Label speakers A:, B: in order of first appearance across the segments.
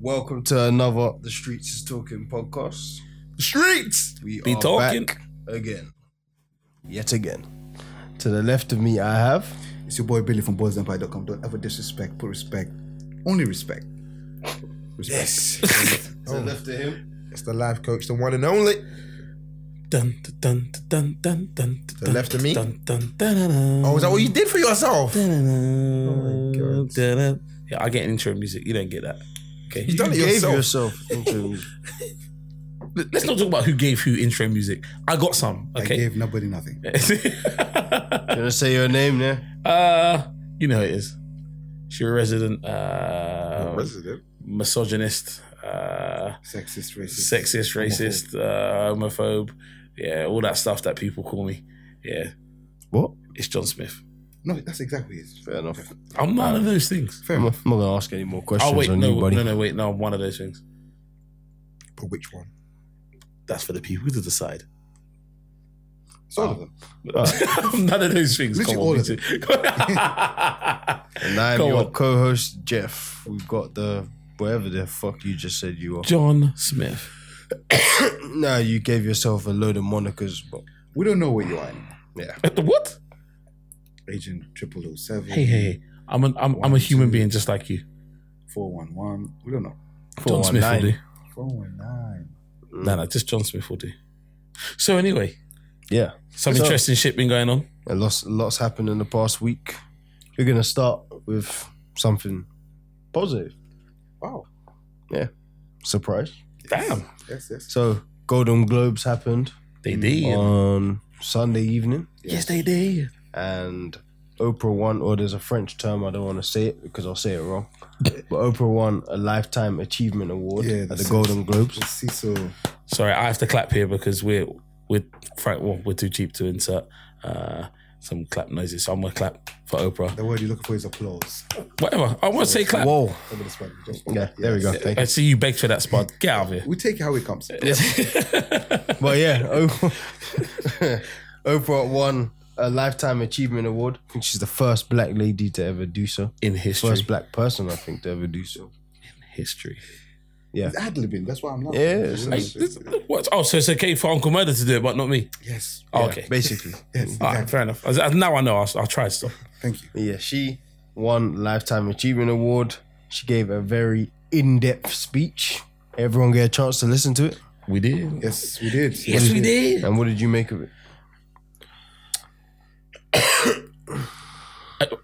A: Welcome to another The Streets is Talking podcast.
B: Streets.
A: We
B: Be
A: are
B: talking.
A: back again. Yet again. To the left of me, I have.
C: It's your boy Billy from BoysEmpire.com. Don't ever disrespect. Put respect. Only respect. Respect.
A: Yes. to the left of him.
B: It's the life coach, the one and only.
D: Dun, dun, dun, dun, dun,
B: The left of me.
D: dun, dun, dun, dun, dun.
B: Oh, is that what you did for yourself? You
D: Dun, dun, dun. Yeah, I get intro music. You don't get that. Okay.
B: done it
A: You gave
B: yourself.
A: yourself. into-
D: Let- Let's not talk about who gave who intro music. I got some.
C: I
D: Okay.
C: gave nobody nothing.
A: you gonna say your name there?
D: uh, you know who it is. She's a resident uh,
B: Resident.
D: misogynist, uh,
C: Sexist, racist.
D: sexist, racist, uh, homophobe. Yeah, all that stuff that people call me. Yeah,
A: What?
D: it's John Smith.
C: No, that's exactly it.
A: Fair enough.
D: I'm none
B: Uh,
D: of those things.
A: Fair enough. I'm not gonna ask any more questions
D: Oh wait,
A: on
D: no,
A: you, buddy.
D: no, no, wait, no, I'm one of those things.
B: But which one?
D: That's for the people to decide.
C: It's
D: Oh.
C: all of them.
D: None of those things.
C: Literally
D: Come on,
C: all
D: me
C: of
D: too.
A: And I'm
D: Go
A: your
D: on.
A: co-host Jeff. We've got the whatever the fuck you just said you are.
D: John Smith.
A: nah, you gave yourself a load of monikers, but
C: We don't know where you are anymore.
A: yeah.
D: What?
C: Agent 007,
D: Hey, hey, hey. I'm an, I'm, I'm a human being just like you.
C: 411. We don't know.
D: John Smith
A: 419.
D: will do.
C: 419.
D: No, no, just John Smith will do. So anyway,
A: Yeah.
D: some
A: So-
D: interesting shit been going on.
A: A lot's, a lot's happened in the past week. We're going to start with something positive.
C: Wow.
A: Surprise.
D: Damn,
C: Yes, yes.
A: So, Golden Globes happened
D: they did.
A: on Sunday evening,
D: Uh, yes, they did.
A: and Oprah won, or there's a French term, I don't want to say it because I'll say it wrong. but Oprah won a Lifetime Achievement Award
C: Yeah,
A: at the
C: that's-
A: Golden Globes.
C: Let's see. So,
D: Sorry, I have to clap here because we're we're fr- well, we're too cheap to insert uh, some clap noises. So I'm gonna clap for Oprah.
C: the word you're looking for is applause.
D: Whatever. I want to say clap.
A: Whoa.
C: Over this one. Just-
A: Yeah, there we go.
C: Yes.
A: Thank
D: I
A: you.
D: see you begged for that spot. Get out of here.
C: We take it how it comes.
A: But yeah, Oprah, Oprah won a Lifetime Achievement Award. I think she's the first black lady to ever do so.
D: in history.
A: First black person, I think, to ever do so.
D: history.
C: It's ad libbing. That's why I'm laughing.
A: Yes.
D: Hey, this- what? Oh, so it's okay for Uncle Murder to do it, but not me.
C: Yes.
D: Oh, okay.
A: Basically.
C: Yes.
D: All right, fair enough. As- as Now I know. I'll, I'll try to stop.
C: Thank you.
A: Yeah, she won Lifetime Achievement Award. She gave a very in depth speech. Everyone get a chance to listen to it.
D: We did.
C: Yes, we did.
D: Yes, we did.
A: And what did you make of it?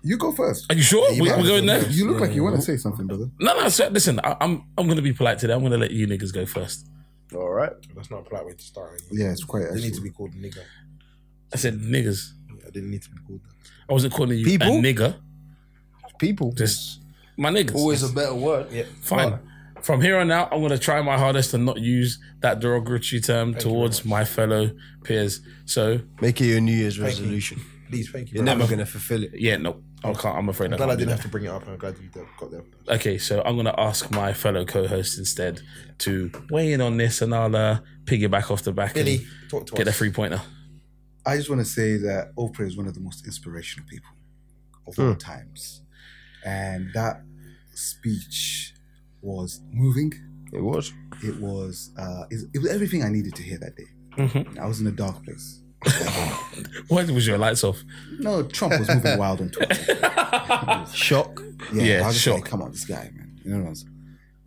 C: You go first.
D: Are you sure? we, are going there.
C: You look like you
B: Mm-hmm.
C: want to say something, brother.
D: No, no. So, listen, I, I'm I'm gonna be polite today. I'm gonna let you niggas go first.
A: All right.
B: That's not a polite way to start. You
C: Yeah, it's quite.
B: didn't need to
C: Actually.
B: be called nigger.
D: I said niggas.
B: I didn't need to be called that.
D: I wasn't calling you
A: People?
D: a nigger.
A: People.
D: Just my niggas.
A: always a better word. Yeah.
D: Fine. From here on out, I'm going to try my hardest to not use that derogatory term towards my fellow peers. So,
A: Make it your New Year's resolution.
B: Please, thank you.
A: You're never
B: Very much.
A: going to fulfill it.
D: yeah, no, I can't. I'm afraid
B: I'm
D: I
B: glad
D: can't.
B: I
D: do
B: didn't
D: that.
B: have to bring it up. and I'm glad you did- got there.
D: Okay, so I'm going to ask my fellow co host instead to weigh in on this and I'll uh, piggyback off the back
B: Billy, talk
D: and
B: to
D: get a
B: us.
D: three pointer.
C: I just want to say that Oprah is one of the most inspirational people of
B: Hmm.
C: all times, and that speech was moving.
A: It was.
C: It was. Uh, it, it was everything I needed to hear that day.
D: Mhm.
C: I was in a dark place.
D: Why was your lights off?
C: No, Trump was moving wild on Twitter.
A: Shock.
C: Yeah,
D: Yeah,
C: I was just
D: shock.
C: like, come on, this guy, man. You know what I'm saying?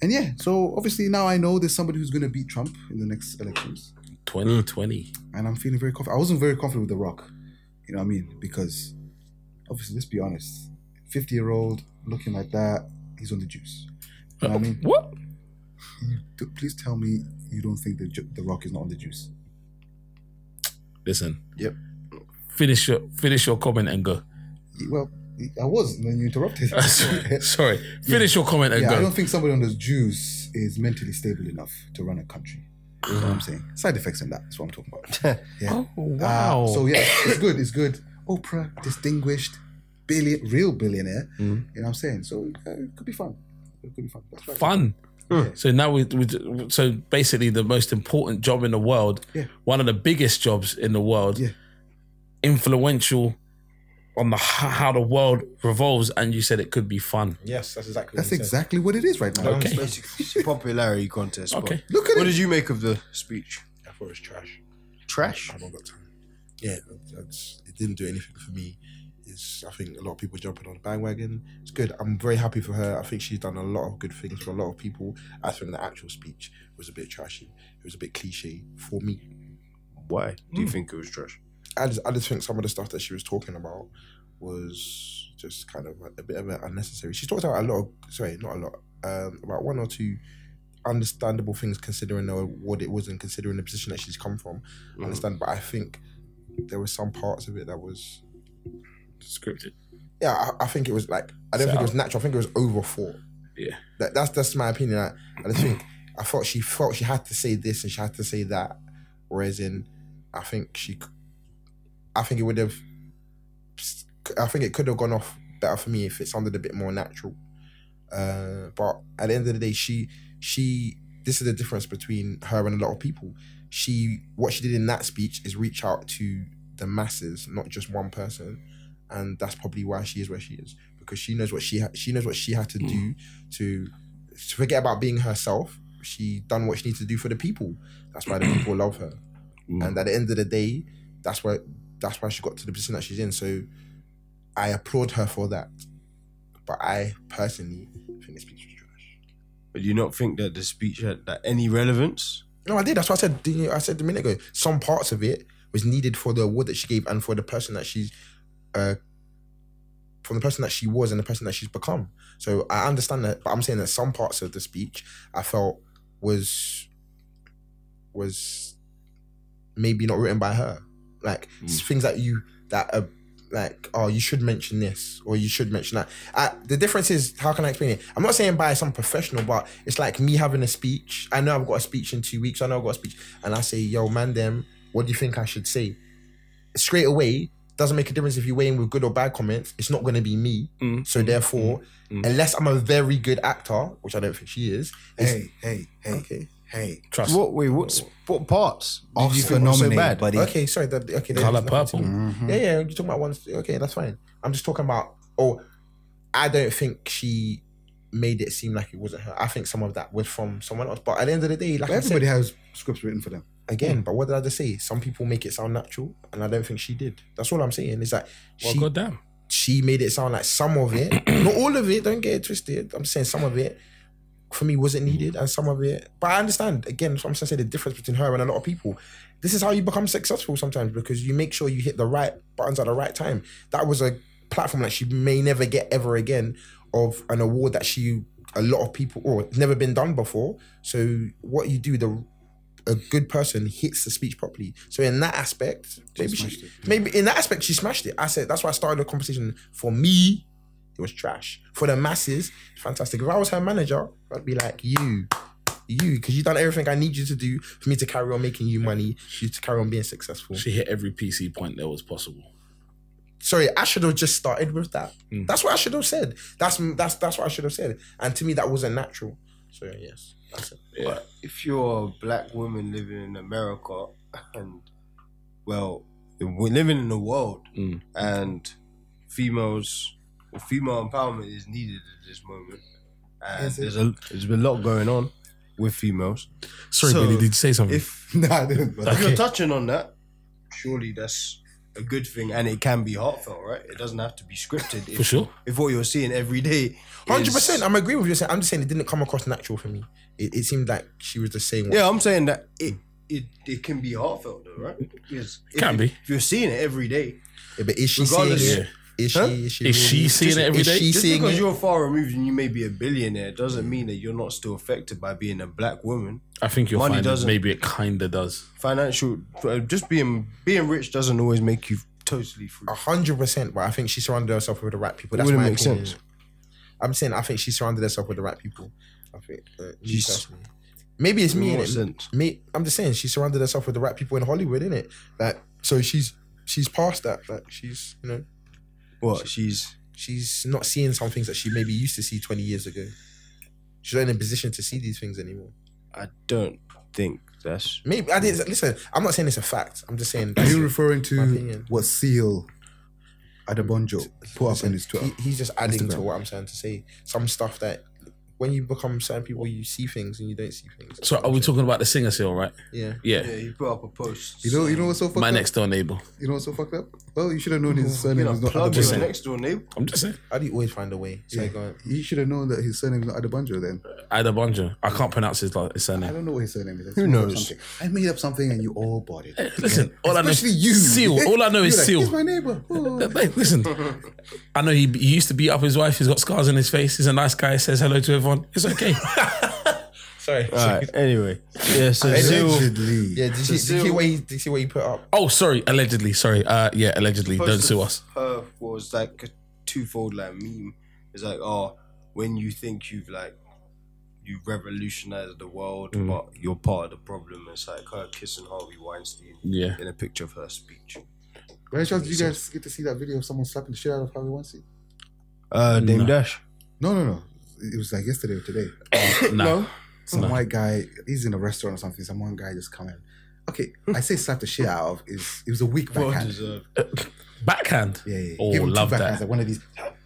C: And yeah, so obviously now I know there's somebody who's going to beat Trump in the next elections.
D: 2020.
C: and I'm feeling very confident. I wasn't very confident with The Rock, you know what I mean? Because obviously, let's be honest, 50 year old looking like that, he's on the juice. You know what I mean?
D: What?
C: You, d- please tell me you don't think the, Ju- the Rock is not on the juice.
D: Listen.
A: Yep.
D: Finish your finish your comment and go.
C: He- Well, he- I was, and then you interrupted.
D: sorry, sorry. Finish your
B: Uh,
D: comment and
C: yeah,
D: go. Oh,
C: I don't think somebody on the juice is mentally stable enough to run a country. You
B: Ah.
C: know what I'm saying? Side effects and that. That's what I'm talking about. Yeah.
D: Oh wow!
C: Uh, so yeah, it's good. It's good. Oprah, distinguished, billion, real billionaire.
B: Mm-hmm.
D: Mhm.
C: You know what I'm saying? So uh, it could be fun. It could be fun. That's right.
D: fun.
A: Yeah.
D: So now we, we so basically the most important job in the world,
C: Yeah.
D: one of the biggest jobs in the world,
C: Yeah.
D: influential on the h- how the world revolves, and you said it could be fun.
B: Yes, that's exactly.
C: That's
B: what he said.
C: exactly what it is right now.
B: Okay.
A: Basically, popularity contest. but-
D: Okay.
C: Look at
A: What
C: it.
A: did you make of the speech?
B: I thought it was trash.
A: Trash.
B: I don't got time. Yeah, that's, it didn't do anything for me. It's, I think a lot of people jumping on the bandwagon. It's good. I'm very happy for her. I think she's done a lot of good things for a lot of people. I think the actual speech was a bit trashy. It was a bit cliche for me.
A: Why do you think it was trash?
B: I just, I just think some of the stuff that she was talking about was just kind of a, a bit of a unnecessary. She talked about a lot of, sorry, not a lot, um, about one or two understandable things considering the what it was and considering the position that she's come from. I understand, but I think there were some parts of it that was,
D: Scripted.
B: yeah, I, I think it was like, I don't
D: Set
B: think it was natural. I think it was overthought.
D: Yeah.
B: That, that's that's my opinion. I, I just think I thought she felt she had to say this and she had to say that, whereas in I think she, c- I think it would have, I think it could have gone off better for me if it sounded a bit more natural. Uh, but at the end of the day, she she this is the difference between her and a lot of people. She what she did in that speech is reach out to the masses, not just one person, and that's probably why she is where she is because she knows what she ha- she knows what she had to
D: Mm.
B: do to, to forget about being herself. She done what she needs to do for the people. That's why the people love her.
D: Mm.
A: Hmm.
B: And at the end of the day, that's why that's why she got to the position that she's in. So I applaud her for that. But I personally think this speech was trash.
A: But do you not think that the speech had that any relevance?
B: No, I did. That's what I said. didn't you? I said a minute ago. Some parts of it was needed for the award that she gave and for the person that she's, uh, from the person that she was and the person that she's become. So I understand that, but I'm saying that some parts of the speech I felt was, was, maybe not written by her. Like
D: Hmm.
B: s- things that you that are like, oh, you should mention this or you should mention that. I, the difference is how can I explain it? I'm not saying by some professional, but it's like me having a speech. I know I've got a speech in two weeks. I know I've got a speech, and I say, yo, man, them, what do you think I should say? Straight away, doesn't make a difference if you weigh in with good or bad comments. It's not going to be me.
D: Mm.
B: So therefore,
D: Mm.
B: unless I'm a very good actor, which I don't think she is, it's-
C: Hey, hey, hey,
B: okay,
C: hey.
D: Trust.
A: What? Wait. What's what parts? Did you
C: Oscar
A: think were so
C: nominated,
A: bad?
C: buddy.
B: okay, sorry, that, okay, there's
D: Colour
B: nothing to
D: purple.
B: it.
A: Mm-hmm.
C: Mhm.
B: Yeah, yeah, you're talking about one. Okay, that's fine. I'm just talking about. Oh, I don't think she made it seem like it wasn't her. I think some of that was from someone else. But at the end of the day, like
C: But
B: I said
C: everybody has scripts written for them.
B: again, but what did I just say? Some people make it sound natural, and I don't think she did. That's all I'm saying. Is that
D: Well,
B: she
D: goddamn.
B: she made it sound like some of it, not all of it. Don't get it twisted. I'm saying some of it for me wasn't needed, and some of it. But I understand again. that's what I'm saying the difference between her and a lot of people. This is how you become successful sometimes because you make sure you hit the right buttons at the right time. That was a platform that she may never get ever again of an award that she a lot of people or it's never been done before. So what you do the a good person hits the speech properly. So in that aspect, maybe she,
C: smashed it.
B: maybe in that aspect she smashed it. I said that's why I started the conversation. For me, it was trash. For the masses, it's fantastic. If I was her manager, I'd be like you, you, because you've done everything I need you to do for me to carry on making you money, you to carry on being successful.
D: She hit every PC point that was possible.
B: Sorry, I should have just started with that.
D: Mm.
B: That's what I should have said. That's that's that's what I should have said. And to me, that wasn't natural. So yes, that's it.
D: Yeah.
A: if you're a black woman living in America and well, we're living in the world
D: Mm.
A: and females well, female empowerment is needed at this moment. And
C: Yes, it-
A: there's a there's been a lot going on with females.
D: Sorry,
A: So,
D: Billy, did you say something?
A: If
C: Nah, I didn't. But
A: if
D: Okay.
A: you're touching on that, surely that's a good thing and it can be heartfelt, right? It doesn't have to be scripted
D: For
A: if,
D: sure.
A: if what you're seeing every day.
B: Hundred
A: is-
B: percent. I'm agreeing with you. saying- I'm just saying it didn't come across natural for me. It, it seemed like she was just saying what
A: Yeah, I'm saying that it it, it can be heartfelt though, right? Because if
D: Can
A: you-
D: be.
A: If you're seeing it every day,
B: Yeah, but is she
A: Regardless-
B: seeing
D: Yeah.
B: it? Is she?
A: Huh?
B: Is she,
D: Is she
B: really-
D: seeing it every
B: is
D: day?
B: She
A: just
B: seeing
A: because
B: it?
A: you're far removed and you may be a billionaire doesn't mean that you're not still affected by being a black woman.
D: I think you'll
A: Money
D: find
A: doesn't-
D: maybe it kinda does.
A: Financial, uh, just being being rich doesn't always make you totally free.
B: A hundred percent. But I think she surrounded herself with the right people. That's
A: Wouldn't
B: my
A: make
B: opinion.
A: sense.
B: I'm saying I think she surrounded herself with the right people. I think. Uh, me
A: She's-
B: personally. Maybe it's me.
A: In what
B: innit?
A: sense?
B: Me. I'm just saying she surrounded herself with the right people in Hollywood, isn't it? Like so she's she's past that. Like she's you know
A: What she's
B: she's not seeing some things that she maybe used to see 20 years ago. She's not in a position to see these things anymore.
A: I don't think that's
B: Maybe I didn't listen. I'm not saying it's a fact. I'm just saying
C: are
B: that's
C: you referring
B: my
C: to
B: opinion.
C: what Seal Adebonjo put up on his Twitter.
B: He, he's just adding to
C: Instagram.
B: what I'm trying to say. Some stuff that when you become certain people, you see things and you don't see things.
D: So are we talking about the singer still, right?
B: Yeah.
D: Yeah.
A: Yeah, he put up a post.
C: You know, you know what's so fucked
D: My
C: up?
D: next door neighbor.
C: You know what's so fucked up? Well, you should have known his
A: you
C: surname
A: know,
C: was not
A: plug your
C: Adebanjo.
A: next door neighbor.
D: I'm just saying.
B: How do you always find a way? uh, So
C: Yeah.
B: go on.
C: He should have known that his surname was not Adebanjo then.
D: Adabonja. I can't pronounce his, la- his
C: I
D: surname.
C: don't know what his surname is. I just
A: Who
C: made up
A: knows?
C: something. I made up something and you all bought it.
D: Listen, all I know
C: Especially you.
D: Seal. All I know
C: You're
D: is
C: like,
D: Seal.
C: He's my neighbor. Oh.
D: Hey, listen, I know he, he used to beat up his wife. He's got scars on his face. He's a nice guy. Says hello to everyone. It's okay. Sorry.
A: All right. Anyway, yeah. So Zil
C: Allegedly.
B: Yeah, did you, did you see what he did you see what he put up?
D: Oh, sorry. Allegedly. Sorry. Uh, yeah. Allegedly. Don't sue us.
A: Her was like a twofold like meme. It's like, oh, when you think you've like you revolutionized the world,
D: Mm.
A: but you're part of the problem. It's like her kissing Harvey Weinstein
D: Yeah.
A: in a picture of her speech.
C: By any chance, did you guys get to see that video of someone slapping the shit out of Harvey Weinstein?
A: Uh, Dame Dash.
C: No, no, no. It was like yesterday or today.
D: No.
C: Some white guy, he's in a restaurant or something. Some one guy just come in. Okay, I say slap the shit out of is it was a weak backhand.
A: deserved.
D: Uh, Backhand.
C: Yeah, yeah.
D: Oh,
C: Give him two
D: love
C: backhands,
D: that.
C: Like one of these.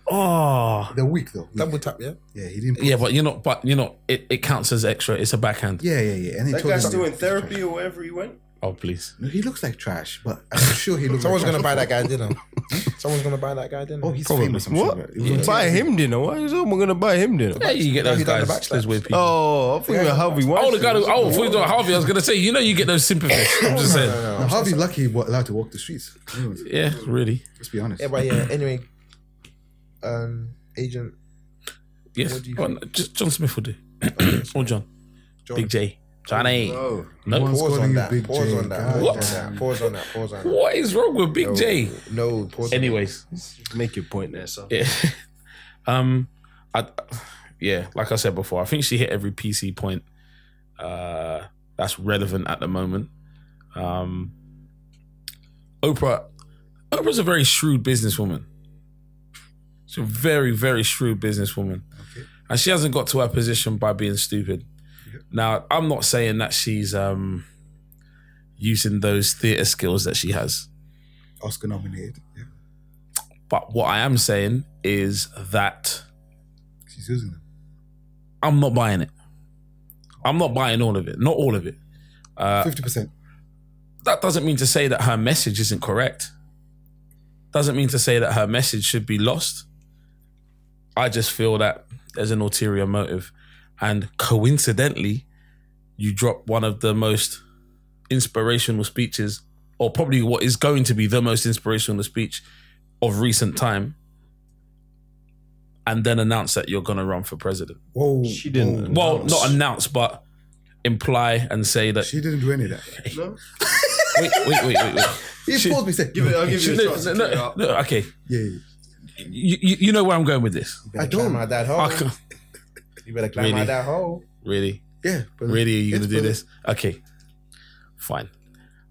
D: Oh.
C: They're weak though. Weak.
B: Double tap, yeah.
C: Yeah, he didn't.
D: Yeah, but you know, but you know, it, it counts as extra. It's a backhand.
C: Yeah, yeah, yeah. And he
A: That
C: told
A: guy's
C: him-
A: still in therapy or wherever he went.
D: Oh, please.
C: No, he looks like trash, but I'm sure he looks.
B: Someone's
C: like
B: gonna buy
C: trash.
B: that guy dinner. Someone's gonna buy that guy dinner.
C: Oh, he's
D: Probably.
C: famous. I'm Sure, but it was on
A: Buy
C: TV.
A: him dinner. Why is someone gonna buy him dinner?
D: Yeah, you get those
B: he done the
D: guys.
B: backslaps.
D: Those weird people.
A: Oh, I thought you were Harvey
D: Oh,
A: Weinstein.
D: the guy who, oh, for Harvey, I was gonna say, you know, you get those sympathies. I'm just saying,
C: Now, Harvey Lucky were allowed to walk the streets. Anyways,
D: yeah, really,
C: let's be honest.
B: Yeah, but yeah. Anyway, um, agent
D: yes.
B: What do you
D: Oh, no, just John Smith will do, or John,
B: John.
D: Big J, Johnny.
A: Oh,
D: No,
C: One's
B: Pause
C: calling
B: on
C: you
B: that.
C: Big
B: Pause
C: J.
B: on that.
C: God
B: Pause on
C: damn.
B: that. Pause on that. Pause on that.
D: what is wrong with Big J?
B: No. Pause. on
D: Anyways,
A: make your point there, son.
D: yeah, um, I, yeah, like I said before, I think she hit every PC point uh, that's relevant at the moment. Um, Oprah, Oprah's a very shrewd businesswoman. She's a very, very shrewd businesswoman, and she hasn't got to her position by being stupid. Now, I'm not saying that she's um, using those theater skills that she has.
C: Oscar nominated. Yeah,
D: But what I am saying is that
C: she's using them.
D: I'm not buying it. I'm not buying all of it. Not all of it. Uh,
C: Fifty percent.
D: that doesn't mean to say that her message isn't correct. Doesn't mean to say that her message should be lost. I just feel that there's an ulterior motive. And coincidentally, you drop one of the most inspirational speeches, or probably what is going to be the most inspirational speech of recent time, and then announce that you're going to run for president.
C: Whoa,
A: She didn't.
D: Well, not announce, but imply and say that.
C: she didn't do any of that.
D: Wait, wait, wait, wait, wait.
C: He
D: She-
C: paused me. Said,
A: Give it. I'll give you
D: No,
A: a chance. to
D: no,
A: clear it
D: no,
A: up.
D: no, okay,
C: yeah, yeah.
D: you, you, you know where I'm going with this.
B: that.
C: I
B: You better climb
C: don't.
B: out that
A: Oh.
B: hole.
D: I can't-
B: You better climb
D: Really?
B: out that hole.
D: really,
C: yeah. But
D: really, are you
C: It's
D: gonna do
C: brilliant.
D: this? Okay, fine.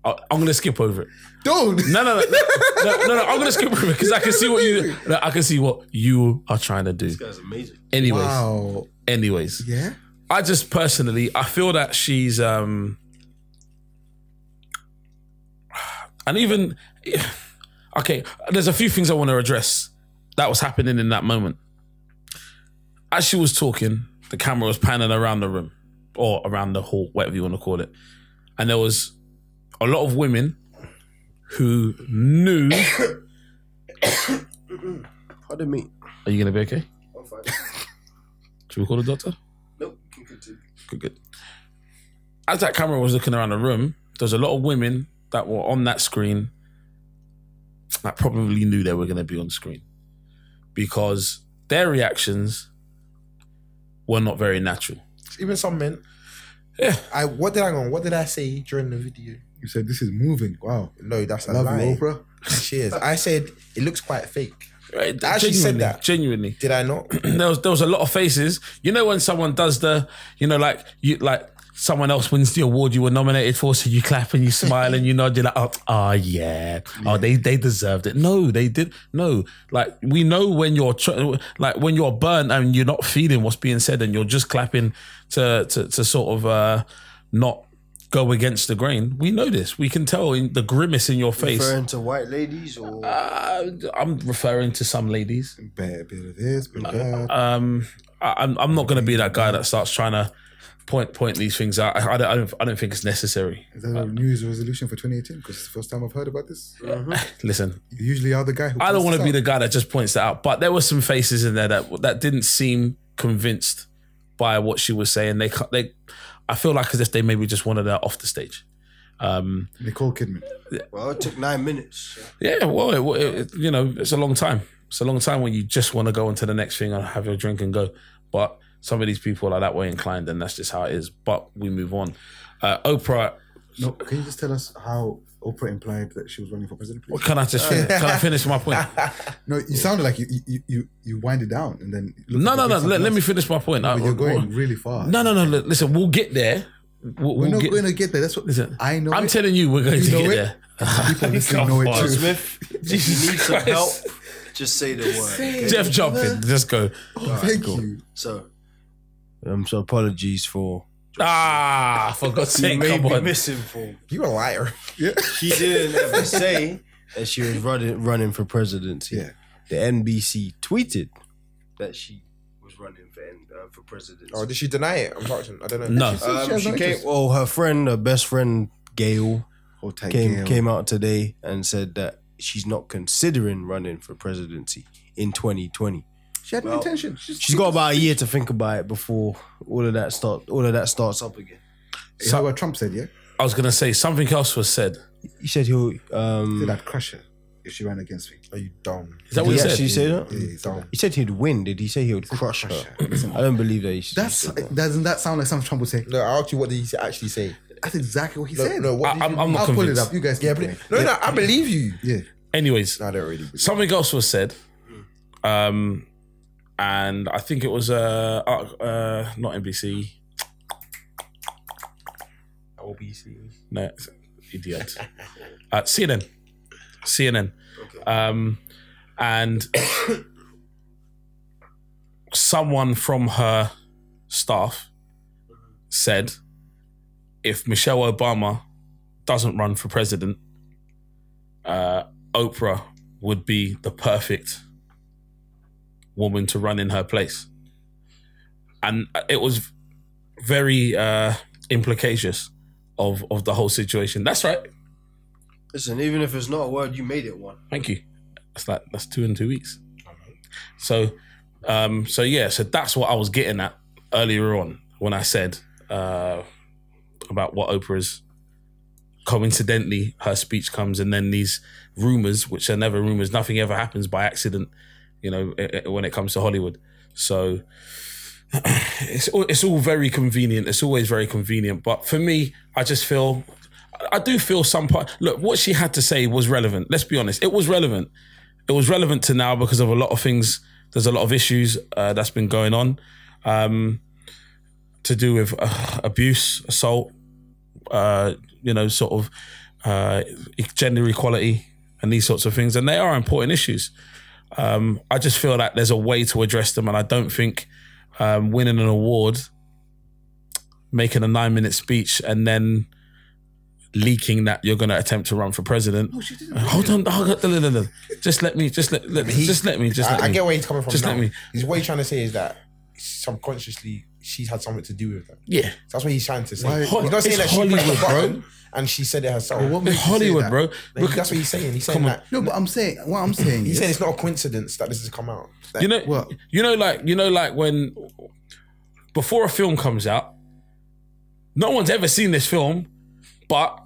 D: I, I'm gonna skip over it.
C: don't.
D: No, no, no, no, no, no, I'm gonna skip over it because I can see what you. No, I can see what you are trying to do.
A: This guy's amazing.
D: Anyways,
C: Wow.
D: anyways,
C: Yeah.
D: I just personally, I feel that she's, um, and even, okay, there's a few things I want to address that was happening in that moment. As she was talking, the camera was panning around the room or around the hall, whatever you want to call it. And there was a lot of women who knew.
A: Pardon me.
D: Are you going to be okay?
A: I'm fine.
D: Should we call the doctor?
A: Nope. Can continue.
D: good, good. As that camera was looking around the room, there's a lot of women that were on that screen that probably knew they were going to be on screen because their reactions were not very natural.
B: Even some men.
D: Yeah.
B: I what did I go? What did I say during the video?
C: You said this is moving. Wow.
B: No, that's a
C: Love
B: lie.
C: you, Oprah.
B: Cheers. I said it looks quite fake.
D: Right?
B: actually said
D: Genuinely,
B: that.
D: genuinely.
B: Did I not?
D: there was there was a lot of faces. You know when someone does the, you know, like you like someone else wins the award you were nominated for, so you clap and you smile and you nod. You're like, oh, oh yeah, oh they they deserved it. No, they did. No, like we know when you're tr- like when you're burnt and you're not feeling what's being said and you're just clapping to to to sort of uh not go against the grain. We know this. We can tell in the grimace in your face.
A: Referring to white ladies or
D: Uh, I'm referring to some ladies.
C: Bit, bit of this, bit of that.
D: um, I, I'm I'm not gonna be that guy that starts trying to point point these things out. I, I don't I don't, I don't think it's necessary.
C: Is that a New Year's resolution for 2018? Because it's the first time I've heard about this.
A: mm-hmm.
D: Listen,
C: You usually are the guy who.
D: I don't
C: posts
D: want
C: this
D: to be the
C: out.
D: guy that just points that out. But there were some faces in there that that didn't seem convinced by what she was saying. They ca- they, I feel like as if they maybe just wanted her off the stage. Um,
C: Nicole Kidman.
A: well, it took nine minutes.
D: yeah, well, it, well, it, you know, it's a long time. It's a long time when you just want to go into the next thing and have your drink and go. But some of these people are that way inclined, and that's just how it is. But we move on. Uh, Oprah
C: No, can you just tell us how Oprah implied that she was running for president? Please?
D: Well, can I just fin- can I finish my point?
C: No, you sounded like you you you, you wind it down and then. it looks
D: No,
C: like
D: no,
C: you
D: no.
C: did something
D: Let, let me
C: else.
D: finish my point. I-
C: But you're going
D: well,
C: really far.
D: No, no, no. look, Listen, we'll get there. We'll,
C: we're
D: we'll
C: not
D: get,
C: going to get there. That's what
D: Listen,
C: I know.
D: I'm
C: it.
D: telling you, we're going
C: You
D: to
C: know
D: get
C: it.
D: there.
C: people listening know it
D: Come on.
C: too.
A: Smith, if
D: Jesus
A: you need some
D: Christ.
A: help, just say the word. okay?
D: Jeff, jump in. Just go.
C: Thank you.
A: So, um, so apologies for
D: Ah, for God's
A: you
D: sake,
A: may
D: come
A: be
D: on.
A: misinformed.
B: You a liar.
A: She didn't ever say that she was running running for presidency.
C: Yeah.
A: The NBC tweeted that she was running for N- uh, for presidency.
B: Or did she deny it? I'm watching. I don't
D: No.
B: know. She's-
A: Um,
C: She has
A: she
C: no
A: came.
C: interest.
A: Well, her friend, her best friend Gail,
C: Hold tight,
A: came
C: Gail.
A: came out today and said that she's not considering running for presidency in 2020.
C: She had no
A: Well,
C: intention. She's,
A: She's got about a year to think about it before all of that start all of that starts up again.
C: You heard what Trump said, yeah?
D: I was going to say something else was said.
A: He said he'll.
C: He
A: Um,
D: Mm.
C: said I'd crush her if she ran against me.
B: Are you dumb?
D: Is that
A: did
D: what you
A: he
D: said?
A: actually say that?
C: Yeah, he said that.
A: He said he'd win. Did he say he would crush her?
C: Listen,
A: I don't believe that. He said
C: That's
A: that.
C: doesn't that sound like something Trump would say?
B: No, I asked you what did he actually say.
C: That's exactly what he
B: No,
C: said.
B: no, what
D: I-
B: did
D: I'm-
B: you-
D: I'm
C: I'll
D: not
C: pull it
D: convinced.
C: up. You guys,
B: yeah,
C: keep
B: but, no,
C: going.
B: no, I believe you.
C: yeah.
D: Anyways,
B: No, I don't really. Believe.
D: something else was said. Um, and I think it was uh, uh, uh not NBC.
A: LBC.
D: No, idiot. Uh, CNN, CNN.
A: Okay.
D: um, and someone from her staff said if Michelle Obama doesn't run for president, uh, Oprah would be the perfect woman to run in her place. And it was very uh, implicacious of, of the whole situation. That's right.
A: Listen, even if it's not a word, you made it one.
D: Thank you. That's like that's two in two weeks. So, um, so yeah, so that's what I was getting at earlier on when I said uh, about what Oprah's coincidentally her speech comes and then these rumors, which are never rumors, nothing ever happens by accident. You know, i- i- when it comes to Hollywood, so it's all, it's all very convenient. It's always very convenient, but for me, I just feel I do feel some part. Look, what she had to say was relevant. Let's be honest, it was relevant. It was relevant to now because of a lot of things. There's a lot of issues uh, that's been going on um, to do with uh, abuse, assault, uh, you know, sort of uh, gender equality and these sorts of things, and they are important issues. Um, I just feel like there's a way to address them, and I don't think um, winning an award, making a nine-minute speech, and then leaking that you're going to attempt to run for president.
C: she didn't.
D: Hold on, hold on, no, no, no, no. just let me, just let, let me,
B: He-
D: just let me, just
B: I,
D: let me.
B: I get where he's coming from.
D: Just
B: now.
D: let me-
B: He's what he's trying to say is that subconsciously she's had something to do with that.
D: yeah.
B: So that's what he's trying to say.
C: Why-
B: he's not
D: It's
B: saying that she
D: Hollywood,
B: pressed the
D: bro.
B: button and she said it herself.
C: But what
D: It's
C: makes you say
D: Hollywood,
C: that?
D: bro.
B: Like,
D: Look,
B: that's what he's saying. He's saying that.
C: No, but I'm saying what I'm saying.
B: He's
C: is,
B: saying it's not a coincidence that this has come out. Like,
D: you know,
C: What?
D: you know, like you know, like when before a film comes out, no one's ever seen this film, but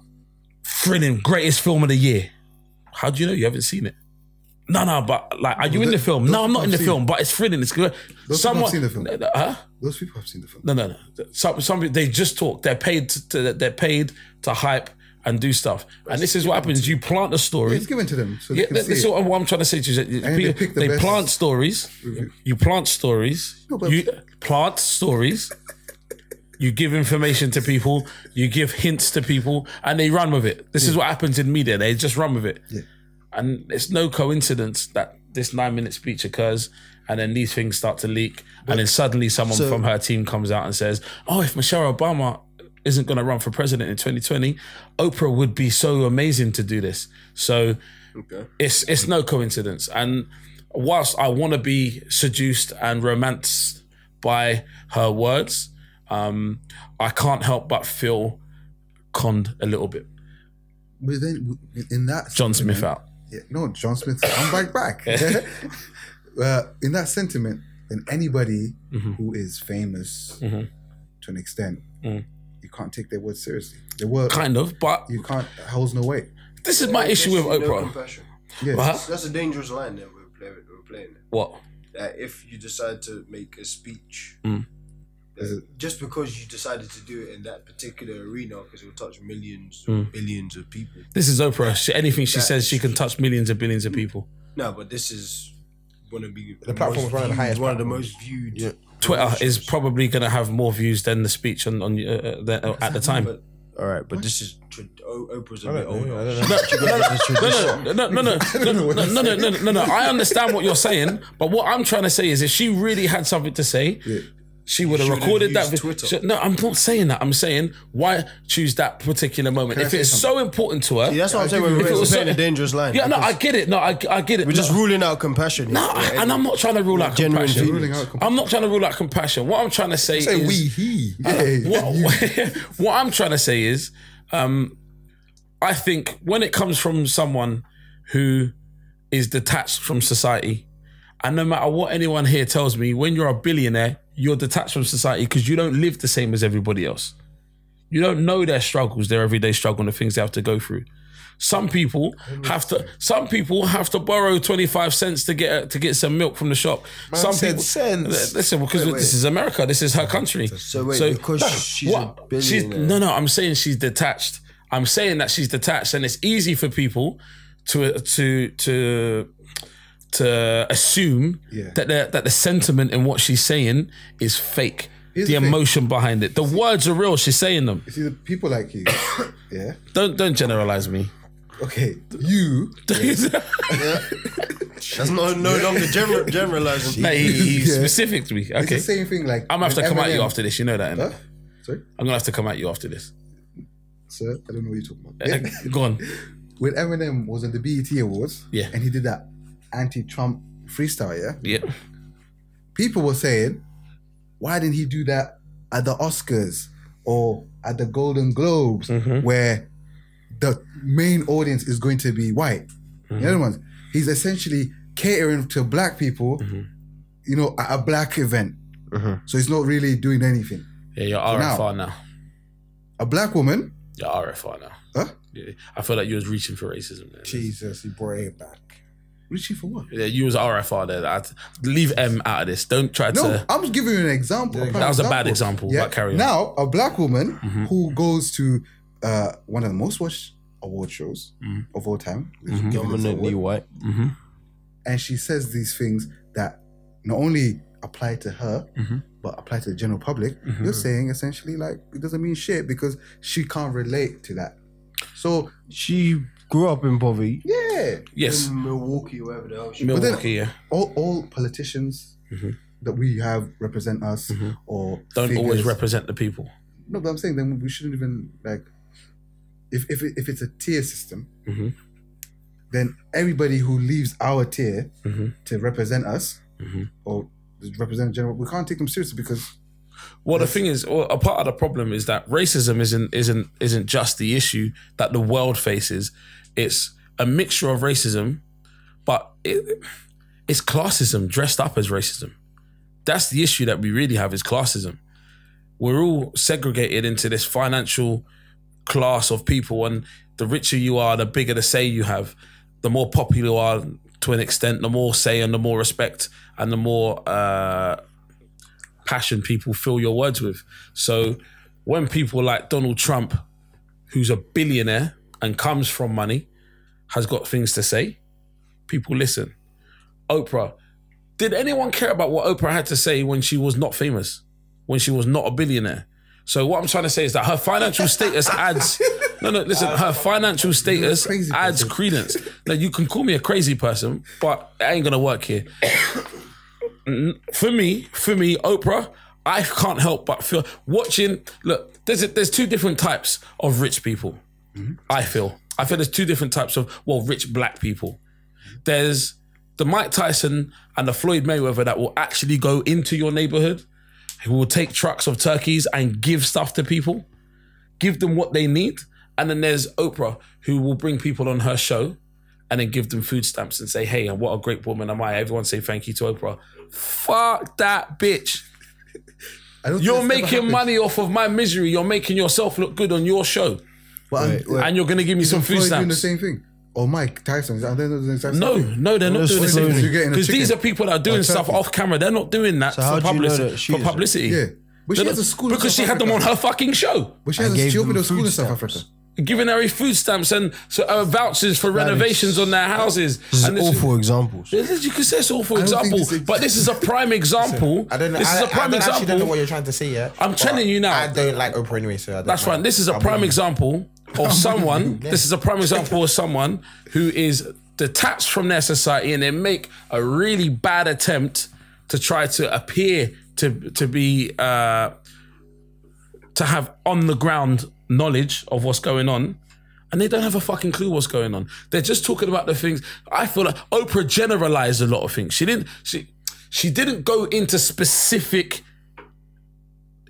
D: thrilling, greatest film of the year. How do you know you haven't seen it? No, no, but like, are you in the
C: th-
D: film?
C: those
D: No, I'm not
C: people
D: in the
C: I've
D: film, but it's thrilling. It's good.
C: Those people I've seen the film.
D: huh?
C: those people have seen the film.
D: No, no, no. Some, some they just talk. They're paid to they're paid to hype and do stuff. And this is what happens. You plant a story.
C: It's given to them, so they
D: Yeah, that-
C: can
D: that's
C: see. It.
D: what, what I'm trying to say to you. Is that
C: they
D: people-
C: pick the
D: they
C: best-
D: plant stories. You plant stories.
C: No, but-
D: you plant stories. you give information to people. You give hints to people, and they run with it. This is what happens in media. They just run with it.
C: Yeah.
D: And it's no coincidence that this nine-minute speech occurs, and then these things start to leak, and then suddenly someone
A: So-
D: from her team comes out and says, "Oh, if Michelle Obama isn't going to run for president in 2020, Oprah would be so amazing to do this. So
A: Okay.
D: it's it's no coincidence. And whilst I want to be seduced and romanced by her words, um, I can't help but feel conned a little bit.
C: But then in that
D: John Smith out.
C: Yeah, no, John Smith, I'm back back. uh, in that sentiment, then anybody
D: Mhm.
C: who is famous
D: Mhm.
C: to an extent,
D: Mm.
C: you can't take their word seriously. The word
D: Kind of, but
C: you can't holds no weight.
D: this is my
A: Yeah,
D: issue with
A: there's no
D: Oprah.
A: compassion.
C: Yeah.
D: Huh?
A: That's, that's a dangerous line that we're playing. We're playing.
D: What?
A: That if you decide to make a speech,
D: Mm.
A: that
C: Is
A: just because you decided to do it in that particular arena, because it will touch millions, or
D: Mm.
A: billions of people.
D: This is Oprah. She, anything she
A: That-
D: says, she can touch millions and billions of people.
A: No, but this is one of the
B: The platform
A: most
B: is one of the
A: viewed-
B: highest
A: one of the
B: platforms.
A: most viewed.
B: Yeah.
D: Twitter is probably going to have more views than the speech on, on uh, uh, the, uh, at the time.
A: But, all right, but this is tra- O- Oprah's a
B: I
A: bit
B: don't
D: Oh,
B: know, I
A: older.
B: don't know.
D: No, no, no, no, no, no, no, no, no, no, no, no, no, no. I understand what you're saying, but what I'm trying to say is, if she really had something to say,
C: Yeah.
D: she would have
A: should've
D: recorded that.
A: used
D: vi-
A: Twitter.
D: she- no, I'm not saying that. I'm saying why choose that particular moment
C: Can I
D: if
C: say
D: it's so important to her.
A: See, that's what I'm saying.
D: If
A: We're,
D: it
A: we're
D: was
A: playing
D: so-
A: a dangerous line.
D: yeah, no, I
A: because
D: get it. No, I, I get it.
A: we're just
D: no,
A: ruling out compassion. here.
D: no, I- and I'm not trying to rule out
A: Genuine
D: compassion.
A: feelings.
C: Ruling out compassion.
D: I'm not trying to rule out compassion. What I'm trying to say
B: Say
D: is
B: we he.
C: Yeah.
D: Uh, what, what I'm trying to say is, um, I think when it comes from someone who is detached from society, and no matter what anyone here tells me, when you're a billionaire, you're detached from society because you don't live the same as everybody else. You don't know their struggles, their everyday struggle, and the things they have to go through. Some people have to. Some people have to borrow twenty five cents to get to get some milk from the shop. some
B: said
D: people
B: cents.
D: Listen, because
A: Wait, wait.
D: this is America. This is her country.
A: So wait, because she's a
D: She's,
A: billionaire.
D: no, no, I'm saying she's detached. I'm saying that she's detached, and it's easy for people to to to to assume
C: Yeah.
D: that the, that the sentiment in what she's saying is fake.
C: Here's
D: the
C: the thing.
D: emotion behind it, the words are real. She's saying them.
C: You see the people like you, yeah.
D: Don't don't generalize me.
C: Okay, you.
A: That's not no longer general, generalizing.
D: no, he, he
C: Yeah.
D: specific to me.
C: It's
D: Okay,
C: the same thing. Like
D: I'm gonna have to
C: when
D: come at you
C: Eminem-
D: after this. You know that. innit?
C: Huh? Sorry,
D: I'm gonna have to come at you after this.
C: sir. I don't know what you're talking about.
D: Uh,
C: Yeah.
D: Go on.
C: when Eminem was on the BET Awards,
D: Yeah.
C: and he did that anti-Trump freestyle, yeah.
D: Yeah.
C: people were saying, why didn't he do that at the Oscars or at the Golden Globes,
D: Mm-hmm.
C: where the main audience is going to be white? The
D: Mm-hmm.
C: other ones, he's essentially catering to black people,
D: Mm-hmm.
C: you know, at a black event. So he's not really doing anything.
D: Yeah, you're
C: now-
D: RFR now.
C: A black woman,
D: You're RFR now.
C: Huh?
D: Yeah, I feel like you was reaching for racism. There.
B: Jesus, he brought it back.
C: reaching for what?
D: Yeah, you was RFR there. I'd leave M out of this. Don't try
C: No,
D: to.
C: I'm just giving you an example. a prime
D: That was a bad example. But carry on. Mm-hmm,
C: Now, a black woman who goes to uh, one of the most watched award shows
D: Mhm.
C: of all time,
A: Mm-hmm.
D: Mhm.
A: Dominantly white.
D: hmm
C: and she says these things that not only apply to her,
D: Mhm.
C: but apply to the general public,
D: Mhm.
C: you're saying essentially like it doesn't mean shit because she can't relate to that. So,
A: She grew up in poverty.
C: yeah,
D: Yes,
A: In Milwaukee, wherever the hell she
C: then-
D: Milwaukee. Yeah,
C: all, all politicians
D: Mhm.
C: that we have represent us or
D: don't always
C: figures-
D: represent the people.
C: No, but I'm saying then we shouldn't even like if if it- if it's a tier system,
D: Mhm.
C: then everybody who leaves our tier
D: Mhm.
C: to represent us
D: Mhm.
C: or represent general, we can't take them seriously because
D: Well, the thing is, well, a part of the problem is that racism isn't isn't isn't just the issue that the world faces. It's a mixture of racism, but it, it's classism dressed up as racism. That's the issue that we really have is classism. We're all segregated into this financial class of people, and the richer you are, the bigger the say you have, the more popular you are to an extent, the more say and the more respect and the more. Uh, passion people fill your words with. So when people like Donald Trump, who's a billionaire and comes from money, has got things to say, people listen. Oprah, did anyone care about what Oprah had to say when she was not famous, when she was not a billionaire? So what I'm trying to say is that her financial status adds. No, no, listen. Her financial status
C: crazy
D: adds credence. Now you can call me a crazy person, but it ain't gonna work here for me, for me, Oprah, I can't help but feel watching. Look, there's there's two different types of rich people. I feel. I feel there's two different types of well, rich black people. There's the Mike Tyson and the Floyd Mayweather that will actually go into your neighborhood, who will take trucks of turkeys and give stuff to people, give them what they need. And then there's Oprah, who will bring people on her show and then give them food stamps and say, hey, and what a great woman am I? Everyone say thank you to Oprah. Fuck that bitch.
C: I don't think
D: You're
C: that's ever
D: making
C: happened.
D: money off of my misery. You're making yourself look good on your show.
C: But I'm- like,
D: And you're going to give me some
C: isn't
D: food
C: Floyd doing the
D: stamps.
C: same thing. Or Mike Tyson. I don't know the exact
D: No,
C: same thing.
D: no, they're not
A: Those
D: doing the same
A: photos
D: thing.
C: you're getting a
D: Because these are
C: chicken
D: people that are doing
C: or a
D: stuff
C: turkey.
D: off camera. They're not doing that
A: So
D: for
A: how do you know
D: publicity.
A: that she
D: for
A: isn't?
D: publicity.
C: Yeah. But she
D: They're
C: has a
D: not-
C: school in
D: because
C: South
D: she had them on
C: Africa.
D: her fucking show,
C: But she
A: I
C: has a
A: gave
C: stupid
A: them
C: little school
A: food
C: in South
A: stamps.
C: Africa.
D: giving her food stamps and so, uh, vouchers for renovations on their houses.
A: This
D: and
A: is awful examples.
D: This is- you can say it's awful
C: don't think
D: example,
C: this is-
D: but this is a prime example.
B: I don't know.
D: This
B: I,
D: is a
B: I
D: prime
B: don't actually don't know
D: example.
B: what you're trying to say. Yeah,
D: I'm
B: But
D: telling you now.
B: I don't like Oprah anyway, so I don't
D: That's
B: mind.
D: fine. This is a
B: I'm
D: prime
B: with you.
D: example of someone. This is a prime example of someone who is detached from their society and they make a really bad attempt to try to appear to to be uh, to have on the ground knowledge of what's going on. And they don't have a fucking clue what's going on. They're just talking about the things. I feel like Oprah generalized a lot of things. She didn't. She she didn't go into specific,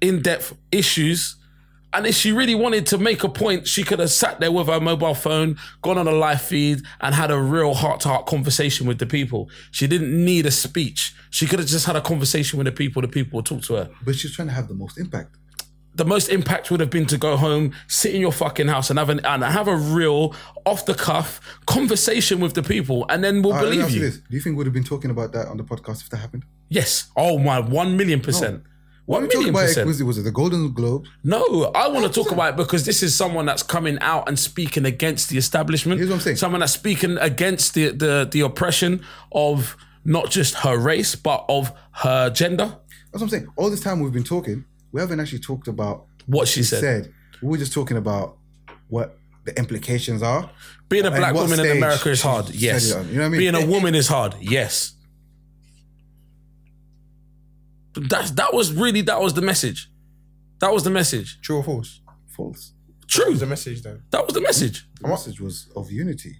D: in depth issues. And if she really wanted to make a point, she could have sat there with her mobile phone, gone on a live feed, and had a real heart to heart conversation with the people. She didn't need a speech. She could have just had a conversation with the people. The people would talk to her.
C: But she's trying to have the most impact.
D: The most impact would have been to go home, sit in your fucking house, and have an and have a real off the cuff conversation with the people, and then we'll
C: All right, let me
D: believe
C: ask
D: you.
C: you this. Do you think we'd have been talking about that on the podcast if that happened?
D: Yes. Oh my, one million percent. One
C: Talk
D: million
C: about
D: percent.
C: it, was it, was it the Golden Globes?
D: No, I want to talk about it because this is someone that's coming out and speaking against the establishment.
C: Here's what I'm saying.
D: Someone that's speaking against the the, the oppression of not just her race but of her gender.
C: That's what I'm saying. All this time we've been talking, we haven't actually talked about
D: What she, said.
C: said. We were just talking about what the implications are.
D: Being a
C: And
D: black
C: what
D: woman in
C: stage
D: America is
C: she
D: hard.
C: said
D: Yes.
C: it on, you know what I mean? Eh,
D: Being a woman is hard. Yes. That that was really that was the message. That was the message.
B: True or false?
C: False.
D: True.
B: What's the message then?
D: That was the message
C: The message was of unity.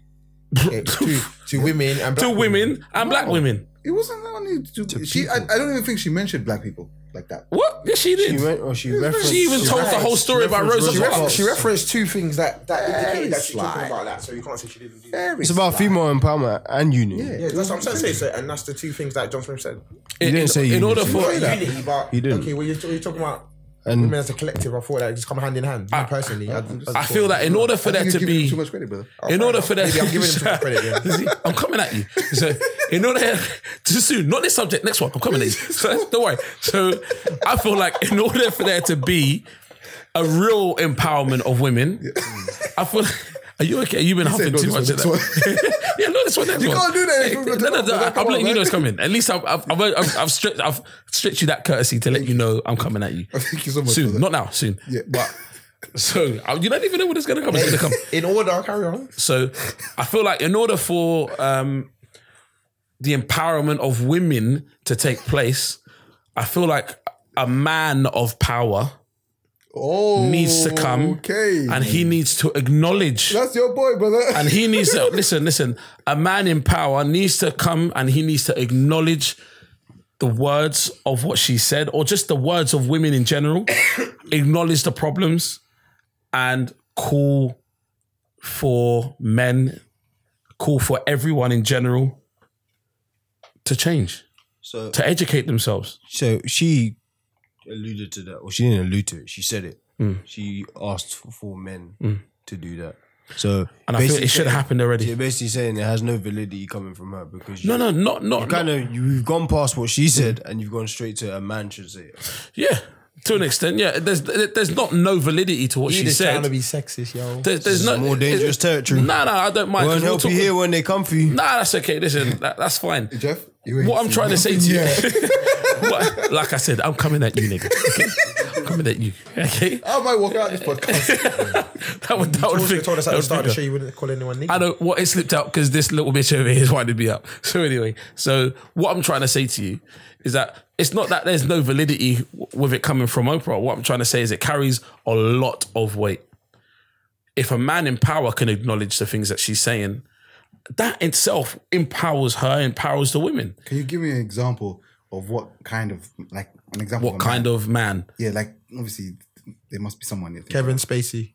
B: Okay, to, to women and
D: to
B: black
D: women and black women.
C: It wasn't only to, she. I, I don't even think she mentioned black people like that.
D: What? Yes, she did.
A: She went or she referenced.
D: She even told the whole story about Rosa
B: She, refer-
D: Parks.
B: she referenced two things that that indicated that she's talking
C: sly.
B: about that, so you can't say she didn't do that.
C: Very
A: It's about female empowerment and unity.
B: Yeah, that's what I'm trying to say. So, and that's the two things that John Smith said.
D: In-
A: didn't
D: in-
A: say
D: in
A: you
D: order
A: did.
D: for
B: Not unity, but
A: You didn't.
B: Okay, well you're, you're talking about women
A: And
B: as a collective. I thought that just come hand in hand. Me
D: Ah.
B: personally, I, I,
D: I feel that in order for there
C: You're
D: to
C: giving him
D: be
C: too much credit, brother.
D: in order for there
B: Maybe I'm giving him too much credit, yeah.
D: You see, I'm coming at you. So in order too soon, not this subject, next one. I'm coming at you. So don't worry. So I feel like in order for there to be a real empowerment of women, I feel are you okay? You've been huffing
C: no,
D: too
C: this
D: much
C: one,
D: of
C: this
D: that. yeah, no, this one, next you one.
C: can't do that.
D: Hey,
C: It's-
D: no, no, no,
C: it's-
D: I'm
C: come on,
D: letting you
C: man.
D: know it's coming. At least I've I've, I've, I've, I've stretched I've stretched you that courtesy to let you know I'm coming at you.
C: Thank you so much.
D: Soon,
C: brother.
D: not now. Soon.
C: Yeah.
D: But so I- you don't even know when it's gonna come. It's gonna come.
B: in order, carry on.
D: So I feel like in order for um, the empowerment of women to take place, I feel like a man of power
C: Oh,
D: needs to come
C: Okay,
D: and he needs to acknowledge.
C: that's your boy, brother.
D: And he needs to listen, listen. A man in power needs to come and he needs to acknowledge the words of what she said, or just the words of women in general, acknowledge the problems, and call for men, call for everyone in general to change,
A: so,
D: to educate themselves.
A: so she alluded to that, or she didn't allude to it. She said it.
D: Mm.
A: She asked for four men to do that. So,
D: And I feel
A: basically
D: it should have
A: saying-
D: happened already.
A: You're basically saying it has no validity coming from her because
D: No, no, not not,
A: kind of you've gone past what she said and you've gone straight to a man should say it.
D: yeah. To an extent, yeah. There's there's not no validity to what she said.
B: be sexist, yo.
D: There's, there's
A: This is
D: no
A: more dangerous territory.
D: No, no, I don't mind.
A: Won't
D: 'cause we'll
A: help you
D: talk-
A: here when they come for you.
D: Nah, that's okay. Listen, that, that's fine.
C: Jeff, you ain't
D: What I'm
C: seen
D: trying to say to
C: nothing
D: you,
C: yet.
D: what, like I said, I'm coming at you, nigga. Come in at you. Okay.
B: I might walk out this podcast.
D: that would that would
B: George
D: fit-
B: told us
D: that
B: at the
D: would
B: start of
D: fit
B: the show you wouldn't call anyone
D: I
B: nigger.
D: know what it slipped out because this little bitch over here has winded me up. So anyway, so what I'm trying to say to you is that it's not that there's no validity w- with it coming from Oprah. What I'm trying to say is it carries a lot of weight. If a man in power can acknowledge the things that she's saying, that itself empowers her, empowers the women.
C: Can you give me an example of what kind of like an example?
D: What kind of man?
C: Yeah, like obviously there must be someone. Here.
B: Kevin Spacey.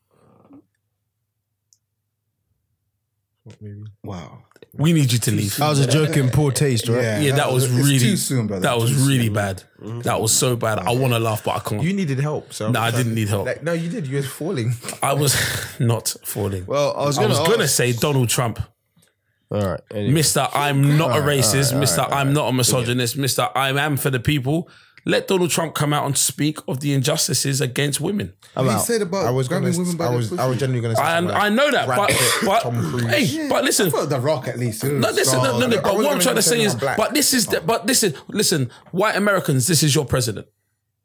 B: What maybe?
C: Wow.
D: We need you to leave.
A: That was a joke in poor taste, right?
D: Yeah, that was
C: it's
D: really-
C: too soon, brother.
D: That was
C: Too soon.
D: really bad. That was so bad. I want to laugh, but I can't.
B: You needed help, so
D: No, I didn't need help.
B: Like, no, you did. You was falling.
D: I was not falling.
A: Well, I was
D: I
A: gonna.
D: was gonna
A: ask-
D: say Donald Trump.
A: All right. anyway.
D: Mr. I'm not a racist, Mr. I'm not a misogynist, Mr. I am for the people. Let Donald Trump come out and speak of the injustices against women.
C: What
A: out.
C: he said about
B: I was
C: grabbing
B: gonna.
C: women by
B: I
C: the
B: was.
C: pussy.
B: I was genuinely gonna. Say
D: I,
B: something like-
D: I know that, but
B: Brad Pitt,
D: but
B: Tom Cruise.
D: hey, but listen,
C: Well, the Rock at least.
D: no, listen, no, no, no, but
B: wasn't
D: what I'm
B: gonna
D: trying to
B: say
D: say is,
B: I'm black.
D: but this is, the, but this is, listen, white Americans, this is your president.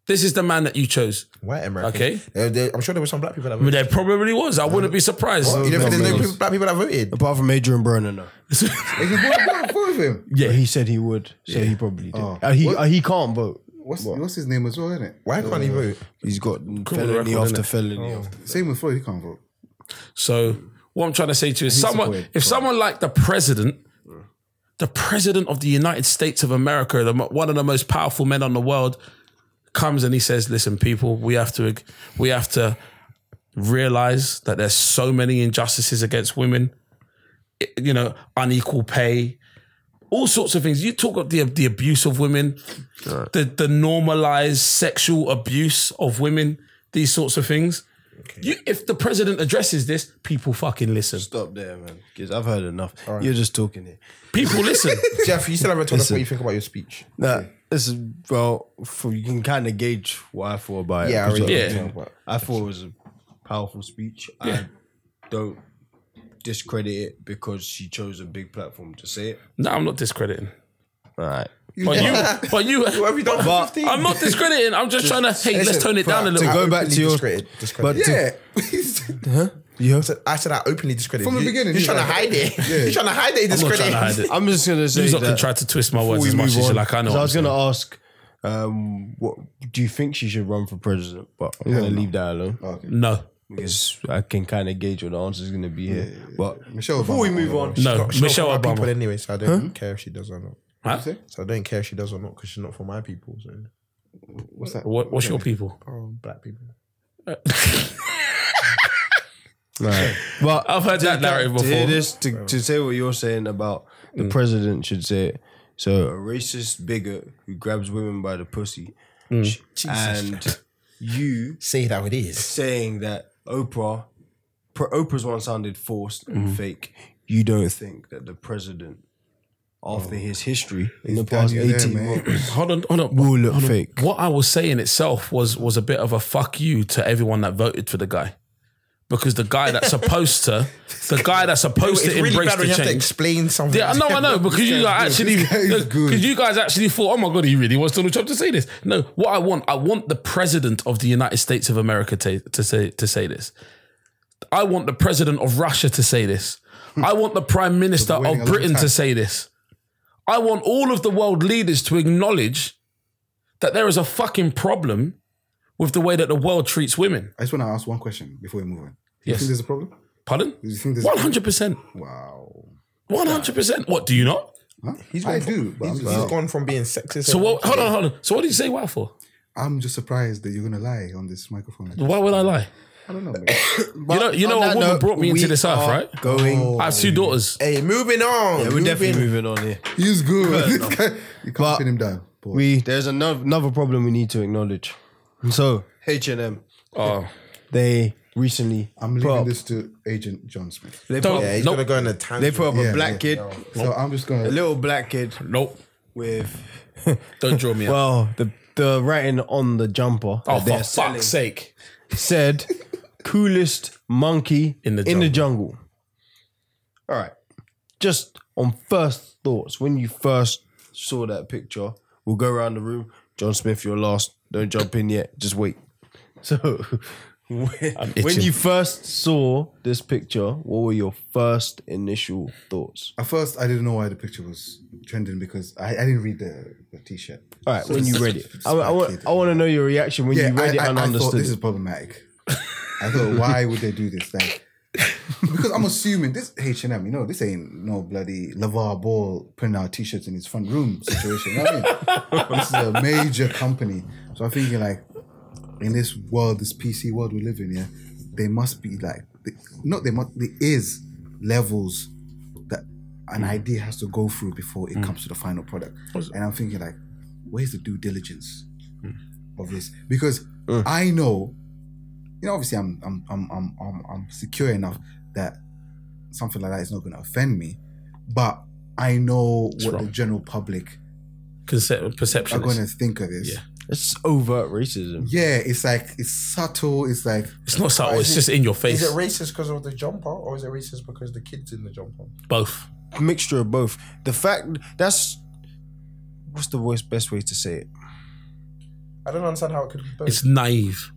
D: This is the man that you chose.
B: White American.
D: Okay.
B: There- there- I'm sure there were some black people that
D: But
B: voted.
D: there probably was. I wouldn't be surprised.
B: You
A: no,
B: don't think there's no
A: maybe.
B: people- black people that voted?
A: Apart from Adrian Broner, no.
C: Is he vote vote with him?
D: Yeah.
A: He said he would, so he probably did.
C: Oh.
A: Uh, he uh, he can't vote.
C: What's, what's his name as well, isn't it?
B: Why can't he vote?
A: He's got
D: record,
A: felony
D: innit?
A: after felony. after-
C: Same with Floyd, he can't vote.
D: So what I'm trying to say to you is someone
C: supported
D: if someone like the president, the president of the United States of America, the, mo- one of the most powerful men on the world, comes and he says, "Listen, people, we have to we have to realize that there's so many injustices against women, I- you know, unequal pay." All sorts of things. You talk of the the abuse of women, the the normalized sexual abuse of women, these sorts of things. You, if the president addresses this, people fucking listen.
A: Stop there, man. Because I've heard enough. You're just talking here.
D: People listen.
B: Jeff, you still haven't told us what you think about your speech.
A: Nah, this is well. For, you can kind of gauge what I thought about
B: Yeah,
A: it.
B: I
A: 'cause
B: already
A: I-
D: Yeah.
B: know, but-
A: I thought it was a powerful speech. I don't discredit it because she chose a big platform to say it.
D: no, I'm not discrediting.
A: All right.
D: But you, but you,
B: What have you done for
A: But-
B: 15?
D: I'm not discrediting. I'm just, trying to. Hey,
B: Listen,
D: let's tone it down a
B: Brad,
D: little.
A: to
D: bit.
A: go back
B: openly
A: to your-
B: discredited, discredited.
A: but to-
C: Yeah.
B: I said- I said I openly discredited
C: From the
B: You-
C: beginning,
B: You're
C: he's
B: trying to
C: like-
B: hide it. You're trying to hide it.
D: I'm not trying to hide
B: Discredit.
D: it.
A: I'm just gonna say
D: He's not
A: that
D: gonna try to twist my
A: before
D: words
A: we
D: as much
A: move
D: as you
A: on,
D: like. I know.
A: So I was
D: what I'm
A: gonna ask, um, what do you think she should run for president? But I'm gonna leave that alone
C: Okay.
D: saying. No,
A: because I can kind of gauge what the answer is gonna be here. But
C: Michelle
A: before we
C: Obama.
A: move on,
D: no,
B: She's not
D: Michelle
B: from my people
D: Obama.
B: anyway, so I don't care if she does or not.
D: Huh?
B: So I don't care if she does or not because she's not for my people. So
C: What's that?
D: What, what's your people?
B: oh, black people.
A: Right. Well,
D: I've heard that narrative
A: To hear
D: before. Mm.
A: this, to, to say what you're saying about the president should say it. So a racist bigot who grabs women by the pussy,
D: Mm.
A: and you
B: Say it how it is.
A: saying that Oprah, Pro- Oprah's one sounded forced
C: Mm-hmm.
A: and fake. You don't think that the president, after his history in the past
C: Daniel there,
A: eighteen
C: man.
A: months,
D: Hold on, hold on.
A: will look fake.
D: What I was saying itself was was a bit of a fuck you to everyone that voted for the guy, because the guy that's supposed to, the guy that's supposed
B: It's
D: to
B: really
D: embrace
B: bad when you
D: the
B: have to
D: change.
B: explain something.
D: Yeah, I know, I know, because you guys actually,
C: This guy is good.
D: because you guys actually thought, oh my god, he really wants Donald Trump to say this. No, what I want, I want the president of the United States of America to, to say to say this. I want the president of Russia to say this. I want the prime minister
C: waiting
D: of
C: a long
D: Britain to
C: time.
D: say this. I want all of the world leaders to acknowledge that there is a fucking problem with the way that the world treats women.
C: I just want to ask one question before we move on. Do you
D: Yes.
C: think there's a problem?
D: Pardon?
C: Do you think there's
D: One hundred percent.
C: Wow.
D: One hundred percent. What do you not?
C: Huh?
B: He's
C: I
B: gone
C: do. But I'm,
B: He's,
C: just,
B: he's gone from being sexist.
D: So what? Hold on, hold on. So what did you say? Why for?
C: I'm just surprised that you're going to lie on this microphone.
D: Why would I lie?
C: I don't know. man.
D: You know, you know,
A: On
D: a
A: that
D: woman
A: note,
D: brought me into
A: we
D: this earth,
A: are
D: right?
A: Going.
D: I have two daughters.
B: Hey, moving on.
A: Yeah, we're definitely moving on here.
C: He's good. you can't
A: But
C: pin him down. But
A: We there's another another problem we need to acknowledge. So H and M
D: Oh,
A: they recently
C: I'm
A: put
C: leaving
A: up,
C: this to Agent John Smith.
A: they put,
D: Don't-
A: up-
B: Yeah, he's
D: Nope.
B: gonna go in a
A: they
B: tangent.
A: put up
C: Yeah,
A: a black
C: yeah.
A: kid,
C: So I'm just
A: a
C: going to.
A: little black kid
D: nope.
A: with
D: Don't draw me out.
A: well the the writing on the jumper
D: oh,
A: that they're
D: for fuck's
A: selling
D: sake.
A: said coolest monkey
D: In
A: in
D: the
A: the jungle. All right, just on first thoughts when you first saw that picture, we'll go around the room. John Smith, you're last. Don't jump in yet. Just wait.
E: So, when, when
D: itching.
E: you first saw this picture, what were your first initial thoughts?
C: At first, I didn't know why the picture was trending because I, I didn't read the, the t-shirt.
E: All right,
C: So
E: when
C: it's-
E: you read it,
C: it's
E: I, I,
C: speculative.
E: want, I want to know your reaction when
C: yeah,
E: you read
C: I,
E: it
C: I,
E: and
C: I thought
E: understood.
C: this is problematic. I thought, why would they do this? Like, because I'm assuming this H and M. You know, this ain't no bloody Lavar Ball printing out T-shirts in his front room situation. You know what I mean, this is a major company. So I'm thinking, like, in this world, this PC world we live in, yeah, they must be like, they, not they must, there is levels that an idea has to go through before
E: Hmm.
C: it comes to the final product. And I'm thinking, like, where's the due diligence?
D: Hmm.
C: of this because I know, you know, obviously I'm I'm I'm I'm I'm, I'm secure enough that something like that is not going to offend me, but I know what the
D: wrong.
C: general public
D: Concept, perception.
C: are
D: is-
C: going to think of this.
D: Yeah.
E: It's overt racism.
C: Yeah, it's like it's subtle. It's like
D: It's not subtle. It's just in your face.
B: Is it racist because of the jumper, or is it racist because the kids in the jumper?
D: Both.
A: mixture of both. The fact that's what's the worst best way to say it?
B: I don't understand how it could be both.
D: It's naive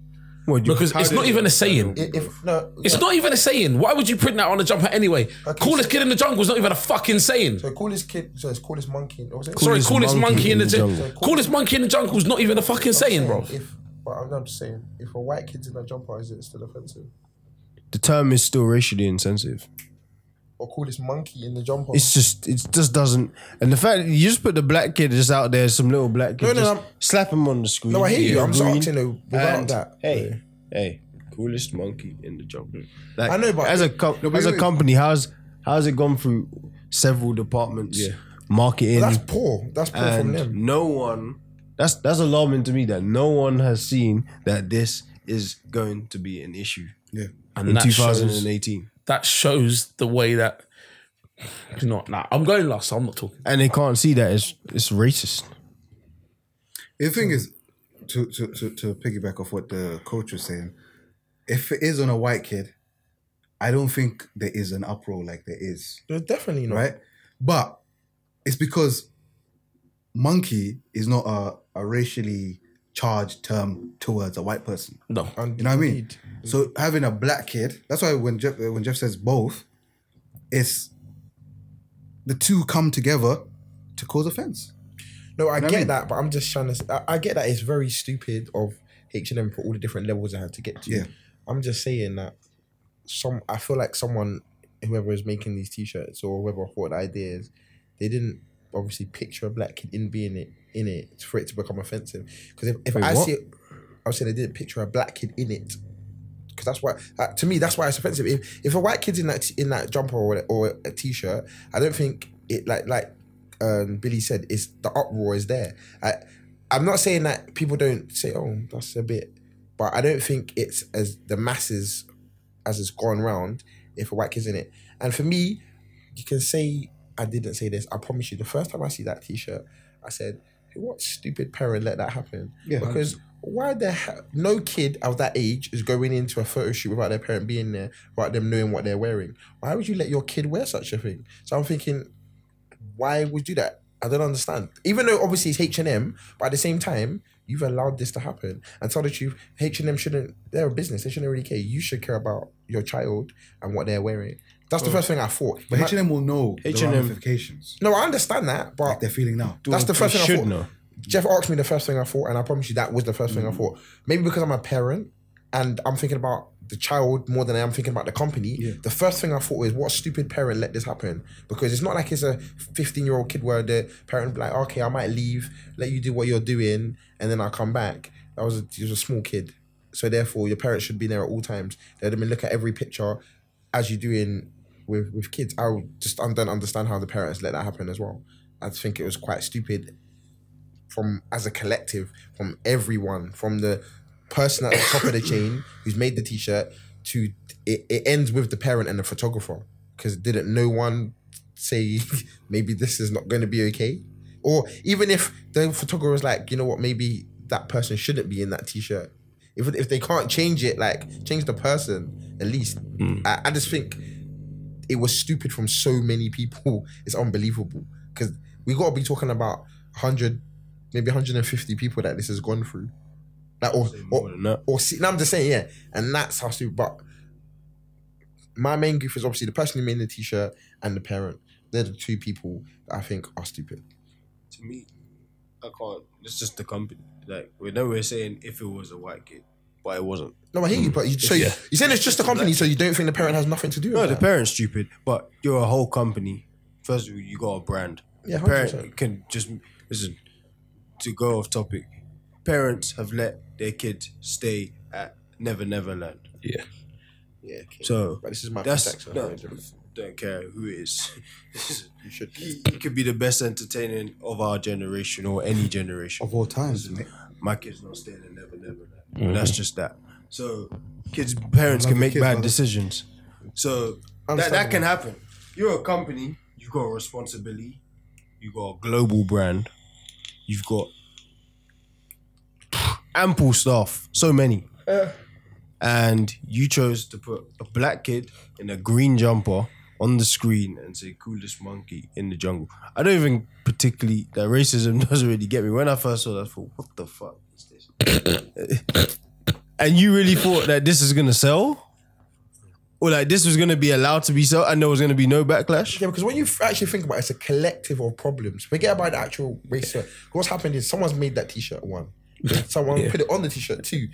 A: Well, you-
D: because
A: how
D: it's
A: did
D: not
A: it-
D: even a saying.
B: I- if no,
D: It's
B: yeah.
D: not even a saying. Why would you print that on a jumper anyway?
B: Okay,
D: coolest
B: so-
D: kid in the jungle is not even a fucking saying.
B: So coolest kid, so it's coolest monkey. What was it?
D: Sorry,
E: Coolest
D: coolest monkey, in the, jungle.
B: So cool-
D: Coolest monkey in the jungle is not even a fucking saying, bro.
B: If, but I'm not just saying, if a white kid's in that jumper, is it still offensive?
A: the term is still racially insensitive.
B: Or coolest monkey in the jumper?
A: It's just it just doesn't. And the fact that you just put the black kid just out there, some little black kid,
B: No, no,
A: just
B: no.
A: slap him on the screen.
B: no, I hear you. I'm just
A: Green.
B: asking though, without
A: And,
B: that.
A: Hey, hey, coolest monkey in the jungle. Like,
B: I know, but-
A: as a com-
C: but
A: as
C: you
A: a
C: know-
A: company, how's how's it gone through several departments?
D: Yeah.
A: Marketing,
B: That's poor. That's poor from
A: and
B: them.
A: no one. That's that's alarming to me that no one has seen that this is going to be an issue
D: And
A: in
D: that shows,
A: 2018,
D: that shows the way that. You know, nah, I'm going last. So I'm not talking.
A: and they can't see that it's it's racist.
C: the
D: Hmm.
C: thing is, to to to, to piggyback off what the coach was saying, if it is on a white kid, I don't think there is an uproar like there is
B: They're definitely not.
C: right? But it's because monkey is not a, a racially charged term towards a white person.
D: No,
B: And
C: You know what I mean?
B: indeed.
C: So having a black kid, that's why when Jeff uh, when Jeff says both, it's the two come together to cause offense.
B: No, I
C: know what I
B: get
C: mean?
B: that, but I'm just trying to. s- I, I get that it's very stupid of H and M for all the different levels I had to get to.
C: Yeah.
B: I'm just saying that some. I feel like someone, whoever is making these t-shirts or whoever thought the idea is, they didn't obviously picture a black kid in being it in it for it to become offensive. Because if, if I see it, I'm saying they didn't picture a black kid in it. Because that's why, uh, to me, that's why it's offensive. If, if a white kid's in that t- in that jumper or, or a t-shirt, I don't think it like like um, Billy said is the uproar is there. I I'm not saying that people don't say oh that's a bit, but I don't think it's as the masses as it's gone round if a white kid's in it. And for me, you can say I didn't say this. I promise you, the first time I see that T-shirt, I said, "What stupid parent let that happen?"
C: Yeah.
B: Because why the hell? No kid of that age is going into a photo shoot without their parent being there, without them knowing what they're wearing. Why would you let your kid wear such a thing? So I'm thinking, why would you do that? I don't understand. Even though obviously it's H and M, but at the same time, you've allowed this to happen. And tell the truth, H and M shouldn't. They're a business. They shouldn't really care. You should care about your child and what they're wearing. That's the first thing I thought.
C: But H and M will know
A: H&M
C: the ramifications
B: No, I understand that,
C: like
B: but
C: they're feeling now.
B: that's the first
A: They
B: thing I
A: should
B: thought.
A: know.
B: Jeff asked me the first thing I thought, and I promise you that was the first thing I thought. Maybe because I'm a parent and I'm thinking about the child more than I am thinking about the company. The first thing I thought is, what stupid parent let this happen? Because it's not like it's a 15 year old kid where the parent be like, okay, I might leave, let you do what you're doing, and then I'll come back. I was a, he was a small kid. So therefore, your parents should be there at all times. They'd have been looking at every picture as you do in with with kids. I would just I don't understand how the parents let that happen as well. I just think it was quite stupid from as a collective, from everyone, from the person at the top of the chain who's made the t-shirt to it, it ends with the parent and the photographer because didn't no one say maybe this is not going to be okay or even if the photographer was like you know what maybe that person shouldn't be in that t-shirt if, if they can't change it like change the person at least I, I just think it was stupid from so many people it's unbelievable because we got to be talking about 100 maybe 150 people that this has gone through Like or
A: Say
B: or,
A: more than that.
B: or see, no, I'm just saying, yeah. And that's how stupid. But my main goof is obviously the person who made the t-shirt and the parent. They're the two people that I think are stupid.
A: to me, I can't. It's just the company. Like we know we're saying if it was a white kid, but it wasn't.
B: No, I hear
A: Hmm.
B: you, but you, so
D: Yeah.
B: you, you're saying it's just the company, so you don't think the parent has nothing to do with
A: No,
B: it.
A: the parents stupid, but you're a whole company. First of all, you got a brand.
B: Yeah,
A: The
B: 100%.
A: parent can just listen. To go off topic, parents have let their kids stay at Never Never Land.
D: Yeah.
B: Yeah, okay.
A: So
B: but this is my
A: that's
B: perspective.
A: no, don't care who it is.
B: You should.
A: he, he could be the best entertainer of our generation or any generation.
C: of all times, mate.
A: my kid's not staying in Never Never Land. That's just that. So kids, parents
C: Love
A: can
C: the
A: make
C: kids,
A: bad
C: brother.
A: decisions. So that, that can happen. You're a company. You've got a responsibility. You've got a global brand. You've got ample staff. So many. And you chose to put a black kid in a green jumper on the screen and say coolest monkey in the jungle. I don't even particularly that racism doesn't really get me. When I first saw that, I thought, what the fuck is this? and you really thought that this is gonna sell? Or like this was gonna be allowed to be sold and there was gonna be no backlash?
B: Yeah, because when you f- actually think about it, it's a collective of problems. Forget about the actual race. What's happened is someone's made that t-shirt one. Someone put it on the t-shirt two.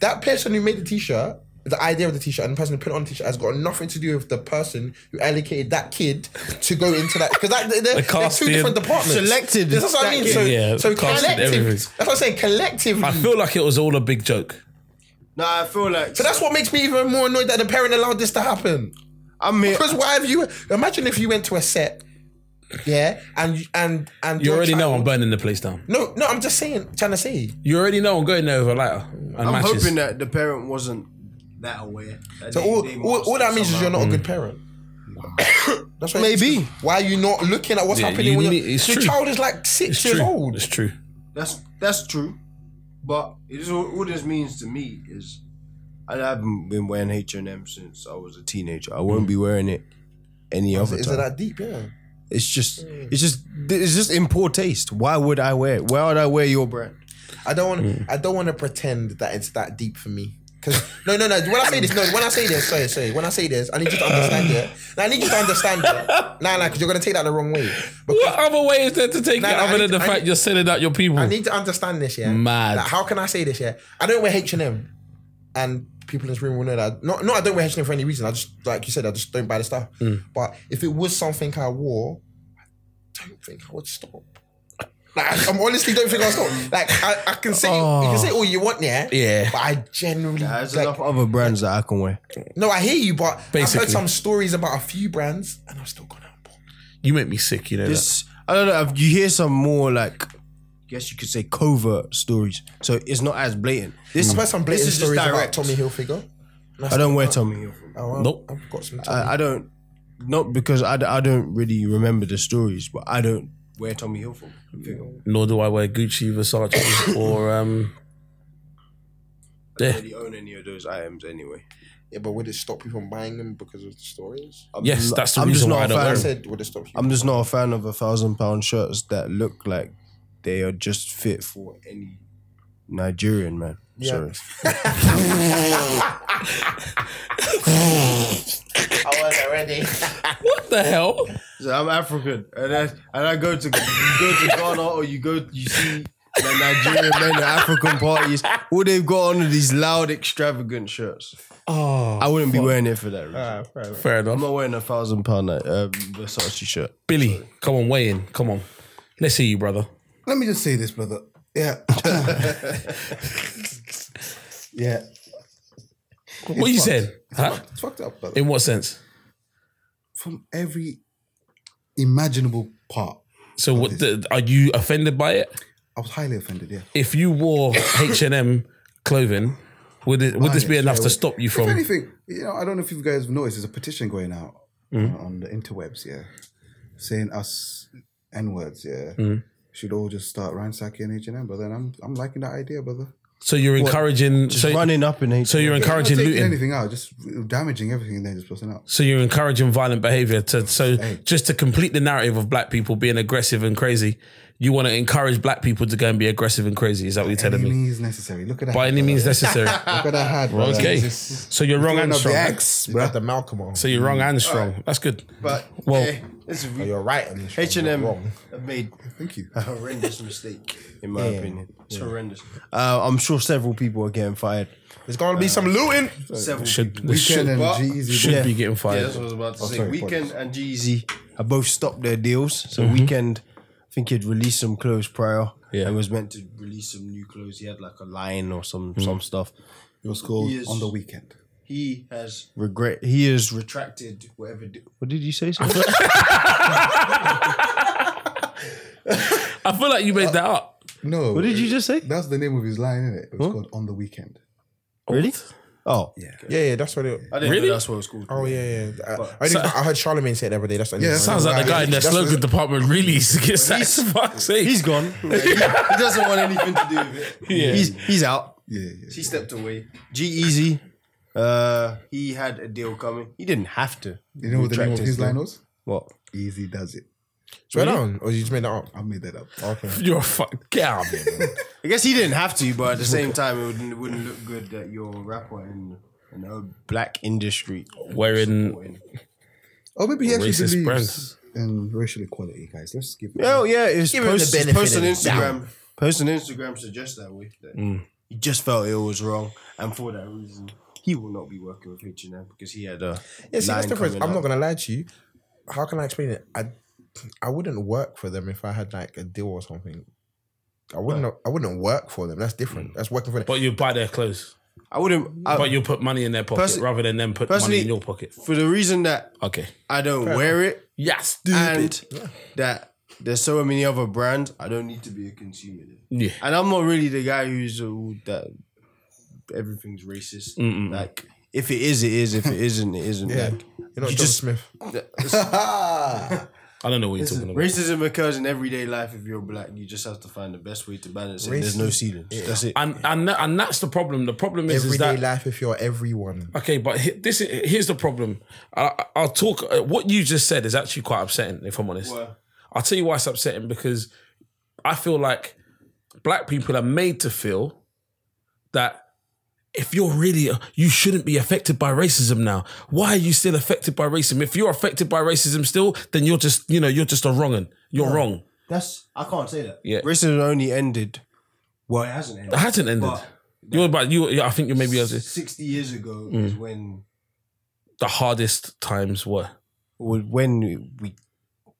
B: That person who made the t-shirt, the idea of the t-shirt, and the person who put it on the t-shirt has got nothing to do with the person who allocated that kid to go into that because that they're, they're two
D: casting,
B: different departments.
A: selected
B: That's what
A: that
B: I mean.
A: kid.
B: So,
D: Yeah,
B: so
D: casting
B: collective.
D: everything.
B: That's what I'm saying. Collectively.
D: I feel like it was all a big joke.
A: Nah, I feel like
B: so that's what makes me even more annoyed that the parent allowed this to happen.
A: I'm here.
B: Because why have you? Imagine if you went to a set, yeah, and and and
D: You
B: your
D: already know
B: child-
D: I'm burning the place down.
B: No, no, I'm just saying, trying to say.
D: You already know I'm going there with a lighter and
A: I'm
D: matches.
A: hoping that the parent wasn't that aware. that
B: So
A: they-
B: all,
A: they
B: all, all
A: mastered
B: that means is
A: somehow.
B: you're not
D: Mm.
B: a good parent. That's what
A: Maybe.
B: Why are you not looking at what's
D: Yeah,
B: happening
D: you
B: when
D: need-
B: your
D: it's
B: your
D: true.
B: child is like six
D: It's
B: years
D: true.
B: old?
D: It's true.
A: That's that's true, but it is all, all this means to me is I haven't been wearing H and M since I was a teenager. I won't be wearing it any
B: Is
A: other
B: it- is
A: time.
B: it that deep? Yeah.
A: it's just it's just it's just in poor taste. Why would I wear? it? Why would I wear your brand?
B: I don't want.
D: Mm.
B: I don't want to pretend that it's that deep for me. Cause no, no, no. When I say this, no. When I say this, sorry, sorry. When I say this, I need you to understand it. Now, I need you to understand it. Nah, nah. Because you're gonna take that the wrong way. Because
D: What other way is there to take
B: Nah,
D: it
B: nah, I
D: other
B: need
D: than the
B: to- I
D: fact
B: need-
D: you're selling out your people?
B: I need to understand this, yeah.
D: Mad.
B: Like, how can I say this, yeah? I don't wear H and M, and people in this room will know that. Not, not I don't wear H and M for any reason. I just, like you said, I just don't buy the stuff.
D: Mm.
B: But if it was something I wore, I don't think I would stop. Like, I'm honestly don't think I'll stop. Like I, I can say you can say all you want, yeah.
D: Oh. Yeah.
B: But I generally
A: There's
B: like-
A: enough other brands that I can wear.
B: no, I hear you, but I've
D: Basically.
B: heard some stories about a few brands, and I've still gone out. and bought.
D: you make me sick, you know. that.
A: This I don't know. You hear some more like. Guess you could say covert stories, so it's not as blatant.
D: Mm.
A: This,
B: I've heard some
A: this
B: blatant
A: is
B: stories
A: just
B: about
A: direct.
B: Tommy Hilfiger.
A: I don't wear Tommy Hilfiger.
B: Oh, well,
D: Nope.
B: I've got some. Tommy
A: I, I don't, not because I, d- I don't really remember the stories, but I don't wear Tommy Hilfiger.
D: Nor do I wear Gucci, Versace, or um.
A: I
D: Yeah.
A: don't really own any of those items anyway.
B: Yeah, but would it stop you from buying them because of the stories?
A: I'm
D: Yes,
A: not-
D: that's the
A: I'm just
D: reason why
A: not
D: I
A: a
D: don't
A: fan.
D: wear
B: I
D: Um,
B: said, would it stop you?
A: I'm just not a fan of a thousand pound shirts that look like they are just fit for any Nigerian man. Sorry.
B: I was already.
D: What the hell?
A: So I'm African, and I, and I go to you go to Ghana or you go you see the Nigerian men at African parties. All they've got on are these loud, extravagant shirts.
D: Oh,
A: I wouldn't be wearing it for that reason.
D: fair
A: I'm
D: enough.
A: not wearing a thousand pound uh, Versace shirt.
D: Billy, come on, weigh in. Come on, let's see you, brother.
C: Let me just say this, brother. Yeah. yeah.
D: What you saying? Huh?
C: It's fucked up, brother.
D: In what sense?
C: From every imaginable part.
D: So, what the, are you offended by it?
C: I was highly offended, yeah.
D: If you wore H and M clothing, would it would this be
C: yeah,
D: enough
C: yeah,
D: to
C: yeah.
D: stop you
C: If
D: from?
C: anything, you know, I don't know if you guys have noticed, there's a petition going out
D: Mm.
C: on- on the interwebs, yeah, saying us N words, yeah,
D: Mm.
C: should all just start ransacking H and M, brother. And I'm I'm liking that idea, brother.
D: So you're encouraging.
A: Just
D: So,
A: running up in H.
D: so you're
C: Not
D: encouraging
C: taking
D: looting.
C: anything out, just damaging everything, and then just busting out.
D: So you're encouraging violent behavior to so
C: Hey.
D: just to complete the narrative of black people being aggressive and crazy. you want to encourage black people to go and be aggressive and crazy. Is that what you're telling
C: Any
D: me?
C: means necessary. Look at that.
D: By any means necessary.
C: Look at that hat, bro.
D: Okay.
C: Jesus.
D: So you're wrong
C: Throwing up
D: and
C: the
D: strong.
C: axe,
B: Bro.
C: bro.
B: the Malcolm on.
D: So you're wrong and strong. That's good.
A: But
D: Well-
A: eh, it's
B: Oh, you're right. and you're
A: H and M
B: wrong.
A: have made
C: Thank you.
A: a horrendous mistake, in my opinion. It's horrendous. Uh, I'm sure several people are getting fired.
B: There's gonna be some looting.
A: Several
D: Should
A: people.
D: they should,
C: Weekend
A: but-
C: and E G-Eazy,
D: should
A: Yeah. Oh,
D: be getting
A: Yeah,
D: fired.
A: that's what I was about to say.
C: sorry,
A: Weekend and E Jeezy have both stopped their deals. So
C: Mm-hmm.
A: Weekend, I think he'd released some clothes prior.
D: Yeah.
A: And was meant to release some new clothes. He had like a line or some
C: Mm.
A: some stuff.
C: It was called
A: Yes.
C: on the weekend.
A: He has regret. He has retracted whatever. De- what did you say? Sam?
D: I feel like you made that up.
C: No. uh,
E: What did you just say?
C: That's the name of his line, isn't it? It was called on the weekend.
E: Really?
A: oh,
B: Yeah, yeah, that's what it.
A: I didn't
D: Really?
A: know that's what it was called.
B: Oh yeah, yeah. I, I, didn't- I heard Charlemagne say it the other day. That's the only
C: Yeah, that
B: reason I
D: Sounds
B: know.
D: like the guy in the
B: That's what-
D: slogan department really used to get sacked.
A: he's-
D: Fuck's sake.
A: He's gone. Yeah, he, he doesn't want anything to do with it.
D: Yeah.
A: He's he's out.
C: Yeah, yeah.
A: He stepped away. G Easy. Uh, he had a deal coming. He didn't have to.
C: You know what the name
A: retract
C: of his line was?
A: What?
C: Easy does it.
B: Swear down, or Oh, you just made that up.
C: I made that up.
B: Okay.
D: You're a fuck. Get out of here. man.
A: I guess he didn't have to, but at the same time, it wouldn't, it wouldn't look good that you're a rapper in in a black industry.
D: Wearing
C: Oh, maybe he actually
D: Racist
C: believes
D: brands.
C: in racial equality, guys. Let's give
A: Oh yeah, it's
B: Give him the
A: post, it's
B: benefit
A: post on
B: of the
A: Instagram. Mm. Post on Instagram suggests that way. That He just felt it was wrong, and for that reason, he will not be working with H and M because he had a
B: Yeah, see, that's
A: line
B: the difference.
A: coming
B: I'm
A: up.
B: not gonna lie to you. How can I explain it? I I wouldn't work for them if I had like a deal or something. I wouldn't. I wouldn't work for them. That's different. That's working for them.
D: But you buy their clothes.
A: I wouldn't.
B: Uh,
A: I,
D: But you put money in their pocket
A: Perso-
D: rather than them put money
A: personally-
D: in your pocket.
A: for the reason that
D: Okay.
A: I don't wear it,
D: Yes.
A: and that there's so many other brands, I don't need to be a consumer. then.
D: Yeah.
A: And I'm not really the guy who's all that everything's racist. Like if it is, it is. If it isn't, it isn't.
B: Yeah.
A: Like
B: You're not
A: you
B: John
A: just-
B: Smith.
D: I don't know what you're talking about.
A: racism occurs in everyday life. If you're black, you just have to find the best way to balance it. There's no ceilings. That's it.
D: And, and tha- and that's the problem. The problem is, is
B: Everyday
D: that
B: life. If you're everyone,
D: okay, but he- this is, here's the problem. I, I- I'll talk. uh, What you just said is actually quite upsetting, if I'm honest.
A: Well,
D: I'll tell you why it's upsetting because I feel like black people are made to feel that if you're really, you shouldn't be affected by racism now. Why are you still affected by racism? If you're affected by racism still, then you're just, you know, you're just a wrong'un. You're wrong.
A: that's I can't say that.
D: Yeah.
A: racism only ended. Well, it hasn't ended.
D: It hasn't ended.
A: But
D: you're about you. yeah, I think you're maybe Mm.
A: sixty years ago is when
D: the hardest times were.
A: when we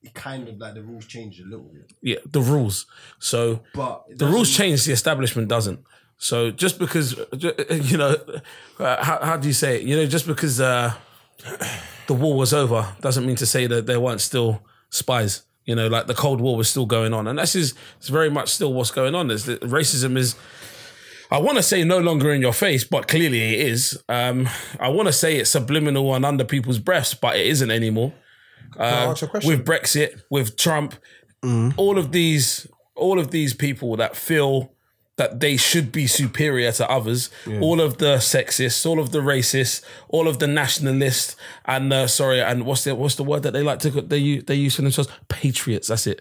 A: it kind of like the rules changed a little bit.
D: Yeah, the rules. So
A: But it
D: the rules
A: doesn't-
D: change, the establishment doesn't. So just because you know, uh, how, how do you say it? You know, just because uh, the war was over doesn't mean to say that there weren't still spies. You know, like the Cold War was still going on, and this is it's very much still what's going on. Is that racism is. I want to say no longer in your face, but clearly it is. Um, I want to say it's subliminal and under people's breaths, but it isn't anymore
B: Can I ask you a question?
D: Uh, Um, with Brexit, with Trump, all of these, all of these people that feel that they should be superior to others, all of the sexists, all of the racists, all of the nationalists, and uh, sorry, and what's the what's the word that they like to call- they u- they use for themselves? Patriots. That's it.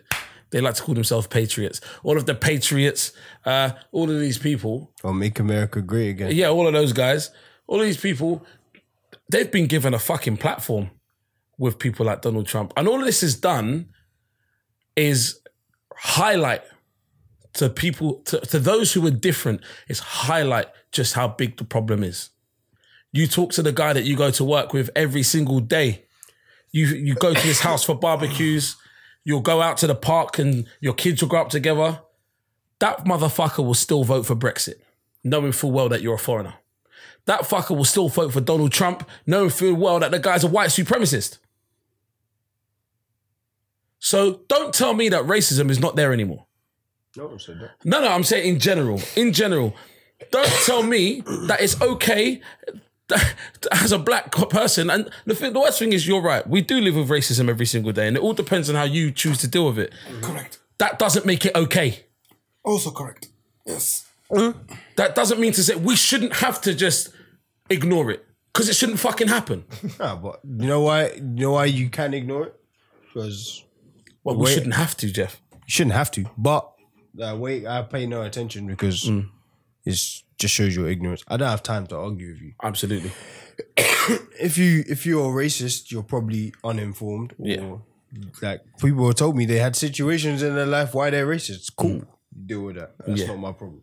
D: They like to call themselves patriots. All of the patriots, uh, all of these people
A: Oh, make America great again.
D: yeah, all of those guys, all of these people, they've been given a fucking platform with people like Donald Trump. And all of this is done is highlight to people, to, to those who are different, is highlight just how big the problem is. You talk to the guy that you go to work with every single day. You you go to his house for barbecues. You'll go out to the park and your kids will grow up together. That motherfucker will still vote for Brexit knowing full well that you're a foreigner. That fucker will still vote for Donald Trump, knowing full well that the guy's a white supremacist. So don't tell me that racism is not there anymore.
A: No one said that.
D: No, no, I'm saying in general. In general, don't tell me that it's okay that- as a black co- person. And the thing, the worst thing is, you're right. We do live with racism every single day, and it all depends on how you choose to deal with it.
C: Correct.
D: That doesn't make it okay.
C: Also correct. Yes.
D: That doesn't mean to say we shouldn't have to just ignore it because it shouldn't fucking happen.
A: Nah, but you know why? You know why you can't ignore it? Because
D: Well, we
A: Wait.
D: shouldn't have to, Jeff.
A: you shouldn't have to, but uh, wait, I pay no attention because
C: Mm.
A: it's just shows your ignorance. I don't have time to argue with you.
D: Absolutely.
A: if you if you're a racist, you're probably uninformed. Or,
D: Yeah.
A: Like people have told me they had situations in their life why they're racist. Cool,
C: Mm.
A: you deal with that. That's
D: Yeah.
A: not my problem.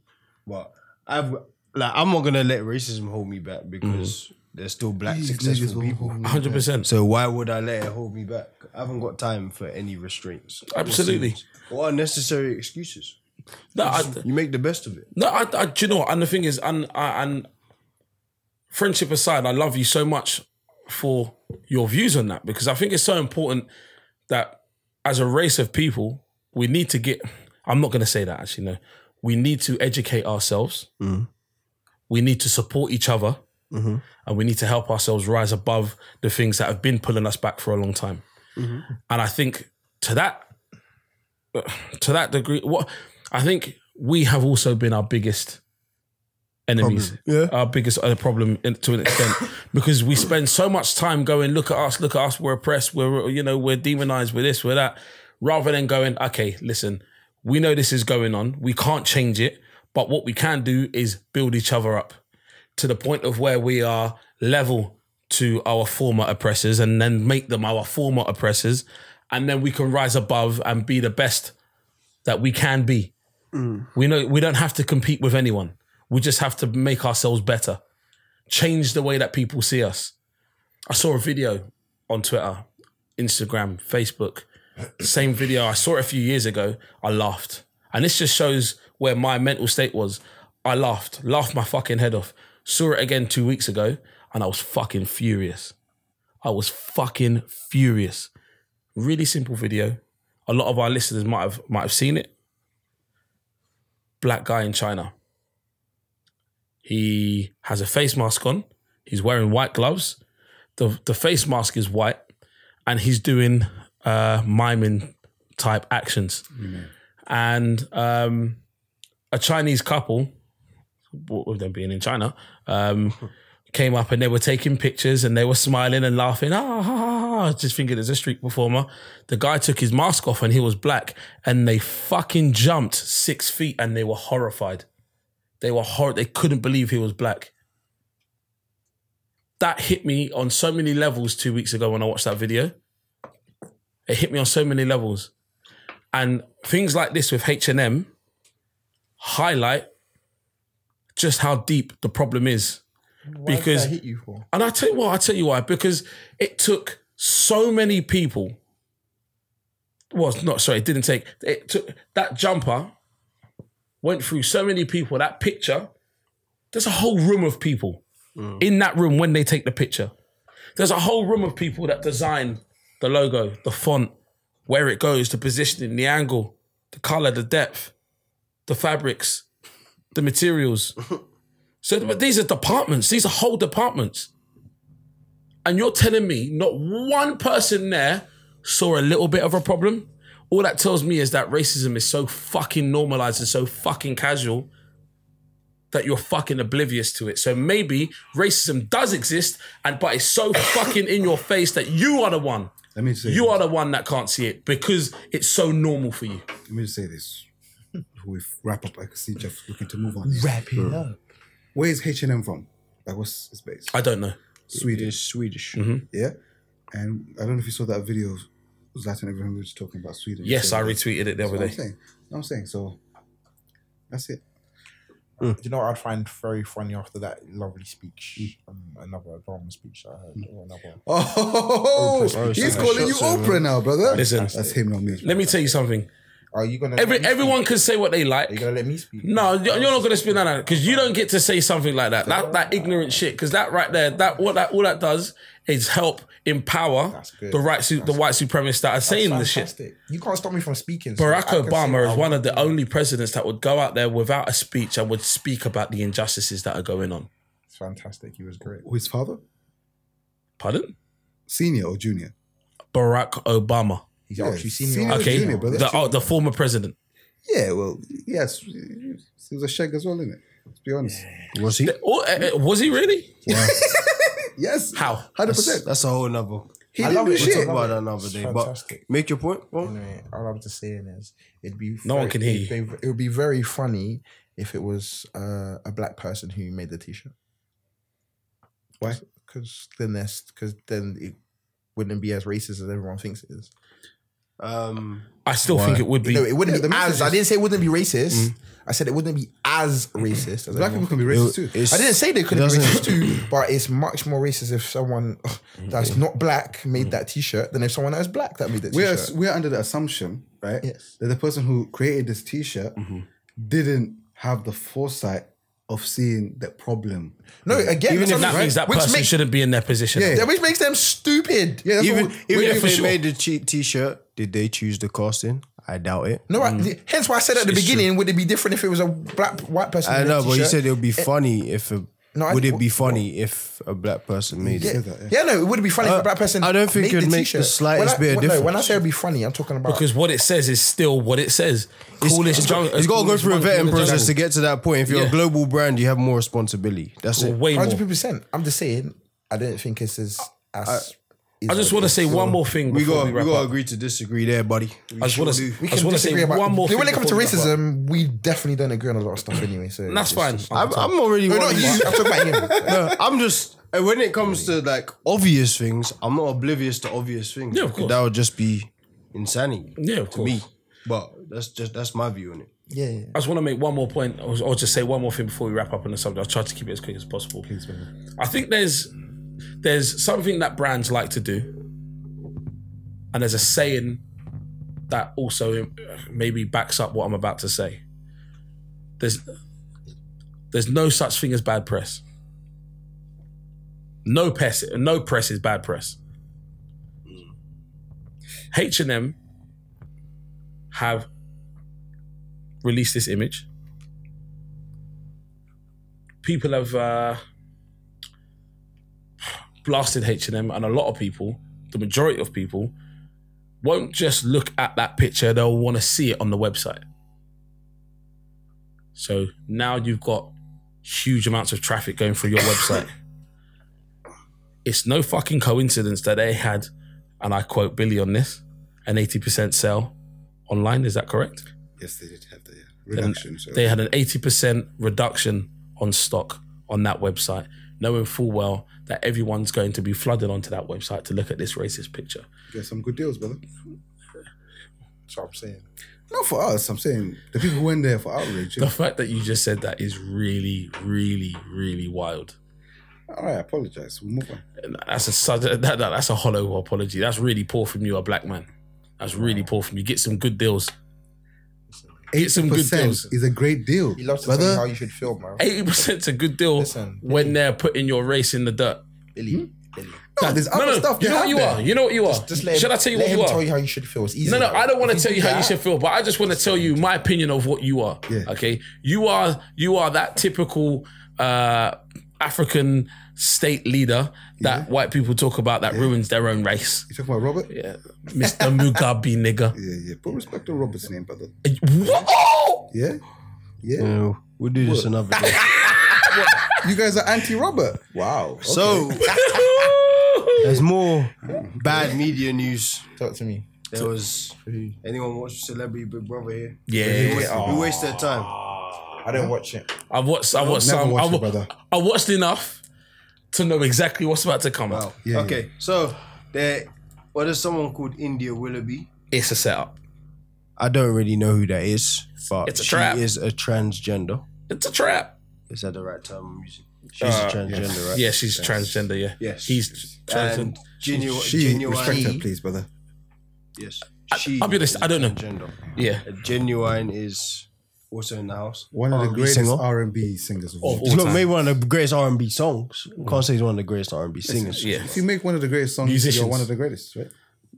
A: But I've like I'm not gonna let racism hold me back because there's still black
C: Mm. These niggas
A: successful
C: will
A: people.
C: hold me
D: Hundred percent.
A: So why would I let it hold me back? I haven't got time for any restraints. or
D: Absolutely.
A: sins Or unnecessary excuses.
D: No, I,
A: You make the best of it.
D: no, I, I, do you know what? And the thing is, and I, and friendship aside, I love you so much for your views on that because I think it's so important that as a race of people, we need to get. I'm not going to say that actually. No, we need to educate ourselves. We need to support each other, and we need to help ourselves rise above the things that have been pulling us back for a long time. And I think to that, to that degree, what I think we have also been our biggest enemies, our biggest uh, problem in, to an extent, because we spend so much time going, look at us, look at us, we're oppressed, we're you know we're demonized, we're this, we're that, rather than going, okay, listen, we know this is going on, we can't change it, but what we can do is build each other up to the point of where we are level to our former oppressors and then make them our former oppressors and then we can rise above and be the best that we can be we know we don't have to compete with anyone we just have to make ourselves better change the way that people see us i saw a video on twitter instagram facebook same video i saw it a few years ago i laughed and this just shows where my mental state was i laughed laughed my fucking head off saw it again two weeks ago and i was fucking furious i was fucking furious really simple video a lot of our listeners might have might have seen it black guy in china he has a face mask on he's wearing white gloves the the face mask is white and he's doing uh miming type actions and um a chinese couple what with them being in china um came up and they were taking pictures and they were smiling and laughing ah ha, ha, ha, just thinking there's a street performer the guy took his mask off and he was black and they fucking jumped six feet and they were horrified they were horrified they couldn't believe he was black that hit me on so many levels two weeks ago when I watched that video. It hit me on so many levels. And things like this with H&M highlight just how deep the problem is. because
B: hit you for?
D: and I tell you what, I tell you why. Because it took so many people. Well, it's not sorry, it didn't take. It took that jumper went through so many people. That picture, there's a whole room of people
B: Mm.
D: in that room when they take the picture. There's a whole room of people that design the logo, the font, where it goes, the positioning, the angle, the color, the depth, the fabrics, the materials. So, but these are departments. These are whole departments. And you're telling me not one person there saw a little bit of a problem? All that tells me is that racism is so fucking normalized and so fucking casual that you're fucking oblivious to it. So maybe racism does exist, and but it's so fucking in your face that you are the one.
C: Let me say.
D: You are the one that can't see it because it's so normal for you.
C: Let me just say this. We wrap up. I can see Jeff looking to move on.
B: Wrap it
A: Hmm.
B: up.
C: Where is H and M from? Like, what's its base?
D: I don't know.
C: Swedish.
A: It's Swedish.
C: Yeah. And I don't know if you saw that video. of Zlatan Ibrahimovic was talking about Sweden.
D: Yes,
C: So
D: I
C: that's-
D: retweeted it the
C: that's
D: other
C: what I'm
D: day.
C: saying. That's what I'm saying. So that's it.
B: Do you know what I'd find very funny after that lovely speech?
D: Mm.
B: Um, another Obama speech I heard. Or another one.
C: Oh,
A: Oprah.
C: he's
A: Oprah.
C: calling you
A: Shots over.
C: Oprah now, brother.
D: Listen.
C: that's him, not me.
D: Let me tell you something.
B: Are you gonna?
D: Every
B: let me
D: everyone can say what they like.
B: Speak? Are you gonna let me speak?
D: No, you're you're not going to spin that out because you don't get to say something like that. That that ignorant shit. Because that right there, that what that all that does is help empower
B: That's good.
D: the right su- the white supremacists that are saying this shit.
B: Fantastic. You can't stop me from speaking. so
D: Barack
B: I can say
D: Obama
B: I
D: is one of the only presidents that would go out there without a speech and would speak about the injustices that are going on.
B: It's fantastic. He was great.
C: His father,
D: Pardon?
C: senior or junior?
D: Barack Obama.
B: He's
C: Yeah,
B: actually
C: senior
B: senior.
C: That's
D: Okay,
C: junior, bro. That's
D: the, oh, the former president.
C: Yeah, well, yes, he was a shag as well, isn't it? Let's be honest.
A: Was he?
D: Oh, eh, eh, was he really?
C: Yes,
D: How?
C: hundred
A: That's,
C: percent.
A: that's a whole nother
C: He
B: I
C: didn't
B: love
C: do
B: it.
A: We'll
C: shit.
A: talk about that another
B: It's
A: day.
B: fantastic.
A: But make your point, bro.
B: Anyway, all I'm just saying is, it'd be
D: No one can hear you.
B: it'd be- It would be very funny if it was uh, a black person who made the t-shirt. Why? Because then that's because then it wouldn't be as racist as everyone thinks it is.
A: Um,
D: I still think it would be.
B: no, it wouldn't
C: Yeah, the
B: be as.
C: message
B: I
C: is-
B: didn't say it wouldn't be racist. I said it wouldn't be as racist as
C: Black
B: everyone
C: people can be racist too.
A: it's-
B: I didn't say they couldn't be
A: Doesn't-
B: racist too, but it's much more racist if someone ugh, that's not black made that T-shirt than if someone that is black that made that
C: we're
B: T-shirt.
C: we're under the assumption, right,
B: Yes.
C: that the person who created this T-shirt
D: Mm-hmm.
C: didn't have the foresight of seeing the problem.
B: No, again,
D: Even if
B: that's what I'm
D: that
B: saying,
D: means that
B: which
D: person
B: makes,
D: shouldn't be in their position.
C: Yeah.
B: yeah, which makes them stupid.
C: Yeah, that's
A: even
C: what we-
A: even
D: yeah,
A: if
D: for
A: they
D: sure.
A: made the cheap T-shirt, did they choose the costing? I doubt it.
B: No, I, hence why I said at the beginning, would it be different if it was a black white person?
A: I
B: in a
A: know, but you
B: t-shirt?
A: said it would be funny if a.
B: No, I-
A: would it be funny if a black person made
B: Yeah,
A: it?
C: that,
B: yeah, no, it would be funny if
A: Uh,
B: a black person.
A: I don't think
B: made
A: it'd
B: the
A: make the
B: t-shirt.
A: slightest
B: when I,
A: bit of
B: when- No, when I
A: difference.
B: say it'd be funny, I'm talking about
D: Because what it says is still what it says. Coolest junk.
A: It's got to go through a vetting process to get to that point. If you're
D: Yeah.
A: a global brand, you have more responsibility. That's it.
D: Way more.
B: hundred percent. I'm just saying, I don't think it's as. as
D: I just want to say one more thing.
A: We
D: before
A: got we,
D: wrap
A: got to
D: up.
A: agree to disagree there, buddy.
D: I just want to. I just want to say one more.
B: When
D: thing
B: it comes
D: before
B: to
D: we wrap up.
B: racism, we definitely don't agree on a lot of stuff anyway. So
D: that's
B: it's
D: fine.
B: just-
A: I'm, I'm already.
B: No,
A: one
B: not
A: of
B: you.
A: my-
B: I'm talking about him.
A: No, I'm just and when it comes to like obvious things, I'm not oblivious to obvious things.
D: Yeah, of course.
A: That would just be insanity.
D: Yeah, of
A: to me.
D: course.
A: But that's just that's my view on it.
B: Yeah, yeah.
D: I just want to make one more point, or, or just say one more thing before we wrap up on the subject. I'll try to keep it as quick as possible. Please, I think there's there's something that brands like to do, and there's a saying that also uh, maybe backs up what I'm about to say. There's there's no such thing as bad press. No press, no press is bad press. H and M have released this image. People have uh, blasted H and M, and a lot of people, the majority of people, won't just look at that picture; they'll want to see it on the website. So now you've got huge amounts of traffic going through your website. It's no fucking coincidence that they had, and I quote Billy on this, an 80% sale online. Is that correct?
C: Yes, they did have the yeah, reduction. So
D: they had an 80% reduction on stock on that website, knowing full well that everyone's going to be flooded onto that website to look at this racist picture.
C: get some good deals, brother.
B: That's what I'm saying.
C: Not for us. I'm saying the people who went there for outrage.
D: The fact that you just said that is really, really, really wild.
C: All right, I apologize. We'll move on.
D: And That's a sud- that, that, that's a hollow apology. That's really poor from you, a black man. That's really poor from you. Get some good deals. Get some good
C: Percent
D: deals.
C: is a great deal,
B: He loves to tell you how
C: brother.
B: you should feel, man.
D: Eighty percent's a good deal
B: Listen,
D: when they're putting your race in the dirt.
B: Billy, Billy.
C: No, there's
D: No,
C: other
D: no, no.
C: stuff. they
D: you know what
C: have
D: you
C: there.
D: are. You know what you are.
B: Just let him,
D: Should I tell you
B: let
D: what
B: him
D: you are?
B: tell you how you should feel. It's easy.
D: No, no,
B: like
D: I
B: that.
D: don't want to
B: If
D: tell you
B: do
D: how you
B: that-
D: should feel, but I just want to tell you my opinion of what you are.
C: Yeah.
D: Okay. You are you are that typical uh African state leader that white people talk about that ruins their own race.
C: You talking about Robert? Yeah,
D: Yeah. Mr. Mugabe nigger.
C: yeah. Put respect on Robert's name, brother.
D: What? Oh!
C: Yeah, yeah.
A: No, we'll do this another day.
C: You guys are anti-Robert. Wow. okay.
A: So there's more bad media news.
B: Talk to me.
A: There was anyone watch Celebrity Big Brother here? We
D: Yeah.
A: waste- We waste their time.
B: I don't watch it.
D: I've watched I've watched
C: Never
D: some
C: watch
D: I've,
C: it, brother.
D: I watched enough to know exactly what's about to come
A: Wow.
D: out.
C: Yeah,
A: okay, so there. What is someone called India Willoughby?
D: It's a setup.
A: I don't really know who that is, but
D: It's a
A: she
D: trap.
A: is a transgender.
D: It's a trap.
A: Is that the right term I'm using? She's
D: Uh,
A: a transgender, right?
D: Yeah, she's transgender, yeah.
A: Yes.
D: He's transgender.
A: And genuine,
C: She
A: genuine,
C: respect her, please, brother.
A: Yes. She
D: I'll be honest,
A: is
D: I don't know.
A: Transgender.
D: Yeah.
A: A genuine is also in the house.
C: One of the
A: R&B
C: greatest
A: singer.
C: R and B singers of
D: Of
C: all.
D: all time. Mm.
A: one of the greatest R and B songs. Can't say he's one of the greatest R and B singers.
D: Yeah.
C: If you make one of the greatest songs,
D: Musicians.
C: you're one of the greatest, right?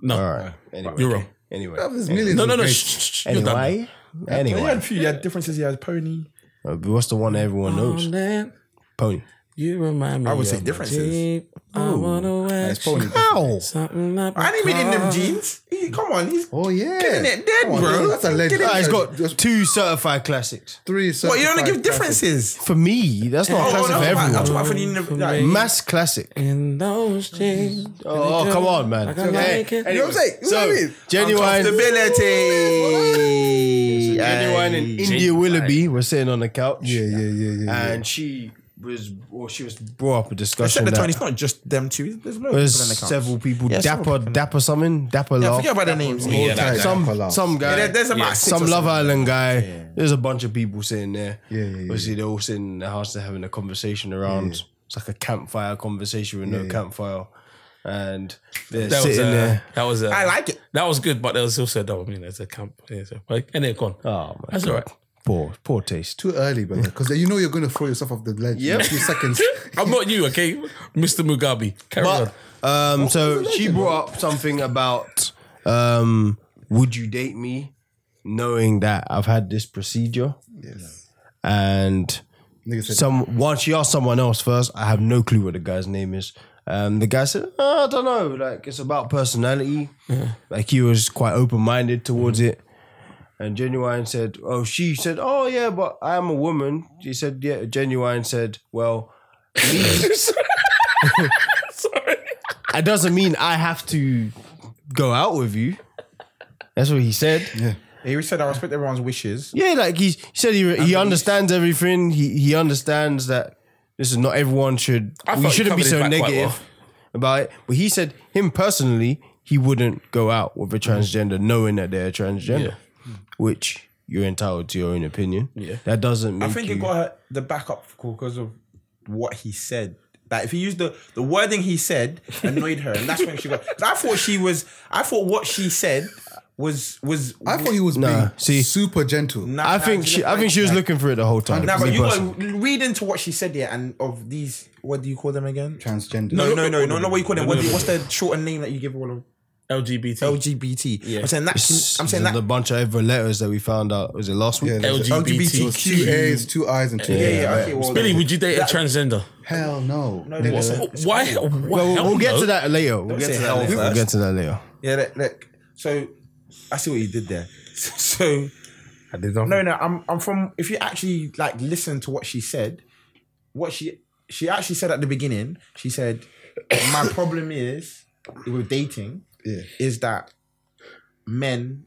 D: No.
A: All right. Anyway.
D: You're wrong.
A: Anyway.
C: There's millions.
D: No,
C: of
D: no, no.
C: great-
D: Shh, shh, shh, you're done.
A: Anyway.
B: You had a
A: Anyway.
B: few. You had differences. You had pony.
A: Uh, What's the one everyone knows?
D: Darling,
A: Pony.
D: You remind me.
B: I would say
D: of my
B: differences.
D: Jeep. I wanna wear
C: It's probably-
A: Ow!
D: something like
B: I didn't mean in them
D: that.
B: jeans. He- Come on, he's.
C: Oh yeah,
B: Getting it dead,
C: Come on,
B: bro.
C: That's a legend.
A: Ah, he's got
C: Just
A: two certified classics.
C: three.
B: What you
C: certified
B: don't give
C: classics.
B: differences?
A: For me, that's not a
B: Oh,
A: classic
B: no,
A: for
B: I'm talking about- I'm
A: everyone.
B: talking about for the uni- like,
A: Mass classic.
D: In those jeans.
A: Oh, come on, man.
D: I can make it.
F: Anyway,
C: know what I'm saying? You know what I mean?
A: Genuine.
F: Stability.
A: Genuine
F: and
A: India Willoughby was sitting on the couch.
C: Yeah, yeah, yeah, yeah. yeah.
F: And she was, well, she was brought up a discussion
B: Except the
F: that
B: tone, it's not just them two. There's loads
A: There's
B: of people in the
A: several people.
B: Yeah,
A: Dapper,
B: several people.
A: Dapper something. Dapper
B: Yeah,
A: love.
B: forget about their names.
D: Yeah, that guy.
C: Dapper
A: some
C: Love.
A: some guy.
B: there- there's about
A: yeah,
B: six
A: some
B: or
A: Love
B: seven.
A: Island guy. There's a bunch of people sitting there.
C: Yeah, yeah, yeah.
A: Obviously, they're all sitting in the house. They're having a conversation around. It's like a campfire conversation with no campfire, and they're
D: That was,
A: sitting
D: a,
A: there.
D: that was a.
B: I like it.
D: That was good, but there was also a double. I mean, there's a camp. Yeah, so, like, and they're gone.
A: Oh my
D: That's
A: God.
D: all right.
A: Poor, poor taste.
C: Too early, brother, because you know you're going to throw yourself off the ledge in a few seconds.
D: I'm not you, okay, Mr. Mugabe. Carry on.
A: But um, so she brought up something about um, would you date me, knowing that I've had this procedure
C: yes.
A: and
C: Nigga said,
A: some once she asked someone else first, I have no clue what the guy's name is. Um, the guy said, "Oh, I don't know. Like it's about personality. Like he was quite open minded towards
C: Mm.
A: it. And genuine said, "Oh, she said, oh yeah, but I am a woman." She said, "Yeah." Genuine said, "Well,
D: Sorry.
A: it doesn't mean I have to go out with you." That's what he said. Yeah,
B: He said, I respect everyone's wishes.
A: like he, he said he he understands everything. He he understands that this is not everyone should.
D: I
A: we
D: thought he
A: shouldn't be
D: covered his
A: so
D: back quite
A: negative.
D: well.
A: about it. But he said him personally, he wouldn't go out with a transgender knowing that they're transgender, Hmm. which you're entitled to your own opinion.
D: Yeah.
A: That doesn't make
B: I think
A: you,
B: it got her, the backup because of what he said. That if he used the the wording he said annoyed her, and that's when she got. 'cause I thought she was. I thought what she said was was.
C: I thought he was
A: Nah,
C: being
A: see.
C: super gentle.
B: Nah,
A: I
B: nah,
A: think
B: she's
A: she I
B: like-
A: think she was looking for it the whole time.
B: Nah, but
A: Me
B: you
A: personally.
B: got read into what she said there, and of these, what do you call them again?
C: Transgender.
B: no, no, no, no, not what you call them. What do you, what's the shortened name that you give all of
D: LGBT.
B: LGBT? I'm saying that. I'm saying
A: the
B: that.
A: bunch of other letters that we found out was it last week?
C: Yeah, there's a-
D: LGBTQ.
C: Two A's, two I's, and two
B: Yeah,
C: A's.
B: yeah. Okay, well,
D: Billy,
B: then.
D: would you date a transgender?
C: Hell no.
B: No,
C: Nigga.
B: what's
D: Why? why
A: Well, we'll,
D: hell
A: we'll get
D: no.
A: to that later. We'll get
B: say
A: to that
B: hell
A: later. We'll
B: first.
A: get to that later.
B: Yeah, look, look. So I see what you did there. So
D: I did not.
B: no, no, I'm I'm from if you actually like listen to what she said, what she she actually said at the beginning, she said, My problem is with dating
C: Yeah.
B: is that men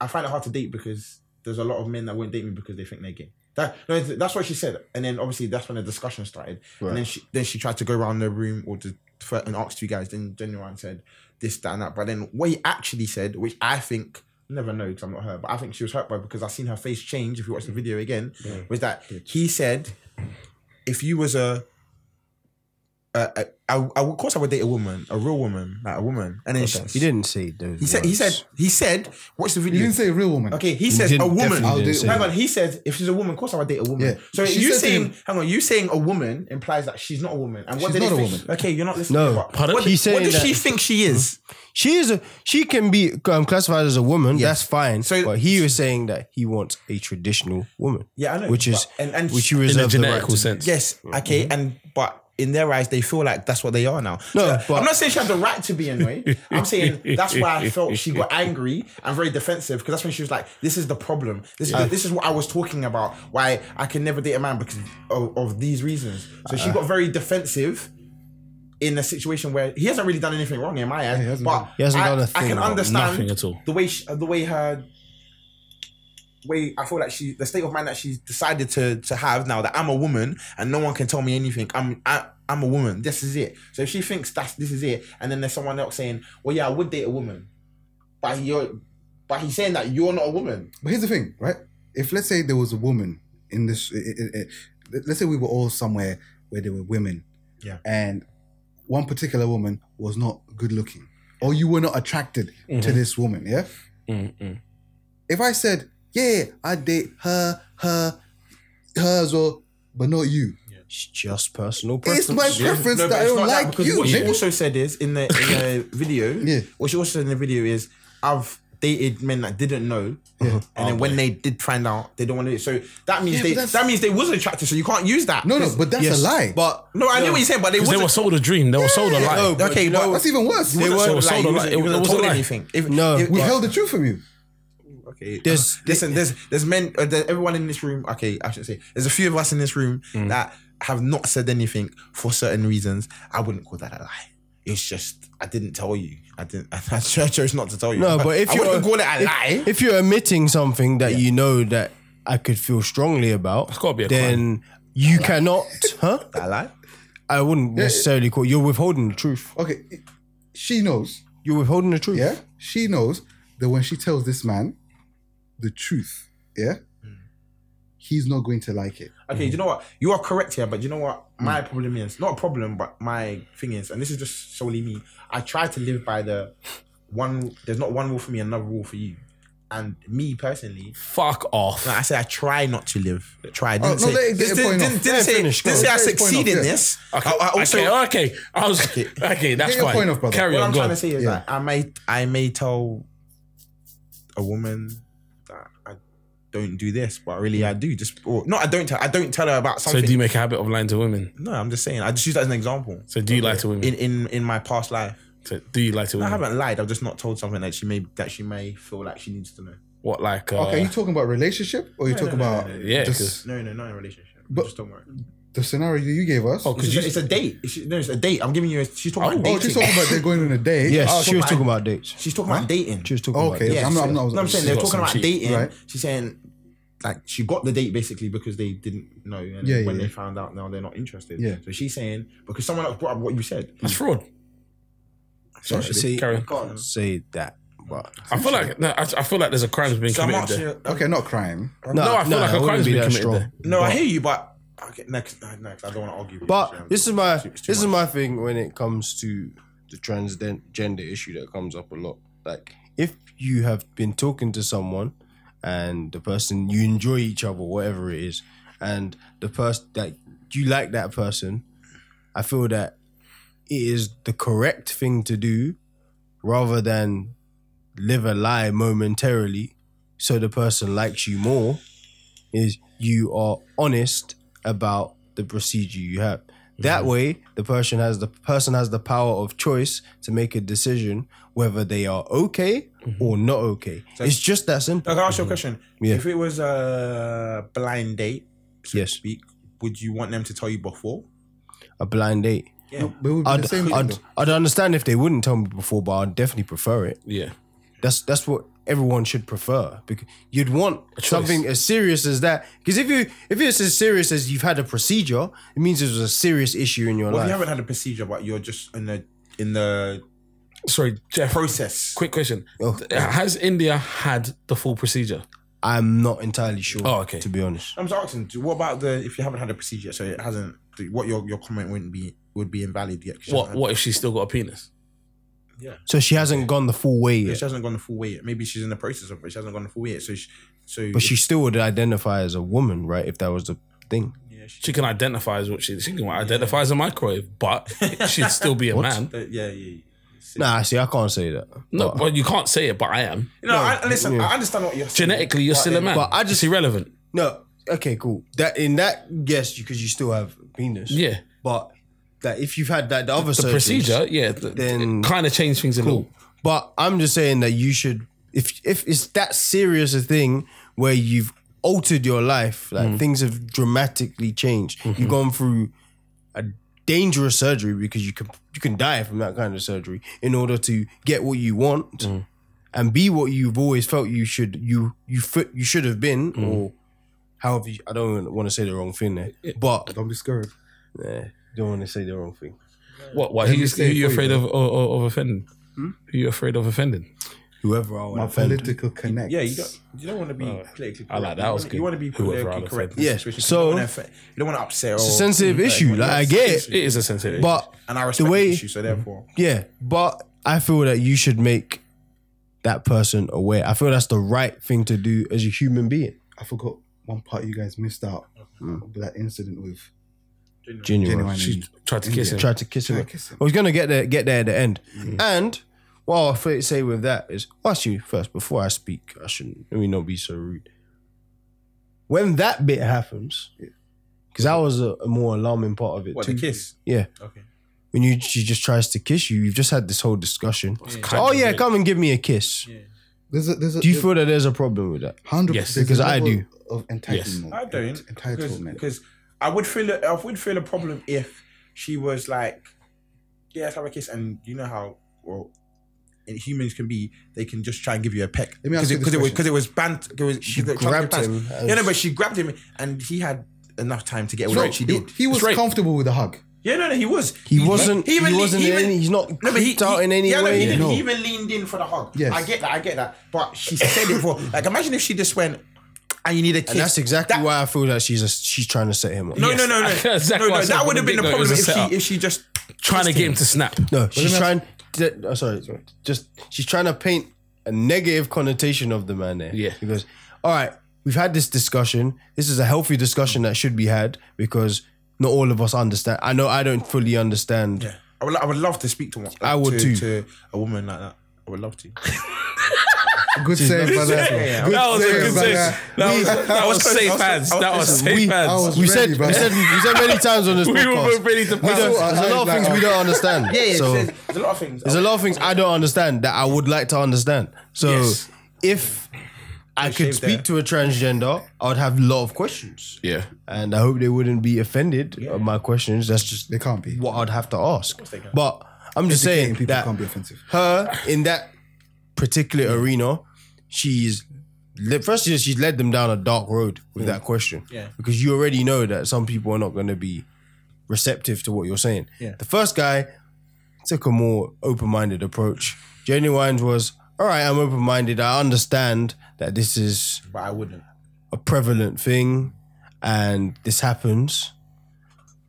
B: I find it hard to date because there's a lot of men that won't date me because they think they're gay. That, no, th- that's what she said, and then obviously that's when the discussion started. And then she then she tried to go around the room or to for- and ask two guys. Then genuine said this, that, and that. But then what he actually said, which I think never know because I'm not her, but I think she was hurt by because I seen her face change. If you watch the video again, was that he said, if you was a a- a- I, I, of course I would date a woman, a real woman, like a woman. And then she,
A: He didn't say those.
B: he said, he said, he said, watch the
C: You
B: video.
C: didn't say real woman.
B: Okay, he says a
A: didn't-
B: woman.
A: definitely
C: I'll
A: didn't
C: do-
A: say
B: Hang
A: that.
B: on, he says if she's a woman, of course I would date a woman.
C: Yeah.
B: So
C: She
B: you
C: said to
B: saying,
C: him-
B: hang on, you saying a woman implies that she's not a woman. And what
C: She's
B: did he
C: not a
B: think-
C: woman.
B: Okay, you're not listening.
A: No,
B: What-
D: pardon?
B: what, do-
A: He's saying
B: what does
A: that-
B: she think she is?
A: She is a she can be um, classified as a woman. That's fine.
B: So-
A: but he was saying that he wants a traditional woman.
B: Yeah, I know,
A: Which is
B: but- and- and-
A: which you
D: In a
A: reserve the right
D: genetical
A: to.
D: sense.
B: Yes. Okay, and but in their eyes, they feel like that's what they are now.
A: Mm-hmm. No,
B: So,
A: but-
B: I'm not saying she had the right to be annoyed. I'm saying that's why I felt she got angry and very defensive because that's when she was like, "This is the problem. This is this is what I was talking about. Why I can never date a man because of, of these reasons." So
A: Uh.
B: she got very defensive. In a situation where he hasn't really done anything wrong in my eyes,
C: hasn't
B: but
C: done-
A: He hasn't
B: I,
A: done a
B: I
A: thing
B: can
A: wrong.
B: understand
D: Nothing at all.
B: the way she, the way her way I feel like she the state of mind that she's decided to to have now that I'm a woman and no one can tell me anything. I'm I, I'm a woman. This is it. So if she thinks that's this is it, and then there's someone else saying, "Well, yeah, I would date a woman," but you're but he's saying that you're not a woman.
C: But here's the thing, right? If let's say there was a woman in this, i- i- i- let's say we were all somewhere where there were women,
B: Yeah.
C: and one particular woman was not good looking, or you were not attracted to this woman, yeah.
D: Mm-mm.
C: If I said, yeah, I date her, her, hers, or but not you,
A: It's just personal
C: it's my
A: preference.
C: preference
B: but
C: that I
B: it's
C: don't
B: not that,
C: like
B: because
C: you.
B: What she
C: nigga.
B: also said is in the in the video.
C: Yeah.
B: What she also said in the video is, I've dated men that didn't know, and then when they did find out, they don't want to. do it. So that means
C: Oh, Yeah,
B: they
C: but that's-
B: that means they was attracted. So you can't use that.
C: No, no, but that's a lie.
B: But no, I knew what you're saying. But they
D: Because they were
B: wasn't.
D: sold a dream. They were sold a
B: No,
D: lie.
A: but
B: okay,
A: you know-
B: but
C: that's even worse.
B: they
D: were
B: weren't
D: sold
B: like,
D: a
B: you
D: lie.
B: wasn't-
D: It
B: you
D: was- it
B: wasn't
D: was a
B: told
D: lie.
B: anything. If,
A: No.
B: if,
C: we
B: if-
C: held the truth from you.
B: okay,
A: There's-
B: uh,
A: Mm.
B: listen. There's there's men. Uh, there's everyone in this room. Okay, I should say there's a few of us in this room that have not said anything for certain reasons, I wouldn't call that a lie. It's just I didn't tell you. I didn't. I chose not to tell you.
A: No, but if
B: I
A: you're-
B: wouldn't call it a lie,
A: If you're omitting something that you know that I could feel strongly about,
D: gotta be a
A: then you cannot, huh?
B: a lie.
A: I wouldn't necessarily call you're withholding the truth.
C: Okay, she knows.
A: You're withholding the truth.
C: Yeah, she knows that when she tells this man the truth, yeah,
A: Hmm.
C: he's not going to like it.
A: Mm.
B: Okay, you know what? You are correct here, but you know what? My problem is not a problem, but my thing is, and this is just solely me. I try to live by the one. There's not one rule for me, another rule for you. And me personally,
D: Fuck off.
B: no, I say I try not to live. Try. I
C: Oh,
B: didn't
C: no,
B: say.
C: let it get
B: didn't,
C: your point
B: didn't,
C: off.
B: didn't
A: Let it
B: say.
A: finish,
B: didn't
A: go
B: say I
C: on. Let it point
B: succeed
C: off,
B: in
C: yeah.
B: this.
D: Okay,
B: I, I also.
D: okay, okay. I was okay. that's
C: Get your
D: fine.
C: point off, brother.
D: Carry
B: what
D: on.
B: I'm
D: go
B: trying
D: on.
B: to say is
C: Yeah.
B: that I may I may tell a woman that I don't do this, but really I do. Just or, no, I don't tell. I don't tell her about
D: so
B: something.
D: do you make a habit of lying to women?
B: no, I'm just saying. I just use that as an example.
D: So do you lie to women?
B: in in in my past life.
D: So do you lie to
B: No, I
D: women?
B: haven't lied. I've just not told something that she may that she may feel like she needs to know.
D: What like? Uh,
C: Okay, you talking about relationship or you talking about
D: yeah,
C: just
B: No, no, not in a relationship.
C: But-
B: just don't worry.
C: the scenario you gave us?
D: Oh,
C: Oh,
B: It's,
D: 'cause
B: just-
D: you-
B: it's a date. It's, no, it's a date. I'm giving you. A, she's talking about dating.
C: she's talking about they're going on Oh, a date. Ah,
A: Yes,
B: Oh,
A: she was
B: so I-
A: talking about dates.
B: She's talking about dating.
A: She was talking
C: Oh,
A: about
C: okay.
A: dates.
B: Yeah,
C: I'm not. I'm
B: she's-
C: not. I was-
B: no, I'm saying they're
D: got
B: talking
D: some
B: about
D: cheek.
B: dating.
C: Right.
B: She's saying like she got the date basically because they didn't know, and
C: Yeah, yeah,
B: when they
C: yeah.
B: found out, now they're not interested.
C: Yeah.
B: So she's saying because someone else brought up what you said.
D: that's fraud.
A: Sorry, see,
D: Carry on.
A: I can't say that, but
D: I feel like no, I, I feel like there's a crime's been
B: So I'm
D: committed. There.
B: asking.
C: Okay, not crime.
D: No, I feel like
A: it
D: a crime's
A: wouldn't be
D: been
A: that
D: committed.
A: strong.
D: There.
B: No, I hear you, but okay, next, no, next, I don't want to argue. With you,
A: But this is my
B: it's too
A: this is my thing when it comes to the transgender issue that comes up a lot. Like if you have been talking to someone and the person you enjoy each other, whatever it is, and the person that you like that person, I feel that it is the correct thing to do rather than live a lie momentarily so the person likes you more is you are honest about the procedure you have. That
D: Mm-hmm.
A: way, the person has the person has the power of choice to make a decision whether they are okay
D: Mm-hmm.
A: or not okay. it's just that simple.
B: Now, can I ask you a question?
A: Yeah.
B: If it was a blind date, so
A: Yes.
B: to speak, would you want them to tell you before?
A: A blind date.
B: Yeah.
C: But it would be the
A: I'd,
C: same.
A: I'd,
C: thing,
A: I'd understand if they wouldn't tell me before, but I'd definitely prefer it.
D: Yeah,
A: That's that's what everyone should prefer because you'd want something as serious as that. Because if you if it's as serious as you've had a procedure, it means it was a serious issue in your
B: Well, if you
A: life.
B: haven't had a procedure, but you're just in the in the
D: sorry, Jeff.
B: process.
D: Quick question:
A: Oh.
D: Has India had the full procedure?
A: I'm not entirely sure.
D: Oh, okay.
A: To be honest,
B: I'm just asking. What about the if you haven't had a procedure, so it hasn't? What your your comment wouldn't be would be invalid yet? 'cause you
D: What
B: haven't
D: What if she's still got a penis?
A: so she hasn't gone the full way
B: had-
A: yet,
B: She hasn't gone the full way yet. Maybe she's in the process of it. She hasn't gone the full way yet. So, she, so
A: but she still would identify as a woman, right? If that was the thing.
B: yeah, she,
D: She can identify as what she she can identify as a microwave, but she'd still be a man.
B: uh, yeah, yeah, yeah.
A: Nah, see, I can't say that.
D: No,
A: but,
D: but you can't say it. But I am
B: No, I, listen. I understand what you're saying.
D: genetically, you're still a man.
A: but I
D: It's irrelevant.
A: no. Okay, cool. That in that yes, because you still have penis.
D: Yeah,
A: but that if you've had that the other
D: the
A: surgeries-
D: procedure. Yeah, th-
A: then-
D: it kind of changed things a little.
A: But I'm just saying that you should, if if it's that serious a thing where you've altered your life, like
C: Mm.
A: things have dramatically changed.
C: Mm-hmm.
A: You've gone through a dangerous surgery because you can you can die from that kind of surgery in order to get what you want
C: Mm.
A: and be what you've always felt you should you you fit, you should have been
C: Mm.
A: or however you, I don't want to say the wrong thing there, but
C: Don't be scared.
A: eh, don't want to say the wrong thing.
D: What? What? Who, you- who
C: say it
D: you
C: for you,
D: afraid of, of, of offending?
A: Hmm?
D: Who you afraid of offending?
A: Whoever I want
C: My
A: to offend.
C: political connect.
B: Yeah, you don't. You don't want to be politically correct.
D: I like that.
B: You
D: was
B: wanna-
D: good.
B: You want to be
D: Whoever
B: politically
D: I'd
B: correct.
D: offend.
B: in
A: Yeah,
B: this situation.
A: so-
B: you don't, wanna affect- you don't want to upset.
A: It's
B: or-
A: a sensitive issue. Like I get it.
D: It is a Mm-hmm. sensitive. issue.
A: But
B: and I respect
A: the way-
B: the issue. So therefore,
A: yeah, but I feel that you should make that person aware. I feel that's the right thing to do as a human being.
C: I forgot one part you guys missed out.
A: Hmm.
C: with That incident with
A: Genuine.
C: genuine.
D: she tried to kiss Mm. him.
A: Tried to kiss him.
C: Tried to kiss him.
A: I was gonna get there, get there at the end. And what I feel to say with that is, well, actually, first before I speak, I shouldn't. Let me not be so rude. When that bit happens, because that was a, a more alarming part of it
B: what
A: too.
B: the kiss?
A: Yeah.
B: Okay.
A: When you she just tries to kiss you, you've just had this whole discussion.
D: kind
A: Oh
D: of
A: yeah,
D: weird.
A: come and give me a kiss.
C: There's a there's a
A: Do you feel that there's a problem with that?
C: hundred
D: Yes,
C: there's a
A: because I
C: level
A: do.
C: of entitlement.
B: I don't
C: Entitlement.
B: because I would feel a, I would feel a problem if she was like, yeah, let's have a kiss, and you know how well in- humans can be, they can just try and give you a peck
C: Let me ask
B: because
C: you
B: it,
C: this
B: 'cause it was
C: question.
B: because it was banned. It was she
A: grabbed him
B: Yeah, no,
A: as-
B: but she grabbed him, and he had enough time to get away.
C: No,
B: she
C: he-
B: did.
C: He, was
D: It's rape.
C: comfortable with the hug.
B: Yeah, no, no, he was.
A: He wasn't. He,
B: le-
A: wasn't.
B: he
A: in any, he's not
B: no, but he,
A: creeped out
B: he-
A: in any
B: yeah, No, he,
A: way.
B: didn't.
C: No.
B: he even leaned in for the hug.
C: Yes.
B: I get that. I get that. But she said it for like. Imagine if she just went, and you need a kiss.
A: And that's exactly
B: That-
A: why I feel that she's a, she's trying to set him up.
B: No,
D: Yes.
B: no, no, no,
D: That's exactly
B: no,
D: what I
B: no.
D: said
B: That
D: from
B: would have
D: the
B: been the
D: get-go, it was
B: problem
D: a
B: if she
D: setup.
B: if she just
D: trying to get him to snap.
A: No, she's
C: me
A: trying. th- oh, sorry, sorry. just she's trying to paint a negative connotation of the man there.
D: Yeah.
A: because all right, we've had this discussion. This is a healthy discussion that should be had because not all of us understand. I know I don't fully understand.
B: Yeah. I would, I would love to speak to one.
A: I would
B: to,
A: too.
B: To a woman like that. I would love to.
C: Good save, brother. Good
D: That was a
C: save,
D: good
C: brother.
D: save. That was that was safe hands. That was safe
C: I
D: hands.
C: was
A: We
C: ready,
A: said,
C: brother.
A: we said we said many times on this
D: We
A: podcast.
D: were ready to
A: we don't,
D: pass.
A: there's a lot of things we don't understand.
B: Yeah, yeah.
A: so
B: there's, there's a lot of things.
A: there's a lot of things I don't understand that I would like to understand. So
D: Yes.
A: if I could
B: shaved
A: speak
B: there.
A: to a transgender, I would have a lot of questions.
D: Yeah.
A: and I hope they wouldn't be offended at my questions. That's just
C: They can't be.
A: what I'd have to ask. But I'm just saying
C: People
A: that
C: can't be offensive.
A: her in that particular arena, she's le- first she's she's led them down a dark road with that question.
B: Mm. Yeah.
A: because you already know that some people are not going to be receptive to what you're saying.
B: Yeah.
A: the first guy took a more open-minded approach. Jenny Wines was all right. I'm open-minded. I understand that this is
B: but I wouldn't.
A: a prevalent thing and this happens.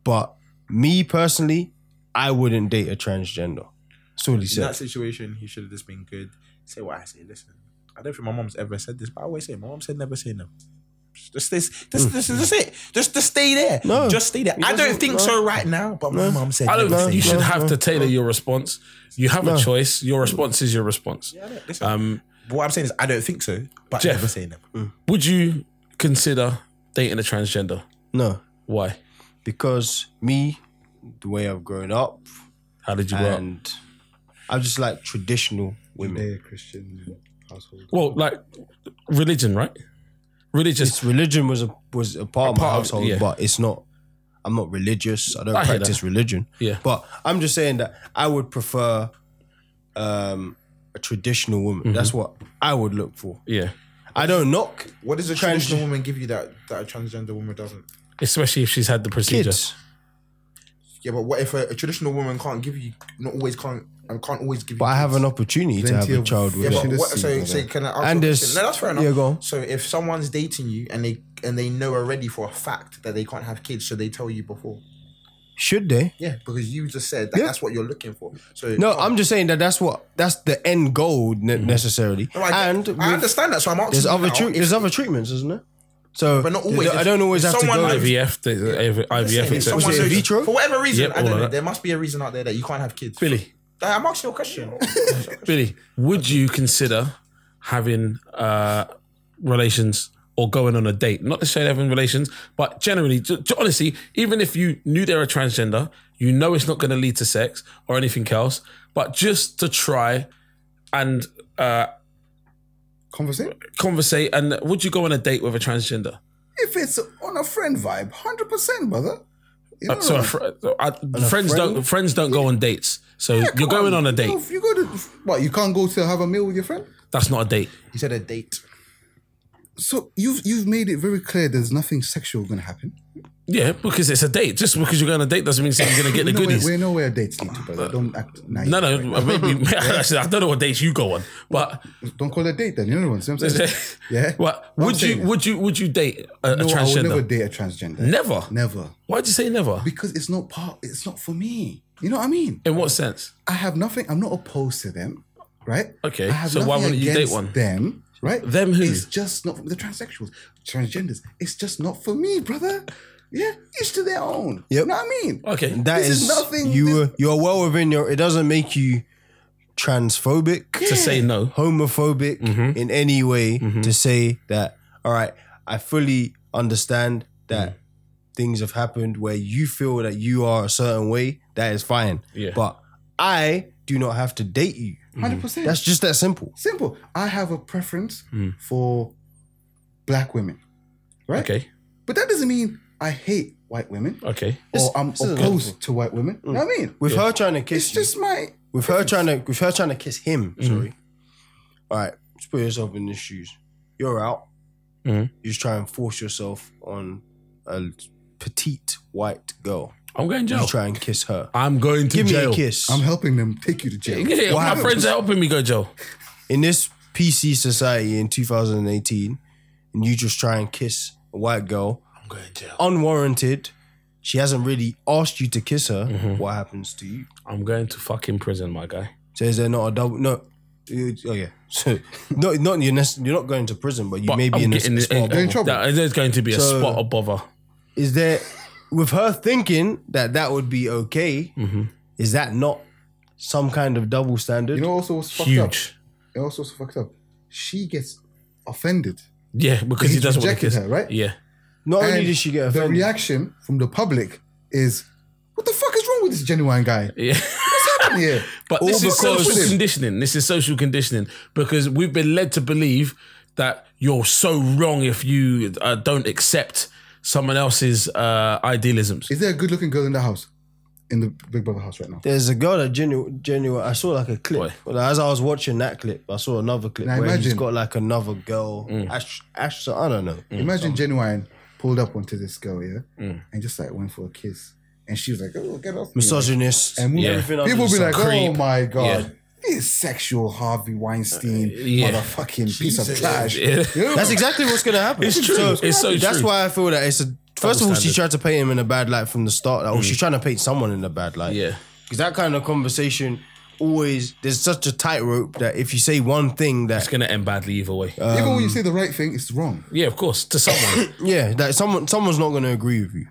A: But me personally, I wouldn't date a transgender. That's all he
B: In
A: said.
B: that situation, he should have just been good. Say what I say. Listen, I don't think my mom's ever said this, but I always say, my mom said never say no. Just this, this, this, this is it. Just, just stay there.
A: No.
B: just stay there. I don't
A: doesn't-
B: think
A: no.
B: so right now, but my mom said.
D: I don't
B: never
D: think you
B: say
D: should
B: no.
D: have to tailor your response. You have a choice. Your response is your response.
B: Yeah, I don't- listen,
D: Um,
B: but what I'm saying is, I don't think so, but
D: Jeff.
B: I never say no.
D: would you consider dating a transgender?
A: No,
D: Why?
A: because me, the way I've grown up,
D: How did you grow up?
A: and I just like traditional women.
C: They're Christian household.
D: Well, like religion, right? Religious.
A: It's religion was a was a part of my
D: part of-
A: household,
D: yeah.
A: but it's not. I'm not religious. I don't
D: I hear
A: practice religion.
D: Yeah.
A: But I'm just saying that I would prefer um, a traditional woman.
D: Mm-hmm.
A: That's what I would look for.
D: Yeah.
A: I don't knock
B: What is
C: Does a traditional woman give you that that a transgender woman doesn't?
D: Especially if she's had the procedure.
A: kids.
C: Yeah, but what if a, a traditional woman can't give you? Not always can't and can't always give.
A: But
C: you
A: I have
C: kids?
A: an opportunity to have
C: Plenty
A: a
C: of-
A: child
C: Yeah,
A: with
C: but
A: it.
C: what, so, so can I? ask
A: And
C: you a
A: there's-
C: question? No, that's fair enough.
A: Yeah, go on.
C: So if someone's dating you and they and they know already for a fact that they can't have kids, should they tell you before?
A: Should they?
C: Yeah, because you just said that that's what you're looking for. So
A: No, I'm just saying that that's what that's the end goal ne-
D: Mm-hmm.
A: necessarily.
C: No, I,
A: and
C: I
A: with-
C: understand that. So I'm asking.
A: there's
C: you
A: other
C: now,
A: tre-
C: if-
A: there's other treatments, isn't there? So
C: But not always.
A: I don't always
C: If
A: have to
C: someone
A: go.
C: knows-
D: IVF, the, the IVF,
C: if someone
A: Was it in
C: knows-
D: etc.
A: vitro?
C: For whatever reason,
D: Yep,
C: I
D: all
C: don't
D: of
C: know.
D: that.
C: There must be a reason out there that you can't have kids.
D: Billy,
C: I'm asking you a question.
D: Billy, would you consider having uh, relations or going on a date? Not necessarily having relations, but generally, j- j- honestly, even if you knew they're a transgender, you know it's not going to lead to sex or anything else, but just to try and uh,
C: Conversation.
D: conversate. And would you go on a date with a transgender?
C: If it's on a friend vibe, hundred percent, brother. You
D: Uh,
C: know,
D: so a fr- uh, friends
A: friend?
D: don't friends don't go on dates. So you're
C: come
D: going on a date.
C: You, go- you go to what? You can't go to have a meal with your friend.
D: That's not a date.
C: You said a date. So you've you've made it very clear. There's nothing sexual going to happen.
D: Yeah, because it's a date. Just because you're going on a date doesn't mean you're going to get the
C: No, we're,
D: goodies.
C: we're nowhere dates lead to,
D: Uh,
C: brother. Don't act naive.
D: No, no, maybe I said, I don't know what dates you go on, but
C: Don't call it a date then. You know what I'm saying? Yeah.
D: What
C: I'm
D: would you
C: saying
D: would you would you date a, a
C: No, I would
D: transgender?
C: never date a transgender.
D: Never?
C: Never.
D: Why'd you say never?
C: Because it's not part. It's not for me. You know what I mean?
D: In what sense?
C: I have nothing. I'm not opposed to them, right?
D: Okay,
C: I have
D: so why
C: nothing
D: wouldn't you date
C: against
D: one?
C: Them, right?
D: Them who?
C: It's just not the transsexuals, transgenders. It's just not for me, brother. Yeah, each to their own. You
A: Yep.
C: know what I mean?
D: Okay,
A: That
C: This
A: is,
C: is nothing-
A: You
C: this-
A: were you're well within your. It doesn't make you transphobic
D: to say no. Mm-hmm.
A: homophobic in any way to say that all right i fully understand
D: Mm.
A: that things have happened where you feel that you are a certain way that is fine
D: Yeah. Mm-hmm.
A: but i do not have to date you
D: Mm.
C: 100 percent.
A: that's just that simple
C: simple. I have a preference
D: Hmm.
C: for black women, right?
D: Okay,
C: But that doesn't mean I hate white women,
D: Okay.
C: or I'm
A: is
C: opposed to white women. You know
D: Hmm.
C: what I mean?
A: With her trying to kiss
C: It's
A: you,
C: just my
A: with her trying to with her trying to kiss him.
D: Mm-hmm.
A: Sorry. All right, just put yourself in his shoes. You're out.
D: Mhm.
A: You just try and force yourself on a petite white girl.
D: I'm going to
A: You
D: jail.
A: try and kiss her.
D: I'm going to
A: Give
D: jail.
A: me a kiss.
C: I'm helping them take you to jail.
D: Yeah, my friends are helping me go jail.
A: in this PC society in 2018, and you just try and kiss a white girl,
D: I'm going to jail.
A: unwarranted. She hasn't really asked you to kiss her.
D: Mm-hmm.
A: What happens to you?
D: I'm going to fucking prison, my guy.
A: So is there not a double? No. You- Oh yeah. So not not you're, nec- you're not going to prison, but you
D: But
A: may be
D: I'm
A: in a
D: getting
A: spot.
D: in-
A: of bother.
C: in trouble.
D: that- there's going to be a
A: So-
D: spot of bother.
A: is there with her thinking that that would be okay?
D: Mm-hmm.
A: Is that not some kind of double standard?
C: You know, also what's fucked up.
D: Huge.
C: It also what's fucked up. She gets offended.
D: Yeah, because
C: He's
D: he doesn't want to
C: rejected
D: kiss.
C: her, right?
D: Yeah.
A: not only
C: And
A: did she get
C: The
A: offended,
C: reaction from the public is, "What the fuck is wrong with this genuine guy?
D: Yeah.
C: What's happening here?"
D: But this is
C: because-
D: social conditioning. This is social conditioning because we've been led to believe that you're so wrong if you uh, don't accept someone else's uh, idealisms.
C: Is there a good-looking girl in the house, in the Big Brother house right now?
A: there's a girl that genuine, genuine. I saw like a clip.
D: Boy.
A: Well, as I was watching that clip, I saw another clip
C: Now
A: where he's
C: imagine-
A: got like another girl.
D: Mm.
A: Ash, Ash, I don't know.
C: Imagine genuine pulled up onto this girl, yeah,
D: Mm.
C: and just like went for a kiss, and she was like, "Oh, get off me!"
A: Misogynist.
C: And moved
D: Yeah.
C: everything
A: under
C: people
A: the
C: be like,
D: sun.
C: "Oh
D: Creep.
C: my god."
D: Yeah. Uh,
C: This sexual Harvey Weinstein
D: yeah.
C: motherfucking piece of trash.
D: Yeah.
A: That's exactly what's going to happen.
D: Oh. It's true. It's so
A: that's
D: true.
A: why I feel that it's a. First of all, she
D: standard.
A: tried to paint him in a bad light from the start. Like, Oh, she's trying to paint someone in a bad light.
D: Mm. Yeah.
A: Because that kind of conversation always there's such a tightrope that if you say one thing that
D: It's going to end badly either way.
C: Even
D: Um,
C: when you say the right thing, it's wrong.
D: yeah, of course, to someone.
A: yeah that someone someone's not going to agree with you.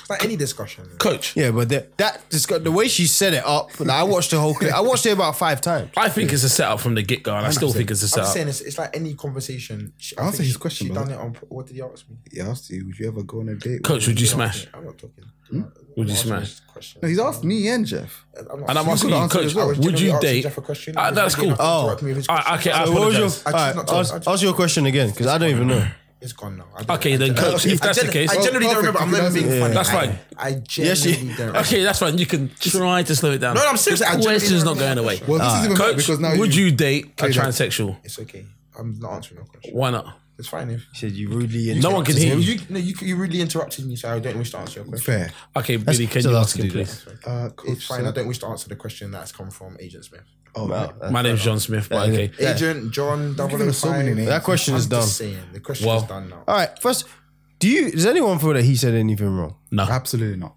B: It's like any discussion.
D: Coach,
A: Yeah, but that that discu- the way she set it up, like, I watched the whole clip. I watched it about five times.
D: I think it's a setup from the get go, and I still think it's a
B: I'm just
D: setup.
B: saying it's, it's like any conversation. She, I
C: Answer
B: think
C: his
B: she-
C: question,
B: She
C: bro.
B: done it on. What did he ask me?
C: He asked you, would you ever go on a date? with
D: Coach,
C: me?"
D: would you smash?
B: I'm not talking. Uh,
D: Would you
B: Ask me
D: smash?
B: this Question.
C: Hmm? No, he's asked me and Jeff.
B: I'm not-
D: And I'm
B: I
D: asking
C: could
D: you,
C: answer
D: Coach,
C: as well.
B: was
D: would
B: generally
D: you
B: asking
D: date?
B: Jeff a question.
D: Ah,
B: He was
D: that's
B: lucky enough
D: cool.
B: to
A: Oh.
B: interrupt me with his
D: Ah,
B: question.
D: okay, I
B: So
A: What was your?
D: apologize.
B: I choose
A: alright,
B: not to- I
A: ask,
B: choose-
A: ask your question again because I don't even know.
B: It's gone now. I don't-
D: Okay,
B: I
D: then,
B: gen-
D: Coach, if that's the
B: gen-
D: case-
B: I generally
C: Oh,
B: don't remember. I'm
C: perfect.
B: not being
C: Yeah.
B: funny.
D: That's
B: I-
D: fine.
B: I
A: Yes, she-
B: generally don't. remember.
D: Okay, that's fine. You can try to slow it down.
B: No, no, I'm serious. I
D: The
B: genuinely
D: question's not
B: don't
D: going
B: know.
D: away.
C: Well, this is even better
D: Ah, Coach,
C: because now
D: would you, date a
C: Play that.
D: transsexual?
B: It's okay. I'm not answering your question.
D: Why not?
B: It's fine if.
A: She said you rudely.
D: No one can
B: You,
D: hear you.
B: you, no, you, you really interrupted me, so I don't wish to answer your question.
C: fair?
D: Okay, Billy, can
A: still
D: you
A: allowed
D: ask
A: to
D: him,
A: do that.
D: please?
C: Uh, coach,
B: It's fine.
C: so-
B: I don't wish to answer the question that's come from Agent Smith.
C: Oh, right.
D: My name's John Smith, but
A: Yeah.
D: okay.
A: Yeah.
B: Agent John
C: giving him
B: 005.
C: so many names.
A: That question
B: I'm
A: is
B: just
A: done. uh,
B: saying, the question
D: Well,
B: is done now.
A: All right, first, do you? Does anyone feel that he said anything wrong?
D: No.
C: absolutely not.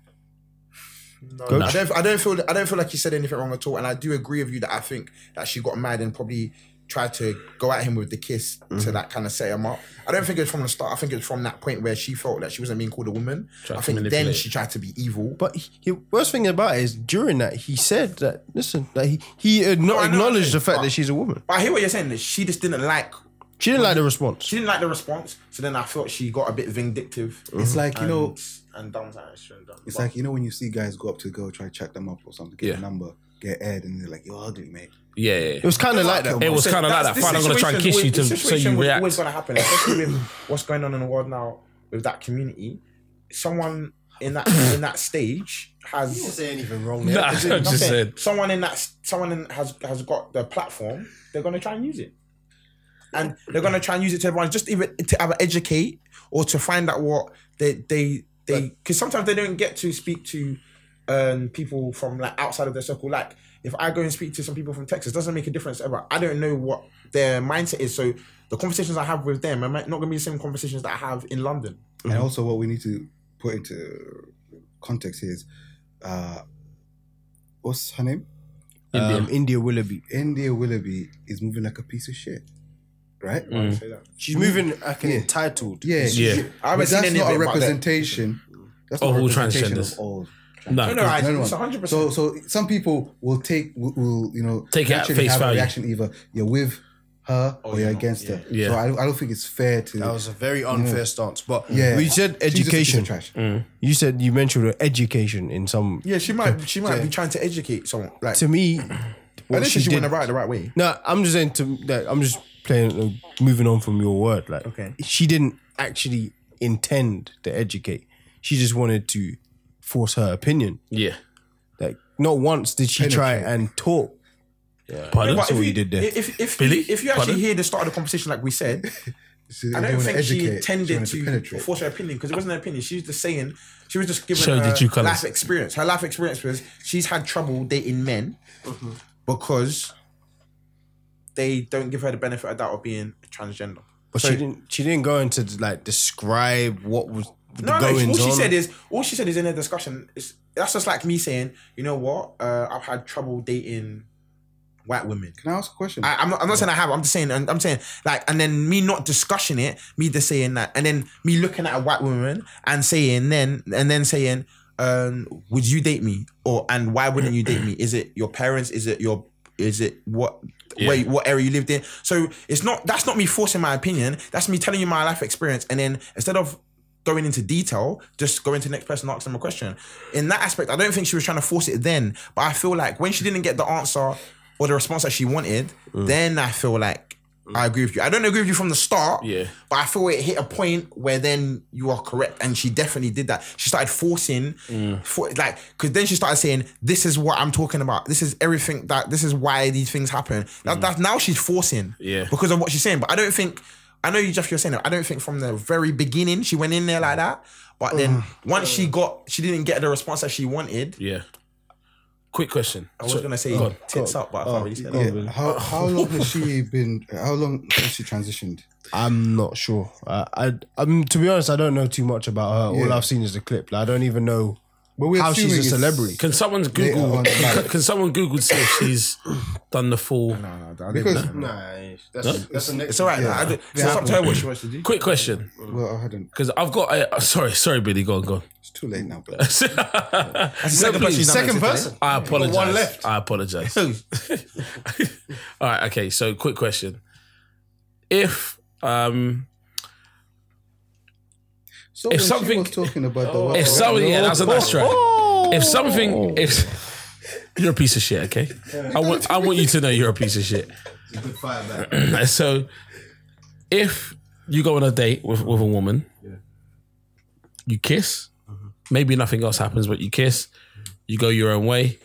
B: No, I don't. I don't feel. I don't feel like he said anything wrong at all. And I do agree with you that I think that she got mad and probably tried to go at him with the kiss to that kind of set him up. I don't think it's from the start. I think it's from that point where she felt that she wasn't being called a woman. I
D: to
B: think then
D: manipulate.
B: she tried to be evil.
A: But he, he- worst thing about it is during that he said that listen that he he had not
B: Oh, I know,
A: acknowledged the
B: I know,
A: fact
B: but-
A: that she's a woman.
B: But I hear what you're saying. That she just didn't like.
A: She didn't like the response.
B: She didn't like the response. So then I felt she got a bit vindictive.
D: Mm-hmm.
C: It's Mm. like you know,
B: and done that. she shouldn't have done.
C: it's
B: But-
C: like you know when you see guys go up to a girl, try to check them up or something, get
D: Yeah.
C: a number, get aired, and they're like, "You're ugly, mate."
D: Yeah, yeah,
A: It was kind of like
C: Come
A: that.
D: It was
B: So
D: kind of like
B: that's-
D: that.
B: this
D: Fine, I'm going to try and
B: situation
D: kiss you
B: would-
D: to,
B: this
D: so
B: situation
D: you
B: was
D: react.
B: always going to happen, especially with what's going on in the world now with that community. Someone in that in that stage has
A: say anything wrong.
D: Nah, I just said.
B: someone in that someone in, has has got the platform. They're going to try and use it, and they're going to try and use it to everyone, just even to either educate or to find out what they they they because sometimes they don't get to speak to um people from like outside of their circle like if i go and speak to some people from texas doesn't make a difference ever i don't know what their mindset is so the conversations i have with them are not going to be the same conversations that i have in london
C: And
D: Mm-hmm.
C: also, what we need to put into context here is, uh, what's her name?
A: India. Um, India Willoughby.
C: India Willoughby is moving like a piece of shit, right?
A: She's moving like an entitled.
C: Yeah,
D: Mm.
C: I
D: Yeah.
C: haven't
B: haven't
C: but
B: seen
C: that's
B: any
C: not
B: of
C: a
B: it about that.
C: representation. That's
D: Of
C: not a
D: all
C: representation
D: transgenders.
C: of all.
D: No,
B: no, I-
C: No, no,
B: it's
C: no.
B: 100%.
C: So, so some people will take will, will you know
D: Take it at
C: naturally
D: face
C: have a
D: value.
C: reaction either you're with her
B: Oh,
C: or, you're against her.
D: Yeah.
C: So I, don't- I don't think it's fair to.
A: That was a very unfair stance. But
C: Yeah.
A: we said
C: She's just a piece of
A: education.
C: trash.
B: Mm.
A: You said you mentioned her education in some.
B: yeah she might she might be trying to educate someone like
A: To me,
B: I
A: what
B: don't
A: she,
B: think she went
A: did.
B: about it the right way.
A: No, I'm just saying to that. I'm just playing. Uh, moving on from your word, like
B: Okay.
A: she didn't actually intend to educate. She just wanted to force her opinion.
D: Yeah.
A: Like not once did she try and talk.
D: Pardon?
A: That's
B: if
A: all
B: you,
A: you did there.
B: If if if,
D: Billy?
B: if you actually
D: Pardon?
B: hear the start of the conversation, like we said,
C: So
B: I
C: they
B: don't
C: wanna
B: think she
C: educate,
B: intended
C: wanted
B: to,
C: penetrate.
B: force her opinion because it wasn't an opinion. She was just saying she was just giving
D: Show the
B: her
D: true colours.
B: life experience. Her life experience was she's had trouble dating men
C: Mm-hmm.
B: because they don't give her the benefit of doubt of being transgender.
A: But she didn't. She didn't go into like describe what was the
B: No, no.
A: goings
B: All she
A: on.
B: said is all she said is in a discussion. Is, that's just like me saying, you know what? Uh, I've had trouble dating white women.
C: Can I ask a question?
B: I, I'm, not, I'm not saying I have. I'm just saying. I'm, I'm saying like, and then me not discussing it, me just saying that, and then me looking at a white woman and saying then, and then saying, um, would you date me, or and why wouldn't you date me? Is it your parents? Is it your is it what where you- what area you lived in? So it's not that's not me forcing my opinion. That's me telling you my life experience, and then instead of going into detail, just go into the next person and ask them a question. In that aspect, I don't think she was trying to force it then, but I feel like when she didn't get the answer or the response that she wanted, then I feel like I agree with you. I don't agree with you from the start,
D: Yeah.
B: but I feel it hit a point where then you are correct, and she definitely did that. She started forcing,
C: Mm.
B: for, like, because then she started saying, "This is what I'm talking about. This is everything that. This is why these things happen."
C: Mm.
B: That, that now she's forcing,
D: Yeah.
B: because of what she's saying. But I don't think, I know you, Jeff, you're saying that. I don't think from the very beginning she went in there like that. But then once
C: Mm.
B: she got, she didn't get the response that she wanted.
D: Yeah. Quick question.
B: I was
D: So-
B: gonna say
D: go on.
B: tits up, but I can't really say that.
C: Oh,
A: Oh,
C: yeah. How how long has she been? How long has she transitioned?
A: I'm not sure. I, I, I'm to be honest, I don't know too much about her. All
C: Yeah.
A: I've seen is the clip. Like, I don't even know
C: But we're
A: how she's
C: assuming
A: a
C: it's-
A: celebrity.
D: Can someone
C: Later
D: Google?
C: on,
D: can,
C: like-
D: can someone Google see if she's done the full?
C: Because
A: Nah, that's,
D: No?
A: that's the next.
B: It's all right.
C: Yeah.
B: I don't- so it's up to her what she wants to do.
D: Quick question,
C: well, I hadn't.
D: because I've got. A, uh, sorry, sorry, Billy. Go on, go on.
C: It's too late now. But
D: second
B: Second person.
D: I apologize. I apologize. All right. Okay. So, quick question: If um,
C: so
D: If
C: when she
D: something-
C: was talking about
B: Oh.
C: the
D: if something, Oh, yeah, that's a nice try. If something, if you're a piece of shit, okay, I want I want you to know you're a piece of shit. so, if you go on a date with with a woman, you kiss. Maybe nothing else happens, but you kiss. You go your own way.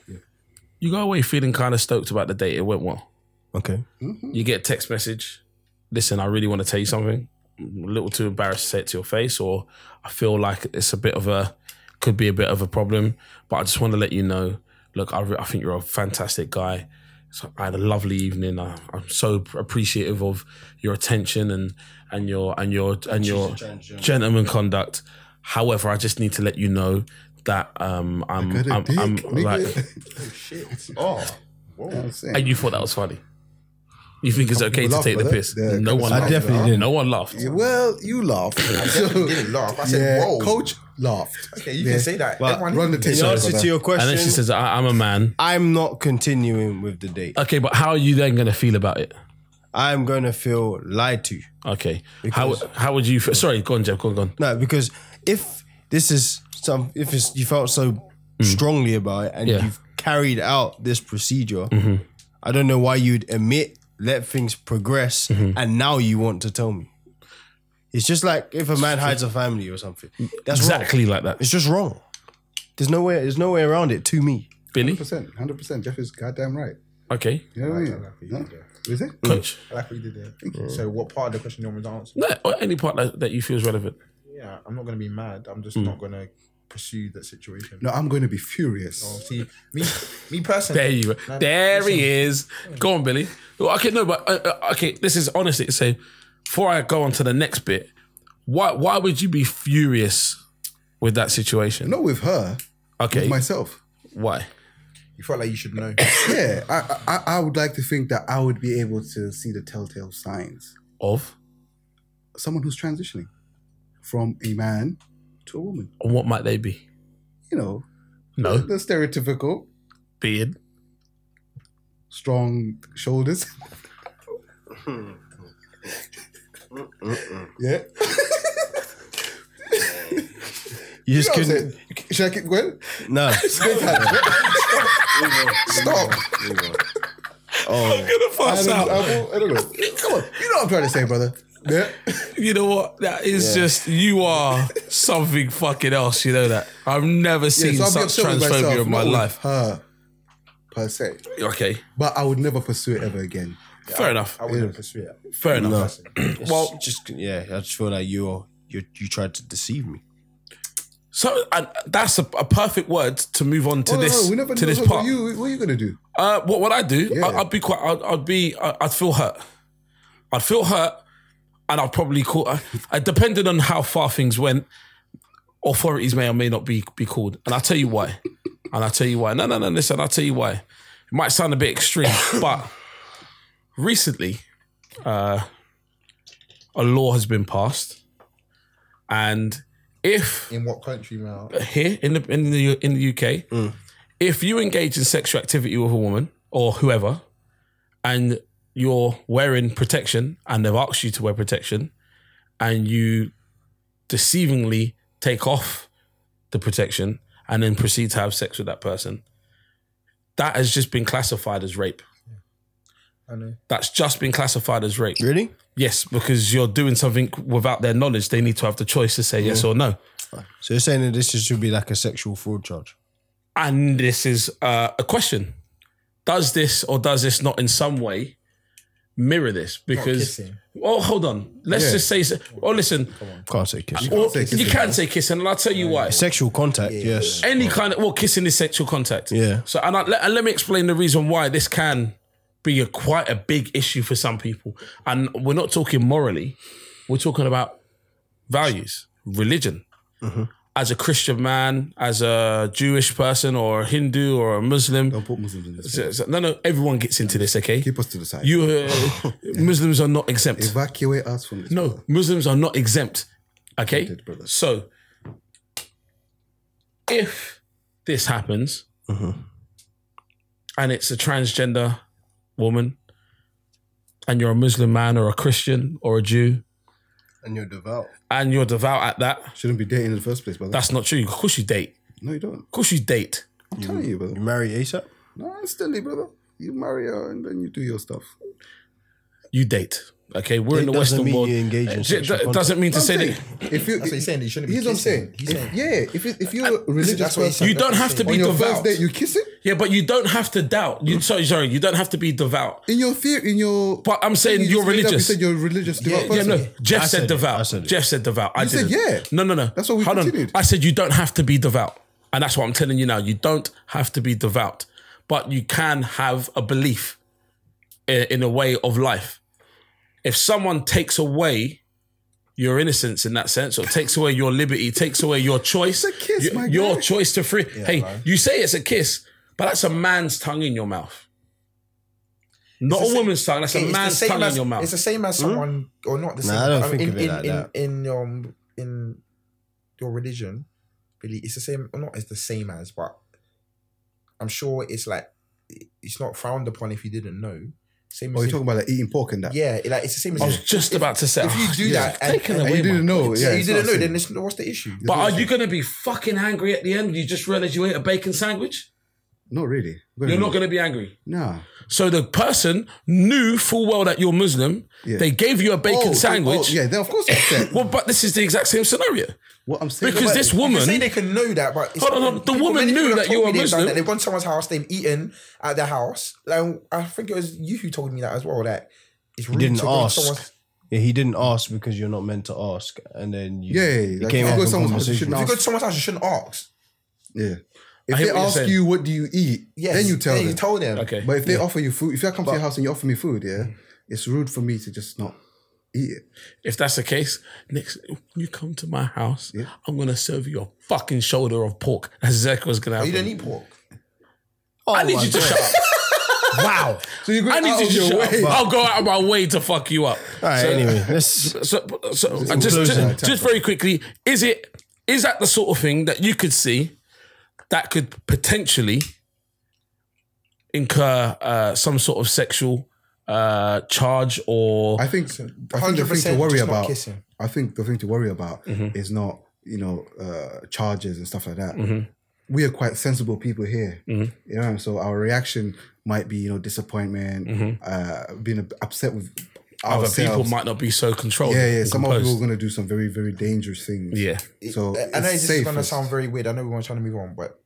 D: You go away feeling kind of stoked about the date. It went well.
A: Okay.
D: You get a text message. Listen, I really want to tell you something. I'm a little too embarrassed to say it to your face, or I feel like it's a bit of a could be a bit of a problem. But I just want to let you know. Look, I, re- I think you're a fantastic guy. So I had a lovely evening. I, I'm so appreciative of your attention and and your and your and your gentleman conduct. However, I just need to let you know that um, I'm
C: got a
D: I'm,
C: dick,
D: I'm
C: nigga.
D: like,
B: Oh,
C: I'm saying.
D: and you thought that was funny. You think it's okay to
C: laughed
D: take the
C: at that.
D: piss?
C: Yeah,
D: no
C: kinda
D: one.
C: smiled,
D: laughed.
C: definitely
D: did. No one laughed.
C: Well, you laughed. I
B: didn't laugh. I said, "Whoa."
C: Coach laughed.
B: Okay, you can say that. Everyone
C: Run the tape.
A: In answer to your
D: And then she
A: question,
D: says, I, "I'm a man."
A: I'm not continuing with the date.
D: Okay, but how are you then going to feel about it?
A: I'm gonna feel lied to.
D: Okay, how how would you? Feel? Sorry, go on, Jeff. Go on, go on.
A: No, because if this is some, if it's, you felt so strongly about it and
D: Yeah.
A: you've carried out this procedure, I don't know why you'd admit, let things progress, and now you want to tell me. It's just like if a man hides a family or something. That's wrong.
D: Exactly like that,
A: It's just wrong. There's no way. There's no way around it to me.
D: Billy.
C: percent, hundred percent. Jeff is goddamn right.
D: Okay,
C: You know what I mean? Huh? Is it?
D: coach.
B: I like what you did there. So, what part of the question do you want me to answer?
D: No, or any part that, that you feel is relevant.
B: Yeah, I'm not going to be mad. I'm just not going to pursue that situation.
C: No, I'm going to be furious.
B: Oh, see, me, me
D: There
B: personally,
D: you,
B: No,
D: there he is. Go on, Billy. Well, okay, no, but uh, uh, okay. This is honestly so. Before I go on to the next bit, why why would you be furious with that situation?
C: Not with her,
D: okay,
C: myself.
D: why?
B: you felt like you should know.
C: Yeah, I, I I would like to think that I would be able to see the telltale signs.
D: Of
C: Someone who's transitioning from a man to a woman.
D: and what might they be?
C: You know,
D: No,
C: the stereotypical
D: beard.
C: strong shoulders. yeah.
A: You just
C: You know what
A: couldn't.
C: I'm saying? Should I keep going?
A: No.
C: Stop.
D: I'm gonna
C: I
D: pass
C: don't,
D: out.
C: uh, I, won't- I don't know. Come on. You know what I'm trying to say, brother. Yeah.
D: You know what? That is just you are something fucking else. You know that I've never seen
C: Yeah, so I'll be
D: such
C: upset with myself,
D: transphobia in my
C: not with
D: life.
C: Her, per se.
D: Okay,
C: But I would never pursue it ever again.
D: fair enough.
B: I wouldn't pursue it.
D: Fair enough.
A: well, just yeah, I just feel like you're you you tried to deceive me.
D: So and that's a, a perfect word to move on to
C: Oh, no,
D: this
C: no, we never
D: to
C: know
D: this
C: what
D: part.
C: You, what are you gonna do?
D: Uh, what would I do?
C: Yeah.
D: I, I'd be quite. I'd, I'd be. I- I'd feel hurt. I'd feel hurt, and I'd probably call. I, I, depending on how far things went, authorities may or may not be be called, and I'll tell you why. and I'll tell you why. No, no, no. Listen, I'll tell you why. It might sound a bit extreme, but recently, uh, a law has been passed, and if
B: In what country, man?
D: here in the in the in the UK, if you engage in sexual activity with a woman or whoever, and you're wearing protection, and they've asked you to wear protection, and you deceivingly take off the protection and then proceed to have sex with that person, that has just been classified as rape.
B: I know.
D: That's just been classified as rape.
A: Really?
D: Yes, because you're doing something without their knowledge. They need to have the choice to say yes or no.
A: So you're saying that this should be like a sexual fraud charge?
D: and this is uh, a question does this or does this not in some way mirror this because
B: kissing.
D: oh hold on let's just say so- oh listen
A: Can't say kiss.
D: or,
C: say kissing.
D: you can say kissing and i'll tell you why
A: Sexual contact, yes.
D: any kind of well kissing is sexual contact
A: Yeah.
D: so and, I, let, and let me explain the reason why this can be a quite a big issue for some people and we're not talking morally we're talking about values religion
C: Mm-hmm.
D: as a christian man as a jewish person or a hindu or a muslim
C: Don't put Muslims in this.
D: so- so- no, no, everyone gets into this, okay?
C: Keep us to the side.
D: You uh, Muslims are not exempt.
C: evacuate us from this.
D: No, Muslims are not exempt, okay?
C: Did, brother.
D: So, if this happens,
A: Mm-hmm.
D: and it's a transgender woman, and you're a Muslim man or a Christian or a Jew,
A: And you're devout.
D: and you're devout at that,
C: Shouldn't be dating in the first place, brother.
D: that's not true. Of course you date.
C: no, you don't.
D: Of course you date.
C: I'm telling you, brother.
A: You marry ASAP?
C: No, instantly, brother. You marry her and then you do your stuff.
D: You date. Okay, we're
A: It
D: in the
A: doesn't
D: Western
A: mean
D: world.
A: you engage in
D: It
A: sexual contact.
D: doesn't mean to
C: I'm
D: say
C: saying,
D: that
C: If you, that's
B: what he's saying, you shouldn't be
C: Here's what I'm
B: kissing.
C: saying.
B: He's
C: If-
B: saying-
C: yeah, if, it, if you're a religious
B: that's what
C: person,
B: he's saying.
D: You don't have to
C: on
D: be
C: your
D: devout.
C: first date, you kiss it
D: yeah, but you don't have to doubt. You sorry, sorry, you don't have to be devout.
C: in your fear, in your.
D: But I'm saying
C: You
D: you're
C: just made up, You
D: religious.
C: said you're a religious devout
D: Yeah,
C: person.
D: no. Jeff
A: I
D: said,
A: said it.
D: devout.
A: I said it.
D: Jeff said devout. I
C: You said
D: didn't.
C: yeah.
D: No, no, no.
C: That's what we
D: Hold
C: continued.
D: on. I said you don't have to be devout, and that's what I'm telling you now. You don't have to be devout, but you can have a belief i- in a way of life. If someone takes away your innocence in that sense, or takes away your liberty, takes away your choice,
C: It's a kiss,
D: your,
C: my
D: your
C: guy.
D: choice to free. hey, you say it's a kiss, but that's a man's tongue in your mouth. Not a woman's tongue. That's a
B: It's the
D: man's
B: same
D: tongue
B: as-
D: in your mouth.
B: It's the same as someone, or not the
A: Nah,
B: same.
A: I don't
B: mean,
A: think
B: in,
A: of it
B: in,
A: like
B: in,
A: that.
B: In your in your religion, really, it's the same. Or not, it's the same as, but I'm sure it's like it's not frowned upon if you didn't know. Same.
C: Oh,
B: as
C: you're
B: if-
C: talking about like eating pork and that.
B: yeah, like it's the same as
D: I was just about to say.
B: if you
D: oh,
B: do
D: you've
B: that and-
D: taken
B: and
D: away
C: you
D: my
C: didn't know.
B: if
C: Yeah,
B: you
C: it's
B: didn't
C: not
B: know,
C: a
B: then
C: sin.
B: it's, what's the issue?
D: But are you going to be fucking angry at the end? You just realize you ate a bacon sandwich.
C: not really.
D: You're not going to be angry.
C: Nah.
D: So the person knew full well that you're Muslim.
C: Yeah.
D: They gave you a bacon
C: Oh,
D: sandwich.
C: oh, yeah, then of course I'm upset.
D: Well, but this is the exact same scenario
C: what I'm saying
D: because
C: about-
D: this
B: You say
D: woman.
B: they can know that, but it's
D: Hold on, hold on. The woman
B: many
D: knew
B: people have
D: that
B: told
D: you
B: me
D: were
B: they've done
D: Muslim.
B: that. They've gone to someone's house, they've eaten at their house. Like I think it was you who told me that as well. That it's rude
A: didn't
B: to go to
A: ask.
B: someone's.
A: Yeah, he didn't ask because you're not meant to ask. And then you
C: Yeah, yeah, yeah.
A: it
C: Like,
A: came
C: if you
A: up
C: go
A: in
C: someone's house, you
A: conversation.
C: shouldn't
B: If you
C: ask.
B: go to someone's house, you shouldn't ask.
C: Yeah.
D: I
C: If
D: hear
C: they
D: what you're
C: ask
D: saying.
C: you what do you eat,
B: Yes.
C: then you tell
B: then
C: them.
B: You told them. Mm.
D: Okay.
C: but if they offer you food, if I come to your house and you offer me food, yeah, it's rude for me to just not eat it.
D: If that's the case, next you come to my house, I'm gonna serve you a fucking shoulder of pork. That's exactly what's gonna
B: You
D: happen.
B: don't eat pork.
A: Oh
D: I need you to shut up. wow.
C: So you go
D: I
C: out
D: need you
C: of
D: to
C: your
D: shut
C: way.
D: up. I'll go out of my way to fuck you up.
A: All right,
D: So-
A: anyway, let's.
D: so, so uh, just,
A: closing.
D: just, just very quickly, is it is that the sort of thing that you could see that could potentially incur uh, some sort of sexual uh, charge or
C: I think, I think the thing
B: 100%
C: to worry
B: just not
C: about.
B: kissing.
C: I think the thing to worry about
B: Mm-hmm.
C: is not you know uh, charges and stuff like that.
B: Mm-hmm.
C: We are quite sensible people here, you
B: Mm-hmm.
C: know. So our reaction might be you know disappointment, uh, being upset with
D: other
C: ourselves.
D: people might not be so controlled.
C: yeah, yeah.
D: and
C: Some other people are
D: composed.
C: gonna do some very, very dangerous things.
D: Yeah,
C: So
B: I know
C: it's
B: this is
C: safe.
B: gonna sound very weird. I know everyone's trying to move on, but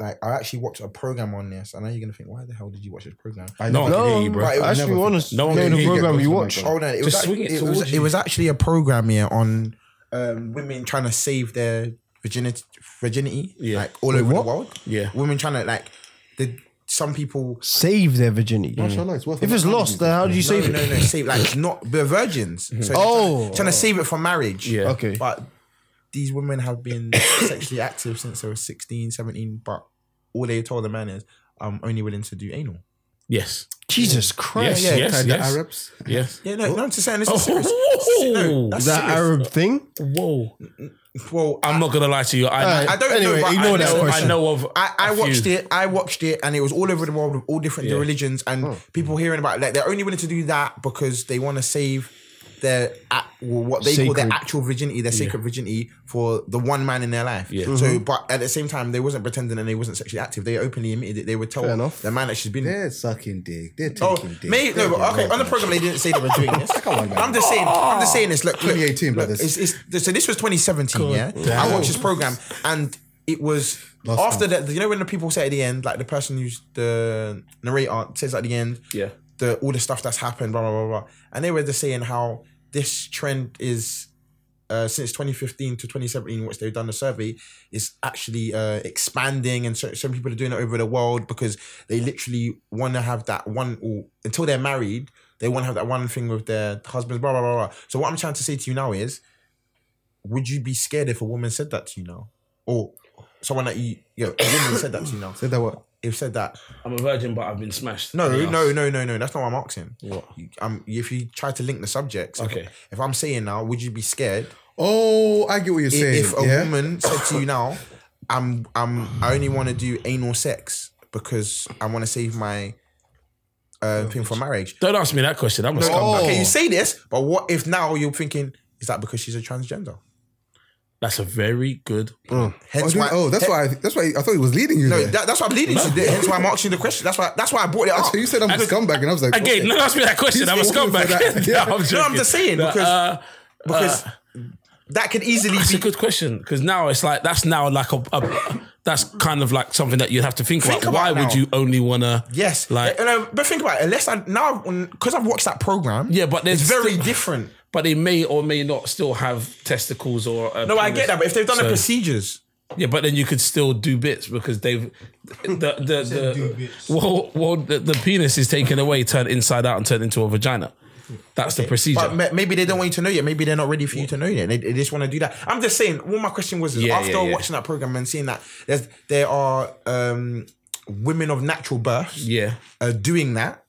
B: like I actually watched a program on this. I know you're gonna think, why the hell did you watch this program?
C: I
D: no,
C: know.
D: one can hear you, bro.
B: right, it
E: I
B: was
E: actually
C: never-
E: honest.
D: No
E: No
D: one
E: one
D: can
E: the
D: hear you
E: program
C: guys,
E: you
C: oh my
E: watch.
C: God.
B: Oh no, it was
D: Just
B: actually,
D: swing it
B: it, was,
D: towards
B: it
D: you.
B: was actually a program here on um, women trying to save their virginity, virginity,
D: Yeah.
B: like all over the world.
D: yeah.
B: Women trying to like the some people.
E: Save their virginity.
C: Inshallah, it's worth
E: If
C: it.
E: it's lost, then how do you
B: No,
E: save
B: no,
E: it?
B: no, save like not they're virgins. So they're
E: Oh.
B: trying, to, trying to save it for marriage.
D: Mm-hmm. Yeah.
E: Okay.
B: but these women have been sexually active since they were 16, 17, but all they told the man is, I'm only willing to do anal.
D: Yes.
E: Jesus
C: Oh,
E: Christ.
D: Yes. Yes.
C: the
D: Yes.
C: Arabs.
D: Yes.
B: Yeah, no, no, I'm just saying this
D: Oh,
B: is serious. No, that's
E: Is that
B: serious.
E: Arab thing?
D: Whoa.
B: Well,
D: I'm not gonna lie to you. I,
E: Alright,
B: I don't know,
E: anyway,
B: but I
E: ignore
D: I,
E: that
D: know, I
E: question.
D: know of.
B: I, I
D: a few.
B: watched it. I watched it, and it was all over the world with all different
D: Yeah.
B: religions and
E: Hmm.
B: people hearing about. It. Like they're only willing to do that because they want to save their ac- well, what they call their
E: Sacred.
B: actual virginity, their sacred virginity for the one man in their life.
D: Yeah.
E: Mm-hmm.
B: So, but at the same time, they wasn't pretending and they wasn't sexually active. They openly admitted it. They would tell
E: Fair enough.
B: the man that she's been.
C: They're sucking dick. They're taking
B: Oh,
C: dick.
B: maybe, no, but okay. On the program, they didn't say they were doing this. I'm just saying. I'm just saying this. Look, look,
C: 2018,
B: look,
C: brothers.
B: it's, it's, so this was 2017. yeah, I watched this program, and it was after that. You know when the people say at the end, like the person who's the narrator says at the end,
D: Yeah.
B: the all the stuff that's happened, blah blah blah, blah. and they were just saying how this trend is. Uh, since 2015 to 2017, which they've done the survey, is actually uh, expanding, and so, some people are doing it over the world because they literally want to have that one or until they're married, they want to have that one thing with their husbands, blah blah blah. blah. So what I'm trying to say to you now is, would you be scared if a woman said that to you now, or someone that you, you know, a woman said that to you now?
C: Said that what?
B: If said that,
D: I'm a virgin, but I've been smashed.
B: no,
D: Yeah.
B: no, no, no, no. That's not what I'm asking.
D: What?
B: You, um, if you try to link the subjects,
D: Okay.
B: If, if I'm saying now, would you be scared
C: Oh, I get what you're
B: I-
C: saying.
B: if a
C: yeah?
B: woman said to you now, I'm I'm I only want to do anal sex because I want to save my uh, thing for marriage.
D: Don't ask me that question. I'm a scumbag.
B: Okay, you say this, but what if now you're thinking is that because she's a transgender?
D: That's a very good.
C: oh,
B: Hence
C: dude,
B: why.
C: oh, that's why. I, that's why I thought he was leading you.
B: No,
C: there.
B: that, that's what I'm leading to. Hence why I'm asking the question. That's why. That's why I brought it up.
C: so you said I'm a scumbag, and I was like,
D: Again,
C: okay.
D: don't ask me that question. I'm a
C: He's looking for
D: scumbag.
C: that.
D: No,
C: Yeah.
D: I'm
B: No, I'm
D: joking.
B: just saying
D: No,
B: because
D: uh,
B: because that could easily
D: That's a
B: be.
D: good question because now it's like that's now like a, a that's kind of like something that you have to think,
B: Think
D: about.
B: about
D: Why would
B: now.
D: you only wanna?
B: Yes,
D: like
B: And, uh, but think about it. Unless I now, because I've watched that program,
D: yeah, but there's
B: it's very
D: still-
B: different.
D: But they may or may not still have testicles or. a
B: No, I
D: penis.
B: get that. But if they've done the
D: So-
B: procedures,
D: Yeah, but then you could still do bits because they've the the, the well, well the, the penis is taken away, turned inside out, and turned into a vagina. That's the procedure.
B: But ma- maybe they don't want you to know yet. Maybe they're not ready for you to know yet. They, they just want to do that. I'm just saying. What my question was is
D: Yeah,
B: after
D: yeah, yeah.
B: watching that program and seeing that there's there are um, women of natural birth
D: yeah,
B: uh, doing that.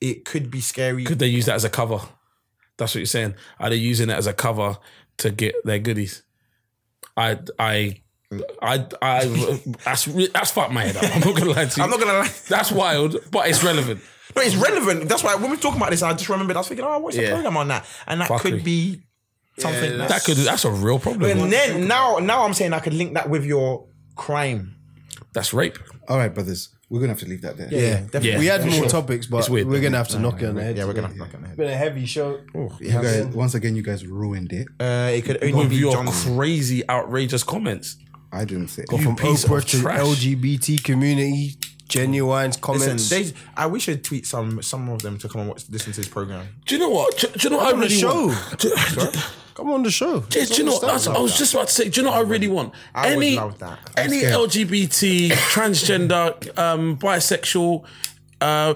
B: It could be scary.
D: Mm-hmm. could they use that as a cover? That's what you're saying. Are they using it as a cover to get their goodies? I I. I, I, that's re- that's fucked my head up. I'm not gonna lie to you.
B: I'm not gonna lie.
D: That's wild, but it's relevant.
B: No, it's relevant. That's why when we talk about this, I just remembered. I was thinking, oh, I watched
D: Yeah.
B: a program on that, and that
D: Fuckery.
B: could be something.
D: That could that's a real problem.
B: And then now, now I'm saying I could link that with your crime.
D: that's rape.
C: All right, brothers, we're gonna have to leave that there.
B: Yeah, definitely.
D: Yeah.
E: We had more topics, but
D: weird,
E: we're gonna have to knock it on the head.
B: Yeah, we're gonna
E: today.
B: knock it on the head.
E: Been a heavy show.
D: Oh,
C: You guys, once again, you guys ruined it.
B: Uh, it could only
D: With
B: be
D: your
B: Johnson.
D: crazy, outrageous comments.
C: I didn't say.
E: Go
C: it.
E: from
D: piece
E: Oprah
D: of
E: to
D: trash.
E: LGBT community, genuines
B: Listen,
E: comments.
B: they, I wish I'd tweet some some of them to come and watch listen to this program.
D: Do you know what? Do, do you know what I
E: on the
D: really
E: show.
D: want? Do, do-
E: Come on the show.
D: do you know? what? That's- I was just about to say. Do you know what I really want?
B: I would
D: any
B: love that. I'm
D: any LGBT, transgender, um, bisexual, uh,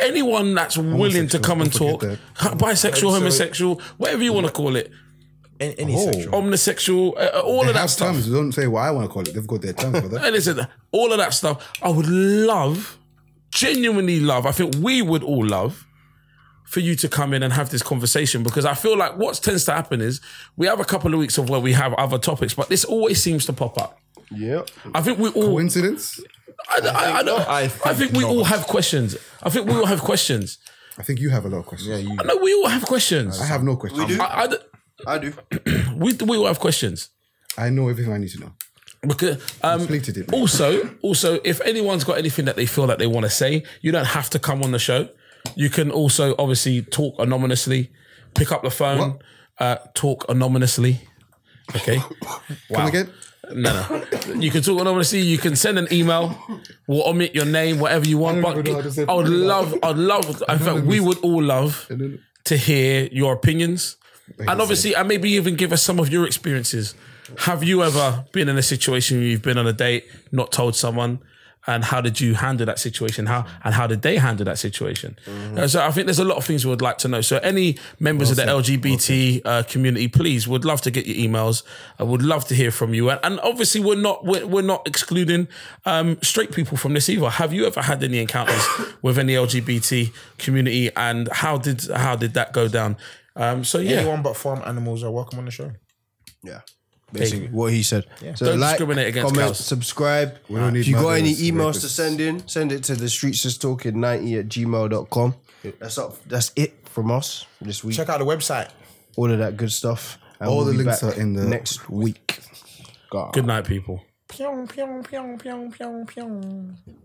D: anyone that's willing to come and talk,
C: Homosexual,
D: bisexual, homosexual, whatever you want to call it,
B: Any, any
D: Oh,
B: sexual.
D: omnisexual, uh, uh, all of
C: They
D: that
C: have
D: stuff.
C: terms. Don't say what I want to call it. They've got their terms for that.
D: And listen, all of that stuff, I would love, genuinely love, I think we would all love for you to come in and have this conversation because I feel like what tends to happen is we have a couple of weeks of where we have other topics, but this always seems to pop up.
E: Yeah.
D: I think we all, I,
C: Coincidence?
D: I, I, don't- I think, we all have questions. I think we all have questions.
C: I think you have a lot of questions. Yeah,
D: No, we all have questions.
C: I have no questions.
D: I, I d-
E: I do.
D: we, we all have questions.
C: I know everything I need to know.
D: Because um,
C: Completed it.
D: also, also, if anyone's got anything that they feel that they want to say, you don't have to come on the show. You can also obviously talk anonymously, pick up the phone, uh, talk anonymously. Okay. Wow.
C: again?
D: No, no. You can talk anonymously. You can send an email. We'll omit your name, whatever you want.
C: don't
D: But
C: even know how to say
D: I would
C: fucking
D: love, I'd love. In fact, we would all love to hear your opinions, and obviously, and maybe even give us some of your experiences. Have you ever been in a situation where you've been on a date, not told someone, and how did you handle that situation? How and how did they handle that situation?
C: Mm-hmm.
D: Uh, So I think there's a lot of things we would like to know. So any members of the LGBT uh, community, please, would love to get your emails. I would love to hear from you. And, and obviously, we're not we're, we're not excluding um, straight people from this either. Have you ever had any encounters with any LGBT community, and how did how did that go down? Um, so yeah,
B: Anyone but farm animals are welcome on the show.
A: Yeah. Basically, what he said. So
D: Don't
A: like,
D: discriminate against
A: comment,
D: cows.
A: subscribe.
C: don't
A: if
C: need
A: you got any
C: mothers,
A: emails
C: rapists.
A: to send in, send it to the streets is talking 90 at gmail.com. That's up, that's it from us this week.
B: Check out the website.
A: All of that good stuff. And
C: All
A: we'll
C: the
A: be
C: links
A: back
C: are in the-
A: next week.
D: good night, people.
B: Pew, pew, pew, pew, pew, pew.